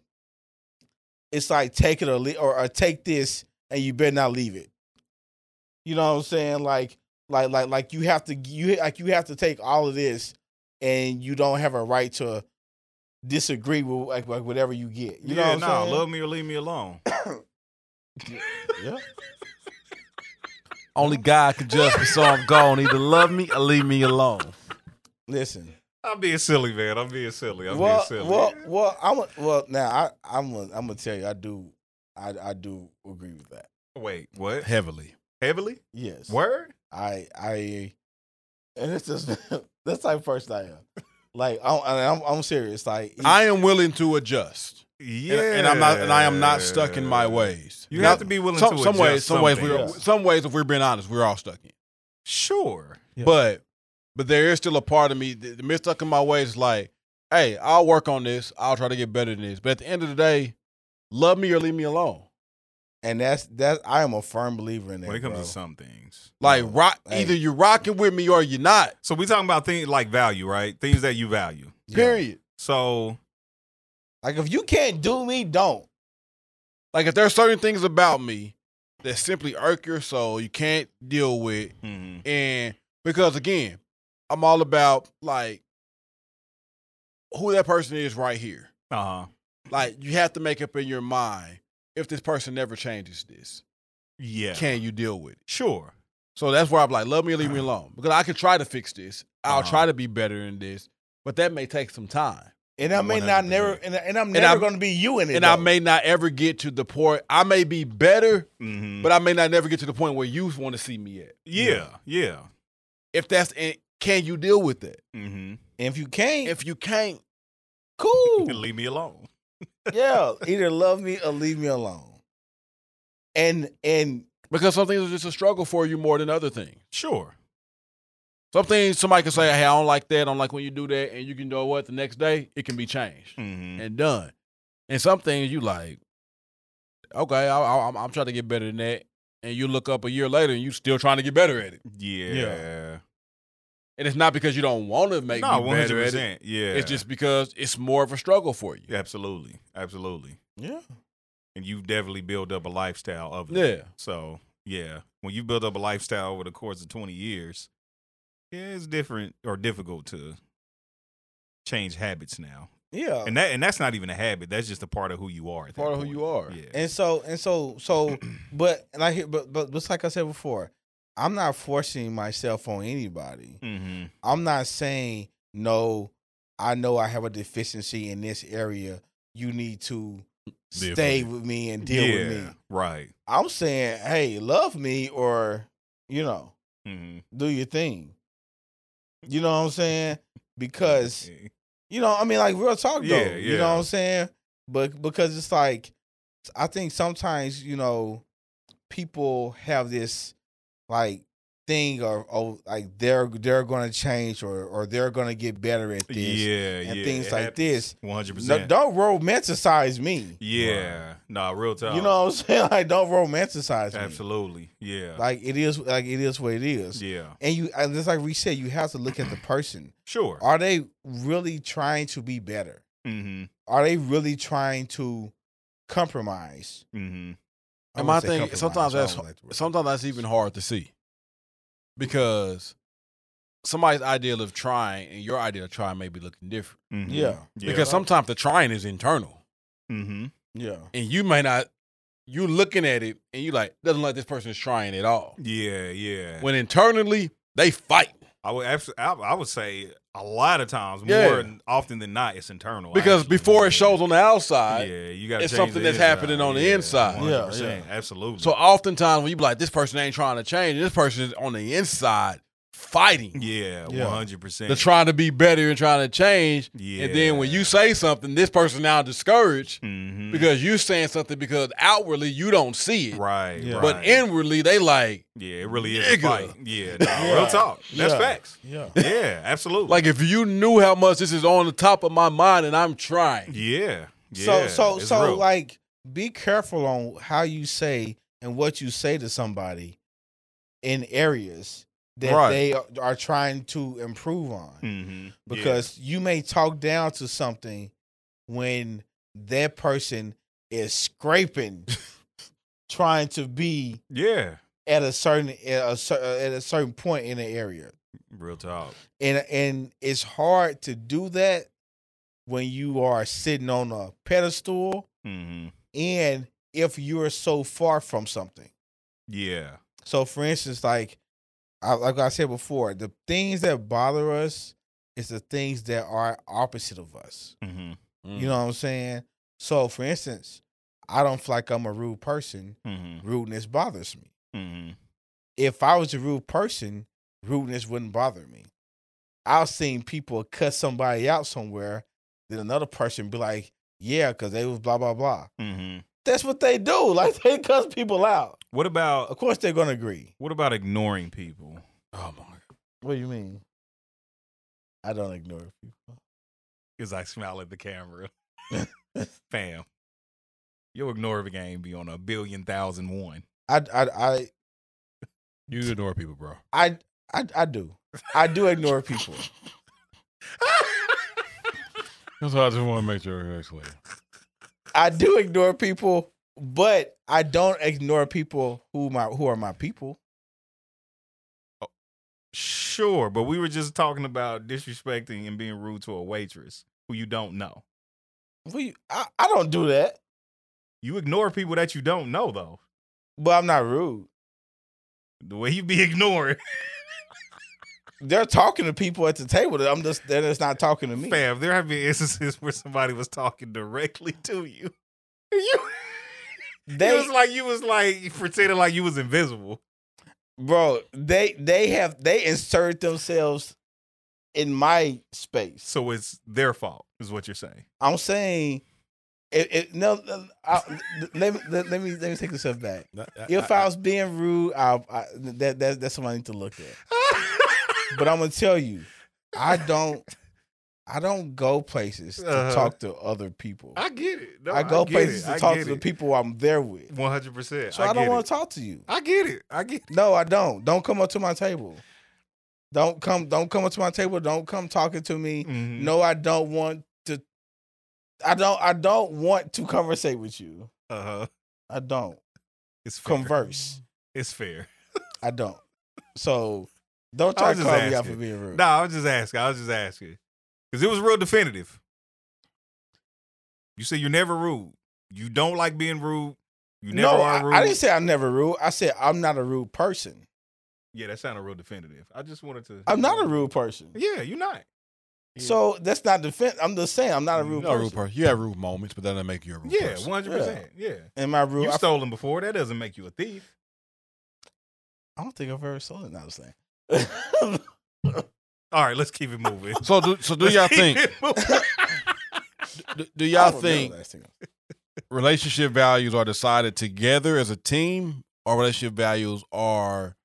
it's like take it or leave, or, or take this and you better not leave it. You know what I'm saying? Like, like, like, like you have to you like you have to take all of this, and you don't have a right to disagree with like, like whatever you get.
yeah,
You know what
nah,
I'm saying?
love me or leave me alone.
yeah.
Only God can judge me, so I'm gone. Either love me or leave me alone.
Listen.
I'm being silly, man. I'm being silly. I'm
well,
being silly.
well, well, I'm a, well now. I, I'm i I'm gonna tell you, I do, I, I do agree with that.
Wait, what?
Heavily.
Heavily?
Yes,
Word?
I, I, and it's *laughs* just that's type of person I am. Like I'm, I'm, I'm serious. Like
I am willing to adjust.
Yeah.
And- And, I'm not. And I am not stuck in my ways.
You
Now,
have to be willing
some,
to
some ways.
adjust
Some ways.
something.
We're,
Yeah.
Some ways. If we're being honest, we're all stuck in.
Sure.
But but there is still a part of me that the mist stuck in my ways. Like, hey, I'll work on this. I'll try to get better than this. But at the end of the day, love me or leave me alone.
and that's that. I am a firm believer in that.
When it comes
bro.
to some things.
Like,
No,
rock.
hey.
Either you're rocking with me or you're not.
So we talking about things like value, right? Things that you value.
Yeah.
Period.
So
like if you can't do me, don't.
Like, if there are certain things about me that simply irk your soul, you can't deal with,
mhm.
and because again, I'm all about like who that person is right here.
uh-huh.
Like, you have to make up in your mind if this person never changes this,
Yeah.
can you deal with it?
Sure.
So that's where I'm like, love me or leave me alone. Because I can try to fix this. I'll
Uh-huh.
try to be better in this, but that may take some time.
And I may not
100%.
never, and, I- and I'm
And
never
I'm-
gonna be you in it.
And I
though.
may not ever get to the point. I may be better,
Mhm.
but I may not never get to the point where you want to see me at.
yeah, yeah.
If that's and can you deal with that?
Mm-hmm.
And if you can't,
If you can't,
*laughs*
cool.
And leave me alone.
yeah, either love me or leave me alone. And and
Because some things are just a struggle for you more than other things.
Sure.
Some things somebody can say, hey, I don't like that. I don't like when you do that. And you can know what? The next day, it can be changed
Mhm.
and done. And some things you like, okay, I, I, I'm, I'm trying to get better than that. And you look up a year later and you still trying to get better at it.
Yeah.
And it's not because you don't want to make
no,
me
one
better
hundred
at it.
percent. Yeah.
It's just because it's more of a struggle for you.
Yeah, absolutely, absolutely,
yeah,
and you've definitely built up a lifestyle of it.
Yeah.
So yeah, when you build up a lifestyle over the course of twenty years, yeah, it's different or difficult to change habits now.
yeah.
And that and that's not even a habit. That's just a part of who you are. at that
Part of who
point.
you are.
Yeah.
And so and so so but and I hear but but just like I said before, I'm not forcing myself on anybody.
mm-hmm.
I'm not saying no, I know I have a deficiency in this area. You need to
Deal
stay
with
with me and deal
yeah.
with me.
Right.
I'm saying, hey, love me or you know,
Mm-hmm.
do your thing. You know what I'm saying? Because you know, I mean, like real talk though.
Yeah,
You know
yeah.
what I'm saying? But because it's like, I think sometimes you know, people have this like thing or, or like they're they're going to change or or they're going to get better at
*laughs*
this.
yeah,
and
yeah,
things like this.
One hundred
No,
percent.
don't romanticize me.
Yeah. Nah, real talk.
You know what I'm *laughs* saying? Like don't romanticize me.
Absolutely. Yeah.
Like it is like it is what it is.
yeah.
And you and just like we said, you have to look at the person.
Sure.
Are they really trying to be better?
Mm-hmm.
are they really trying to compromise?
Mm-hmm.
I
And my
wouldn't say
thing,
compromise,
sometimes
I don't
that's
like the word.
sometimes that's even hard to see because somebody's ideal of trying and your idea of trying may be looking different.
Mm-hmm.
Yeah.
Because sometimes the trying is internal,
mm-hmm.
yeah,
and you may not. You're looking at it and you like doesn't like this person is trying at all.
Yeah, yeah.
When internally they fight
I would abs- I, I would say a lot of times,
Yeah.
more than- often than not, it's internal.
because
actually.
before it shows on the
yeah,
outside,
you got
it's something that's happening on the inside.
Yeah,
Yeah,
100%, absolutely.
so oftentimes when you be like this person ain't trying to change, this person is on the inside fighting.
yeah,
Yeah.
one hundred percent.
They're trying to be better and trying to change.
Yeah.
And then when you say something, this person now discouraged
Mhm.
because you saying something because outwardly you don't see it,
right,
Yeah.
right.
but inwardly they like
yeah, it really is
Nigga.
a fight. Yeah, nah, real talk. That's
Yeah.
facts.
yeah,
Yeah, absolutely.
like if you knew how much this is on the top of my mind and I'm trying.
yeah,
So
yeah.
so
it's
so
real.
like, be careful on how you say and what you say to somebody in areas that
Right. Hmm.
they are, are trying to improve on,
Mhm. Yeah.
because you may talk down to something when that person
*laughs*
is scraping, trying to be
yeah,
at a certain at a, cer- at a certain point in the area.
real talk.
and and it's hard to do that when you are sitting on a pedestal
hmm
and if you're so far from something
Yeah,
so for instance like I, like i said before the things that bother us is the things that are opposite of us
hmm
you know what i'm saying so for instance i don't feel like i'm a rude person
hmm
rudeness bothers me
hmm
if I was a rude person, rudeness wouldn't bother me. I've seen people cuss somebody out somewhere, then another person be like, yeah, because they was blah, blah, blah.
hmm
That's what they do. *laughs* Like, they cuss people out.
What
Of
about
course, they're going to agree.
what about ignoring people?
Oh my god.
What do you mean? I don't ignore people.
Because I smile at the
*laughs*
camera. Fam. Your ignore the game be on a billion thousand one.
I, I, I,
You ignore people, bro.
I, I, I do. I do ignore people.
That's why I just want to make sure it's clear.
I do ignore people, but I don't ignore people who my who are my people.
Sure, but we were just talking about disrespecting and being rude to a waitress who you don't know.
We, I, I don't do that.
You ignore people that you don't know though.
but I'm not rude.
The way you be *laughs* ignoring.
They're talking to people at the table. That I'm just they're just not talking to me.
Fam, there have been instances where somebody was talking directly to you. You
They,
it was like you was like pretending like you was invisible.
bro, they they have they insert themselves in my space.
So it's their fault, is what you're saying.
I'm saying It, it, no, I, let, me, let, let me let me take this step back.
That- that-
If I was being rude, I, I that, that that's something I need to look at.
*laughs*
but I'm gonna tell you, I don't, I don't go places to
Uh-huh.
talk to other people. I,
I get it. No,
go
get
places
it.
to
I
talk
get
to the
it.
people I'm there with.
One hundred percent.
So I, don't want
want
to talk to you.
I get it. I get.
No, I don't. Don't come up to my table. Don't come. Don't come up to my table. Don't come talking to me.
It. Mhm.
No, I don't want to. I don't. I don't want to conversate with you.
Uh-huh.
I don't
It's fair.
converse.
It's fair.
I don't. So don't try
was
to
just
call me out
asking.
for being rude.
No, I was just asking. I was just asking because it was real definitive. You say you're never rude. You don't like being rude. You never
no,
are
I-
rude.
I, didn't say I'm never rude. I said I'm not a rude person.
yeah, that sounded real definitive. I just wanted to.
I'm not a rude person.
Yeah, you're not.
So that's not defense. I'm just saying I'm not a
You're
rude
not a
person.
rude person. You have rude moments, but that doesn't make you a rude
Yeah,
person.
one hundred percent. Yeah,
Am I rude?
you
I,
stolen before. That doesn't make you a thief.
I don't think I've ever stolen. I was *laughs* saying.
All right, let's keep it moving.
So do so do
Let's
*laughs* y'all
keep *laughs*
think
it moving.
do, do
I
y'all
don't
think
know last thing.
relationship values are decided together as a team, or relationship values are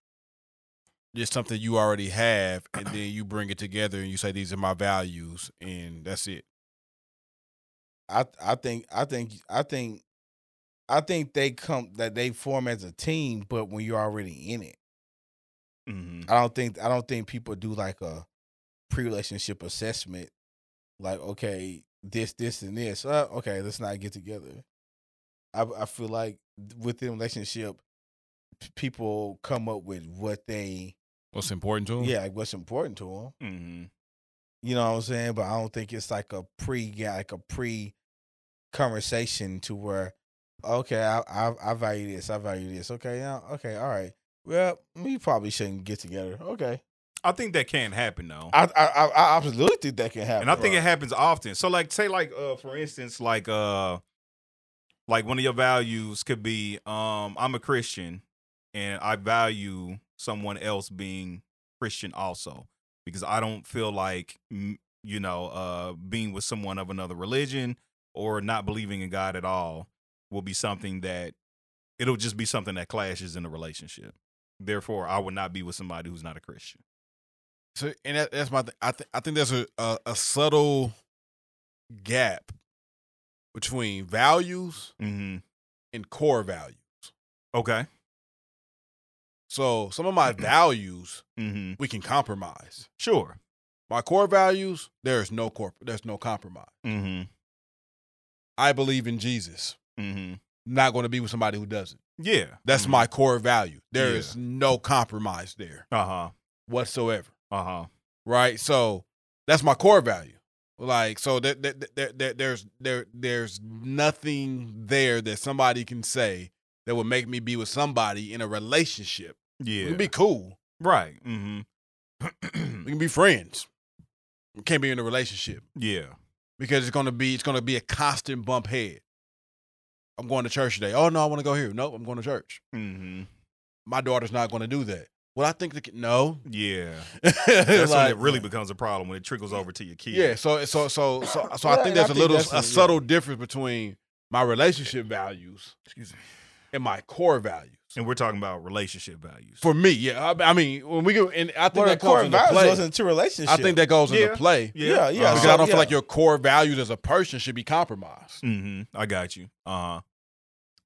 just something you already have, and then you bring it together and you say these are my values, and that's it.
I I think I think I think I think they come that they form as a team, but when you're already in it,
Mhm.
I don't think I don't think people do like a pre-relationship assessment, like okay, this this and this. Uh, okay, let's not get together. I I feel like within relationship, p- people come up with what they
What's important to them?
yeah like what's important to them.
Mhm.
You know what I'm saying? But I don't think it's like a pre yeah, like a pre conversation to where okay, I, I I value this, I value this. Okay, yeah, okay, all right. Well, we probably shouldn't get together. Okay.
I think that can happen though.
I I I, I absolutely think that can happen.
and I think it happens often. So, like, say, like, uh, for instance, like, uh, like one of your values could be, um, I'm a Christian, and I value someone else being Christian also, because I don't feel like, mm, you know, uh, being with someone of another religion or not believing in God at all will be something that it'll just be something that clashes in a relationship. Therefore, I would not be with somebody who's not a Christian.
So, and that, that's my. Th- I think I think there's a, a a subtle gap between values
Mm-hmm.
and core values.
Okay.
So some of my values
Mm-hmm.
we can compromise.
Sure.
My core values there's no core there's no compromise.
Mm-hmm.
I believe in Jesus.
Mm-hmm.
Not going to be with somebody who doesn't.
Yeah.
That's my core value. There
Mm-hmm. Yeah.
is no compromise there
Uh huh.
whatsoever.
Uh huh.
Right? So that's my core value. Like so that that that- that that- there's there there's nothing there that somebody can say that would make me be with somebody in a relationship. We
Yeah.
can be cool.
right. Mm-hmm.
We can be friends. We can't be in a relationship.
yeah.
because it's gonna be it's gonna be a constant bump head. I'm going to church today. Oh no, I want to go here. Nope, I'm going to church.
Mm-hmm.
My daughter's not going to do that. Well, I think the kid, no. *laughs*
Yeah.
That's
That's when it really becomes a problem when it trickles over to your kid.
Yeah. So so so so so
Well,
I think
and
there's
I
a
think
little
that's
a
a-
subtle difference between my relationship values, excuse me, and my core values.
And we're talking about relationship values.
For me, yeah. I, I mean, when we go and I think
Well, the
that comes
core
into
values
play.
goes into relationship.
I think that goes
Yeah. Uh-huh.
into play
yeah, yeah.
because
so,
I don't
yeah.
feel like your core values as a person should be compromised.
Mm-hmm. I got you. Uh huh.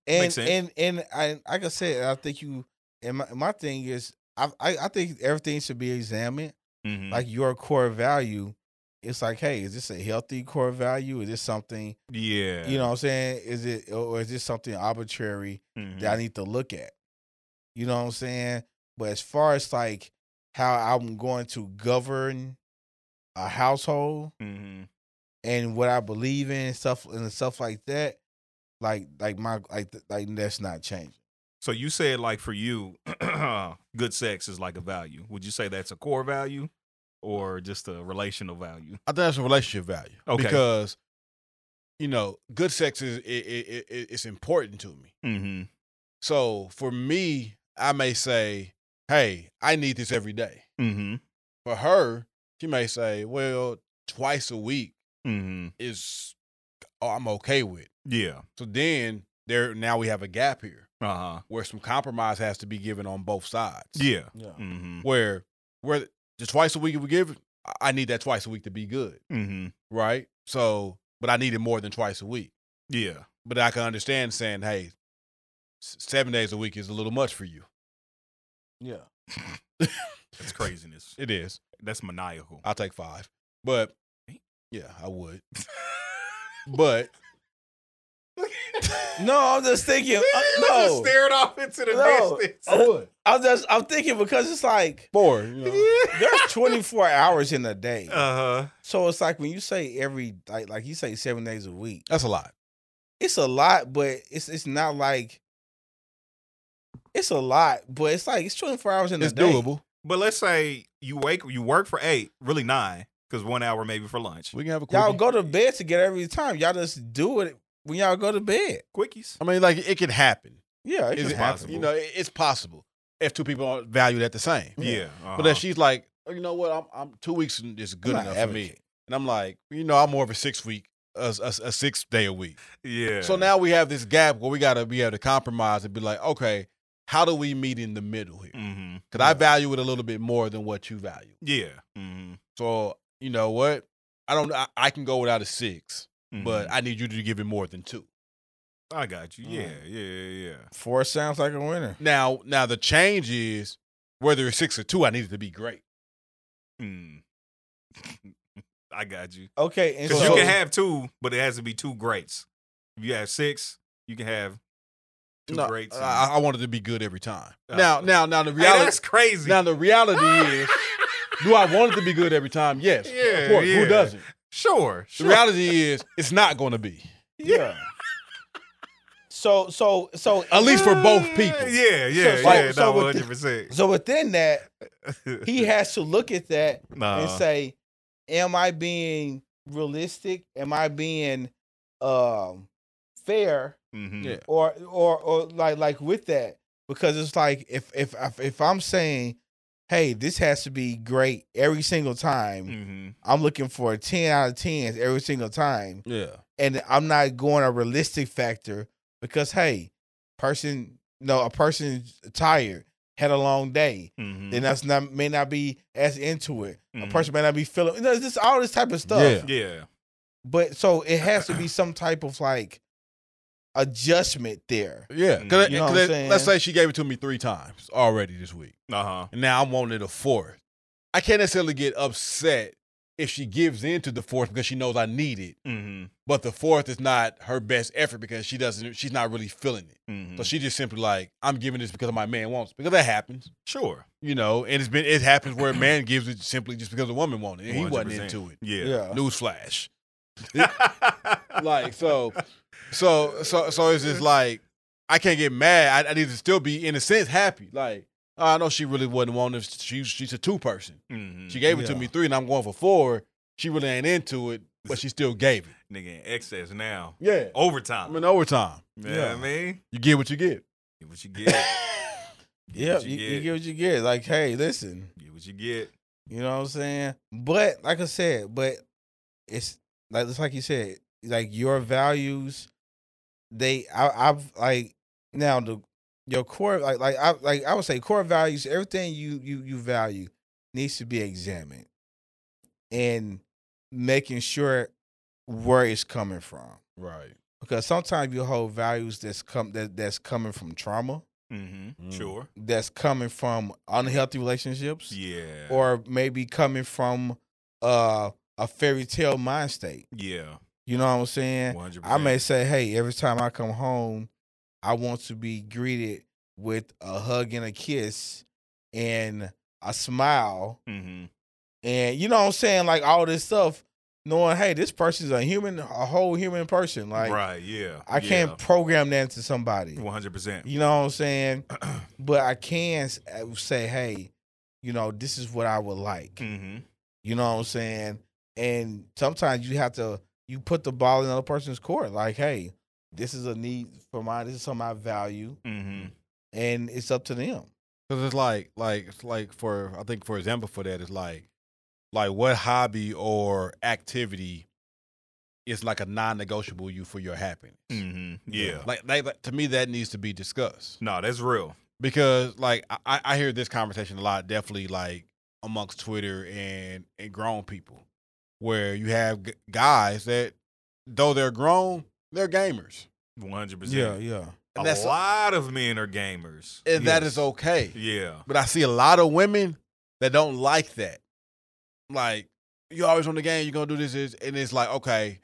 and,
Makes sense.
And and I like I said, I think you and my, my thing is I, I I think everything should be examined.
Mm-hmm.
Like your core value, it's like, hey, is this a healthy core value? Is this something
yeah.
you know what I'm saying? Is it or is this something arbitrary
Mhm.
that I need to look at? You know what I'm saying? But as far as like how I'm going to govern a household
Mhm.
and what I believe in, stuff and stuff like that, like like my like th- like that's not changing.
So you said like for you, *clears throat* good sex is like a value. Would you say that's a core value or just a relational value?
I think that's a relationship value.
Okay.
Because you know, good sex is it, it, it, it's important to me.
Mm-hmm.
So for me, I may say, "Hey, I need this every day."
Mm-hmm.
For her, she may say, "Well, twice a week
Mm-hmm.
is oh, I'm okay with."
Yeah.
So then there now we have a gap here
Uh huh.
where some compromise has to be given on both sides.
Yeah.
Yeah.
Mm
Where where the twice a week we give I- I need that twice a week to be good,
hmm. Mm hmm.
right? So, but I need it more than twice a week.
Yeah.
But I can understand saying, "Hey, s- seven days a week is a little much for you."
Yeah.
That's craziness.
It is.
That's maniacal.
I'll take five, but yeah, I would. *laughs*
*laughs*
but
No, I'm just thinking. uh, no,
stared off into the
No.
distance.
I would
I'm just I'm thinking because it's like
four. You
*laughs*
know?
there's 24 hours in a day,
uh-huh.
Uh huh.
so it's like when you say every like like you say seven days a week,
That's a lot.
it's a lot, but it's it's not like it's a lot, but it's like it's 24 hours in
It's
a day.
doable.
But let's say you wake, you work for eight, really nine, because one hour maybe for lunch.
We can have a
Y'all
quickie.
go to bed together every time. Y'all just do it when y'all go to bed.
Quickies.
I mean, like it can happen.
Yeah, it
Is
can
it
happen.
You know, it- it's possible if two people aren't valued at the same.
Yeah.
But
uh-huh.
if she's like, oh, you know what, I'm, I'm two weeks is good
I'm not
enough for me,
advocating.
and I'm like, you know, I'm more of a six week, a, a, a six day a week.
yeah.
So now we have this gap where we gotta be able to compromise and be like, okay, how do we meet in the middle here? Because
Mm-hmm.
I value it a little bit more than what you value.
Yeah. Mm-hmm.
So you know what, I don't, I, I can go without a 6 but I need you to give it more than two.
Mm-hmm. I got you.
uh-huh.
Yeah.
Alright.
Yeah. Yeah.
Four sounds like a winner.
Now, now the change is whether it's six or two, I need it to be great.
yeah. Mm. *laughs* I got you.
Okay, and
Because
so,
you can have two, but it has to be two greats. If you have six, you can have two
No,
greats. and-
I, I wanted to be good every time.
Uh,
now, now, now the
Hey,
reality.
that's crazy.
now the reality is, do I want it to be good every time? Yes.
Yeah,
Of course.
yeah.
Who doesn't?
sure.
The
sure.
reality is, it's not going to be.
yeah. so so
*laughs*
so
At least for both
*laughs*
people.
Yeah, yeah,
So-
yeah.
so
no, one
with the-
hundred percent.
*laughs*
so within that, he has to look at that
*laughs* nah.
Uh-huh.
and say, "Am I being realistic? Am I being um, fair?"
Mhm.
Yeah.
Or or or like like with that because it's like if if if, if I'm saying, "Hey, this has to be great every single time,"
Mhm.
I'm looking for a ten out of tens every single time,
Yeah.
and I'm not going a realistic factor because hey, person, no, a person's tired, had a long day
Mhm.
then that's not may not be as into it.
Mhm.
A person may not be feeling you know, it's just all this type of stuff.
Yeah.
Yeah.
But so it has to be some type of like adjustment there.
Yeah.
Mm.
Cause,
You know what
'cause
I'm
it- let's
saying?
say she gave it to me three times already this week,
Uh huh.
and now I'm wanting it a fourth. I can't necessarily get upset if she gives in to the fourth because she knows I need it,
Mm-hmm.
but the fourth is not her best effort because she doesn't. She's not really feeling it.
Mm-hmm.
So she just simply like, I'm giving this because my man wants it. because that happens,
sure.
you know. And it's been it happens where a man gives it simply just because a woman wanted it. And he wasn't
100%.
into it.
Yeah.
Newsflash.
*laughs*
Like so, *laughs* so so so it's just like I can't get mad. I, I need to still be in a sense happy. Like "Oh, I know she really wasn't wanting. This. She she's a two person.
Mhm.
She gave it to
Yeah.
me three, and I'm going for four. She really ain't into it, but she still gave it.
Nigga in excess now.
Yeah,
Overtime.
I'm in overtime.
You know what I mean?
You get what you get.
Get what you get.
*laughs* Yeah,
what you
you, you
get.
get what you get. Like, hey, listen,
Get what you get.
you know what I'm saying? But like I said, but it's like it's like you said, like your values, they I, I've like now the your core like like I like I would say core values, everything you you you value needs to be examined and making sure where it's coming from.
*laughs* Right.
Because sometimes you hold values that's come that, that's coming from trauma,
Mm-hmm.
Mm.
Sure.
that's coming from unhealthy relationships
Yeah.
or maybe coming from uh, a fairy tale mind state.
yeah.
You know what I'm saying?
100%.
I may say, hey, every time I come home, I want to be greeted with a hug and a kiss and a smile.
Mm-hmm.
And you know what I'm saying? Like all this stuff, knowing, hey, this person's a human, a whole human person. Like,
right. Yeah.
I can't program that into somebody.
One hundred percent.
You know what
*clears throat*
I'm saying? but I can s- uh, say, hey, you know, this is what I would like.
Mm-hmm.
You know what I'm saying? And sometimes you have to you put the ball in another person's court. Like, hey, this is a need for my this is something I value,
Mm-hmm.
and it's up to them.
Cause it's like, like, it's like for I think for example for that is like, like what hobby or activity is like a non-negotiable you for your happiness.
hmm Yeah.
Like, they, like to me, that needs to be discussed
No, that's real.
because like I- I, I hear this conversation a lot, definitely like amongst Twitter and and grown people, where you have g- guys that though they're grown, they're gamers,
One hundred
Yeah,
percent.
yeah.
and
A
that's
lot of men are gamers.
and that
Yes.
is okay.
Yeah.
But I see a lot of women that don't like that. Like, you always on the game, you're gonna do this, this, and it's like, okay,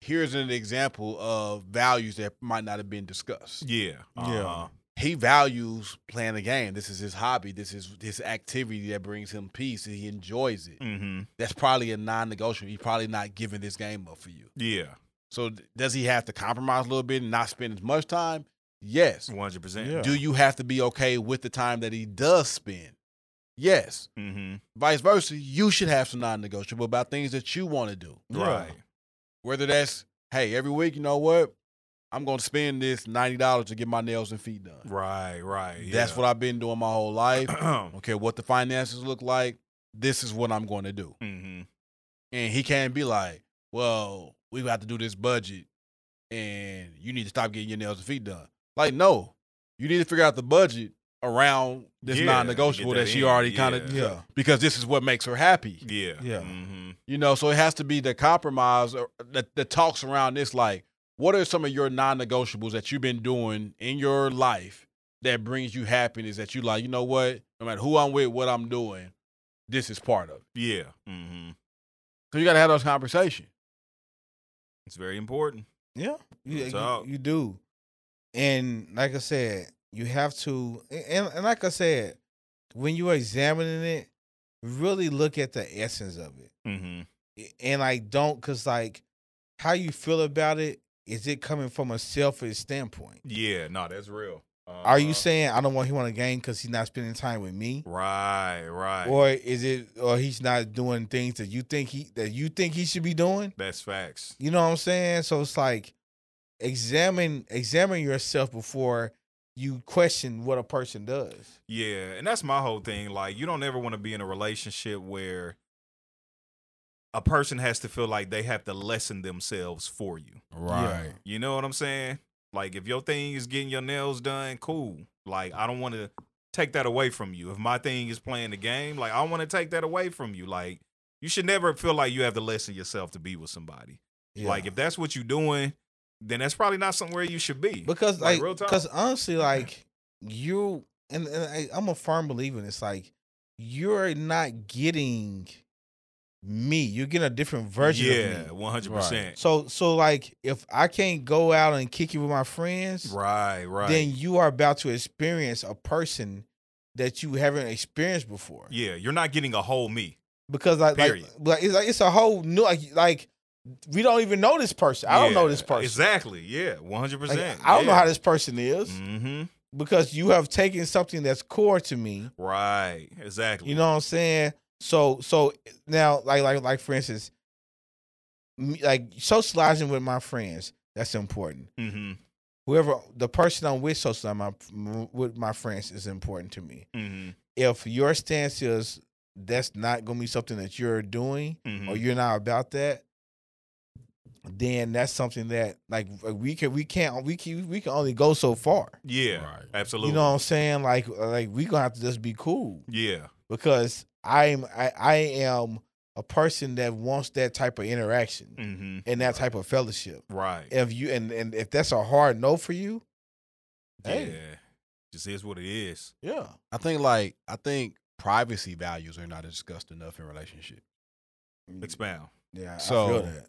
here's an example of values that might not have been discussed.
Yeah. Uh-huh.
He values playing the game. This is his hobby. This is his activity that brings him peace. and He enjoys it.
hmm
That's probably a non-negotiable. He's probably not giving this game up for you.
Yeah.
So d- does he have to compromise a little bit and not spend as much time? Yes.
One hundred
Yeah.
percent.
Do you have to be okay with the time that he does spend? Yes
hmm
vice versa, you should have some non-negotiable about things that you want to do.
Right.
Whether that's, hey, every week, you know what? I'm gonna spend this ninety dollars to get my nails and feet done.
Right. Right.
That's what I've been doing my whole life. *clears throat* I
I. *clears throat*
don't care what the finances look like. This is what I'm going to do.
hmm
And he can't be like, well, we have to do this budget, and you need to stop getting your nails and feet done. Like, no, you need to figure out the budget around this
Yeah,
non-negotiable
get
that,
that
she
in.
already kind of
Yeah.
because this is what makes her happy.
Yeah.
Yeah.
hmm
You know, so it has to be the compromise or the, the talks around this. Like, what are some of your non negotiables that you've been doing in your life that brings you happiness that you like, you know what? No matter who I'm with, what I'm doing, this is part of it.
Yeah. hmm
So you got to have those conversations.
It's very important.
Yeah, you, you,
Talk.
you do. And like I said, you have to, a- and, and like I said, when you're examining it, really look at the essence of it.
hmm
A- And like, don't, because like, how you feel about it, is it coming from a selfish standpoint?
Yeah. No, that's real.
Are you
Uh-huh.
saying I don't want him on a game because he's not spending time with me?
Right. Right.
Or is it, or he's not doing things that you think he that you think he should be doing?
that's facts.
You know what I'm saying? So it's like examine examine yourself before you question what a person does.
Yeah, and that's my whole thing. Like, you don't ever want to be in a relationship where a person has to feel like they have to lessen themselves for you.
Right.
You know what I'm saying? Like, if your thing is getting your nails done, cool. Like, I don't want to take that away from you. If my thing is playing the game, like, I want to take that away from you. Like, you should never feel like you have to lessen yourself to be with somebody. Like, if that's what you're doing, then that's probably not somewhere you should be.
because
like,
like
real talk.
because honestly like you and, and I, I'm a firm believer in it's like you're not getting me. You're getting a different version
yeah,
of me.
100%.
So so like if I can't go out and kick it with my friends,
Right, right.
then you are about to experience a person that you haven't experienced before.
yeah, you're not getting a whole me.
because like, like,
Period.
like it's like it's a whole new like like we don't even know this person. I don't know
Yeah,
this person.
Exactly. Yeah, one hundred
Like,
percent.
I don't know how this person is
Mm-hmm.
because you have taken something that's core to me.
Right. Exactly.
You know what I'm saying? So so now like like like for instance, me- like socializing with my friends that's important.
Mm-hmm.
Whoever the person I'm with socializing my, with my friends is important to me.
Mm-hmm.
If your stance is that's not gonna be something that you're doing,
Oh,
or
Mm-hmm.
you're not about that, then that's something that like we can we can't we can we can only go so far.
Yeah.
Right.
Absolutely.
You know what I'm saying? Like uh, like we gonna have to just be cool
yeah.
because I'm I, I am a person that wants that type of interaction
Mm-hmm.
and that type of fellowship.
Right.
If you and and if that's a hard no for you, hey.
Yeah. Just is what it is.
yeah,
I think, like, I think privacy values are not discussed enough in relationships.
Expound.
mm, yeah. I
So-
feel that.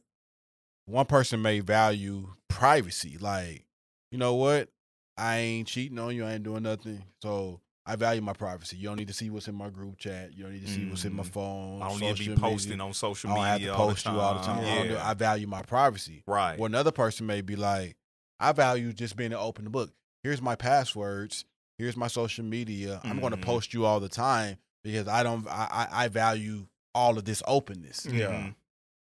one person may value privacy. Like, you know what? I ain't cheating on you. I ain't doing nothing. So I value my privacy. You don't need to see what's in my group chat. You don't need to see what's in my
Mm.
phone.
I don't need to
social
be
media. oh,
posting on social
I
media.
don't have to post you all the time. I, don't do-
Yeah.
I value my privacy.
right.
Well, another person may be like, I value just being an open book. Here's my passwords. Here's my social media. I'm going to
Mhm.
post you all the time because I don't. I, I I value all of this openness.
Yeah.
Mhm.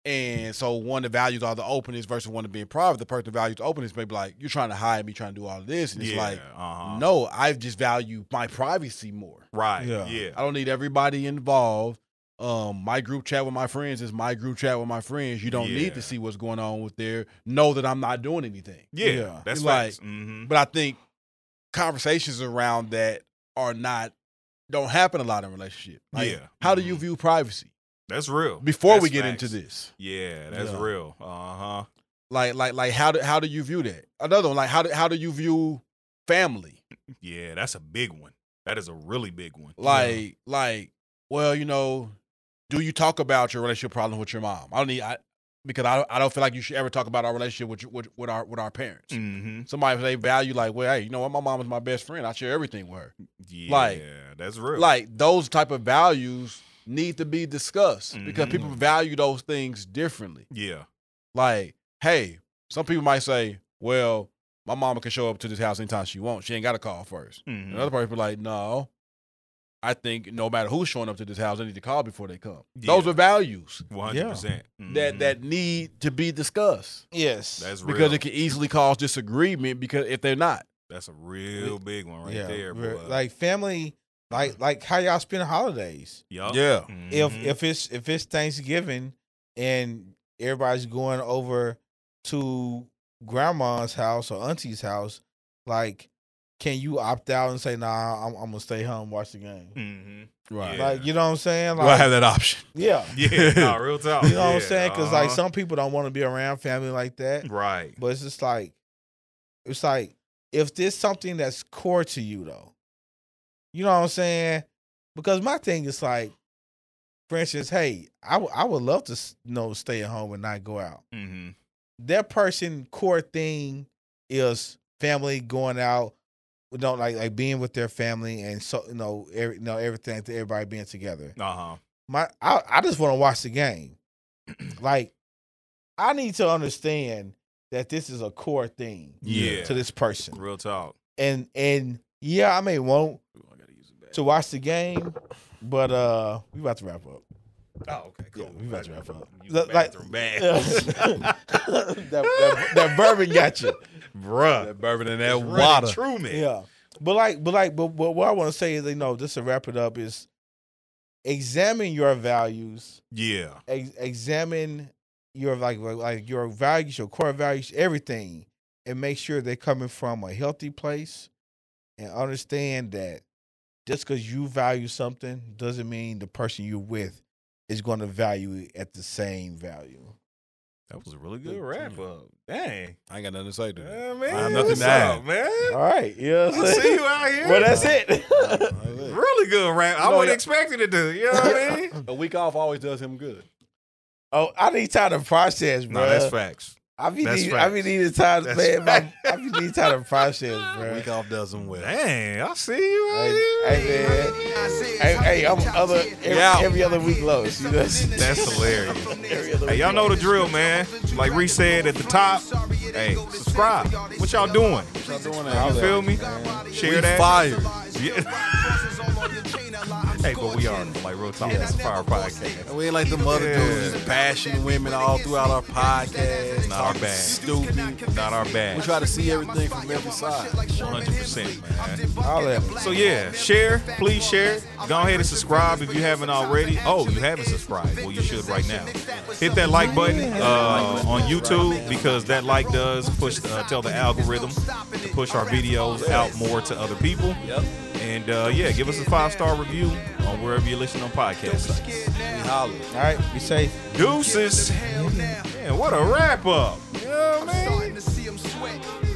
And so one that values all the openness versus one that being private, the person that values openness may be like, You're trying to hide me, trying to do all of this. And it's
yeah.
like,
uh-huh.
No, I just value my privacy more.
Right.
Yeah.
Yeah.
I don't need everybody involved. um, my group chat with my friends is my group chat with my friends. You don't need
Yeah.
to see what's going on with their. Know that I'm not doing anything.
Yeah,
Yeah.
that's
Like-
facts. hmm
But I think conversations around that are not don't happen a lot in relationship. Like,
Yeah.
How do you
Mhm.
view privacy?
That's real.
Before we
That's
get
facts.
into this,
Yeah, that's
Yeah.
real. Uh huh.
like like like how do how do you view that? Another one, like how do how do you view family?
Yeah, that's a big one. That is a really big one.
Like like well, you know, do you talk about your relationship problem with your mom? I don't need I because I I don't feel like you should ever talk about our relationship with your- with, with our with our parents.
hmm
Somebody if they value like, well, hey, you know what? My mom is my best friend. I share everything with her.
yeah,
like-
that's real.
Like those type of values need to be discussed because
Mhm.
people value those things differently.
yeah,
Like, hey, some people might say, well, my mama can show up to this house anytime she wants. She ain't got to call first.
Mhm.
Another person be like, no, I think no matter who's showing up to this house, they need to call before they come. Those
Yeah.
are values
one hundred percent. Mm-hmm.
that that need to be discussed
Yes.
that's real.
because it can easily cause disagreement because if they're not.
that's a real big one right there,
we're-
bro.
Like family, like like how y'all spend holidays.
yup. Mm-hmm.
Yeah.
If if it's if it's Thanksgiving and everybody's going over to grandma's house or auntie's house, like can you opt out and say, nah, I'm, I'm gonna stay home, watch the game?
hmm
Right.
Yeah.
Like, you know what I'm saying?
Do I
Like,
have that option?
yeah.
*laughs* yeah, nah, real talk.
You know what I'm
Yeah,
saying? Because like
uh-huh.
some people don't want to be around family like that.
right,
But it's just like, it's like if there's something that's core to you though, you know what I'm saying? Because my thing is like, for instance, hey, I would- I would love to s- you know stay at home and not go out.
hmm
That person core thing is family going out. You know, like like being with their family and so you know every you know everything everybody being together
uh huh,
my I, I just want to watch the game. *clears throat* like, I need to understand that this is a core thing
Yeah.
to this person.
real talk.
And and yeah, I may want to watch the game, but uh we about to wrap up. *laughs*
Oh, okay, cool.
Yeah, we about to wrap up.
You
Look, like-
bathroom
that,
bad,
that, that bourbon got you.
*laughs* bruh.
That bourbon and
It's
that
Rennie
water.
Truman.
*laughs* Yeah. But like but like but, but what I want to say is you know, just to wrap it up is examine your values
yeah,
ex- examine your like like- like your values, your core values, everything, and make sure they're coming from a healthy place, and understand that just because you value something doesn't mean the person you're with is going to value it at the same value.
that was a really good wrap up. Dang,
I ain't got nothing to say to that.
yeah, man,
I have nothing
what's
to add.
up, man?
All right, yeah.
I see you out here.
well, that's it.
Really good rap. I
No,
wasn't
yeah.
expecting it to. You know what I mean?
A week off always does him good.
*laughs* oh, I need time to process, bro.
No, that's facts.
I be
that's
need, I be
facts.
needing time,
That's
man. My,
facts.
I be needing time to process,
A
bro.
week off does him well.
Dang, I see you out
Hey,
here.
hey, man. Hey, hey, I'm other every,
Yeah.
every other week lows. You know,
That's hilarious. Hey, y'all know the drill, man. Like Reese said at the top, hey, subscribe. What y'all doing?
Stop doing
You
that.
feel me? Share
We
that.
fired.
Hey, but we are like real talk. That's a fire podcast.
And we ain't like the mother dudes just bashing women all throughout our podcast.
Not our
talking
bag.
Stupid.
Not our
We
bag.
try to see everything from every side.
100%, man.
all that.
So yeah, share. Please share. Go ahead and subscribe if you haven't already. Oh, you haven't subscribed. Well, you should right now. Hit that like button uh, on YouTube because that like does push uh, tell the algorithm to push our videos out more to other people. Yep. And uh, yeah, give us a five star review on wherever you're listening on podcasts.
We holler.
All right, be safe.
Deuces. Man, what a wrap up. Yeah, man.
Starting to see 'em sweat.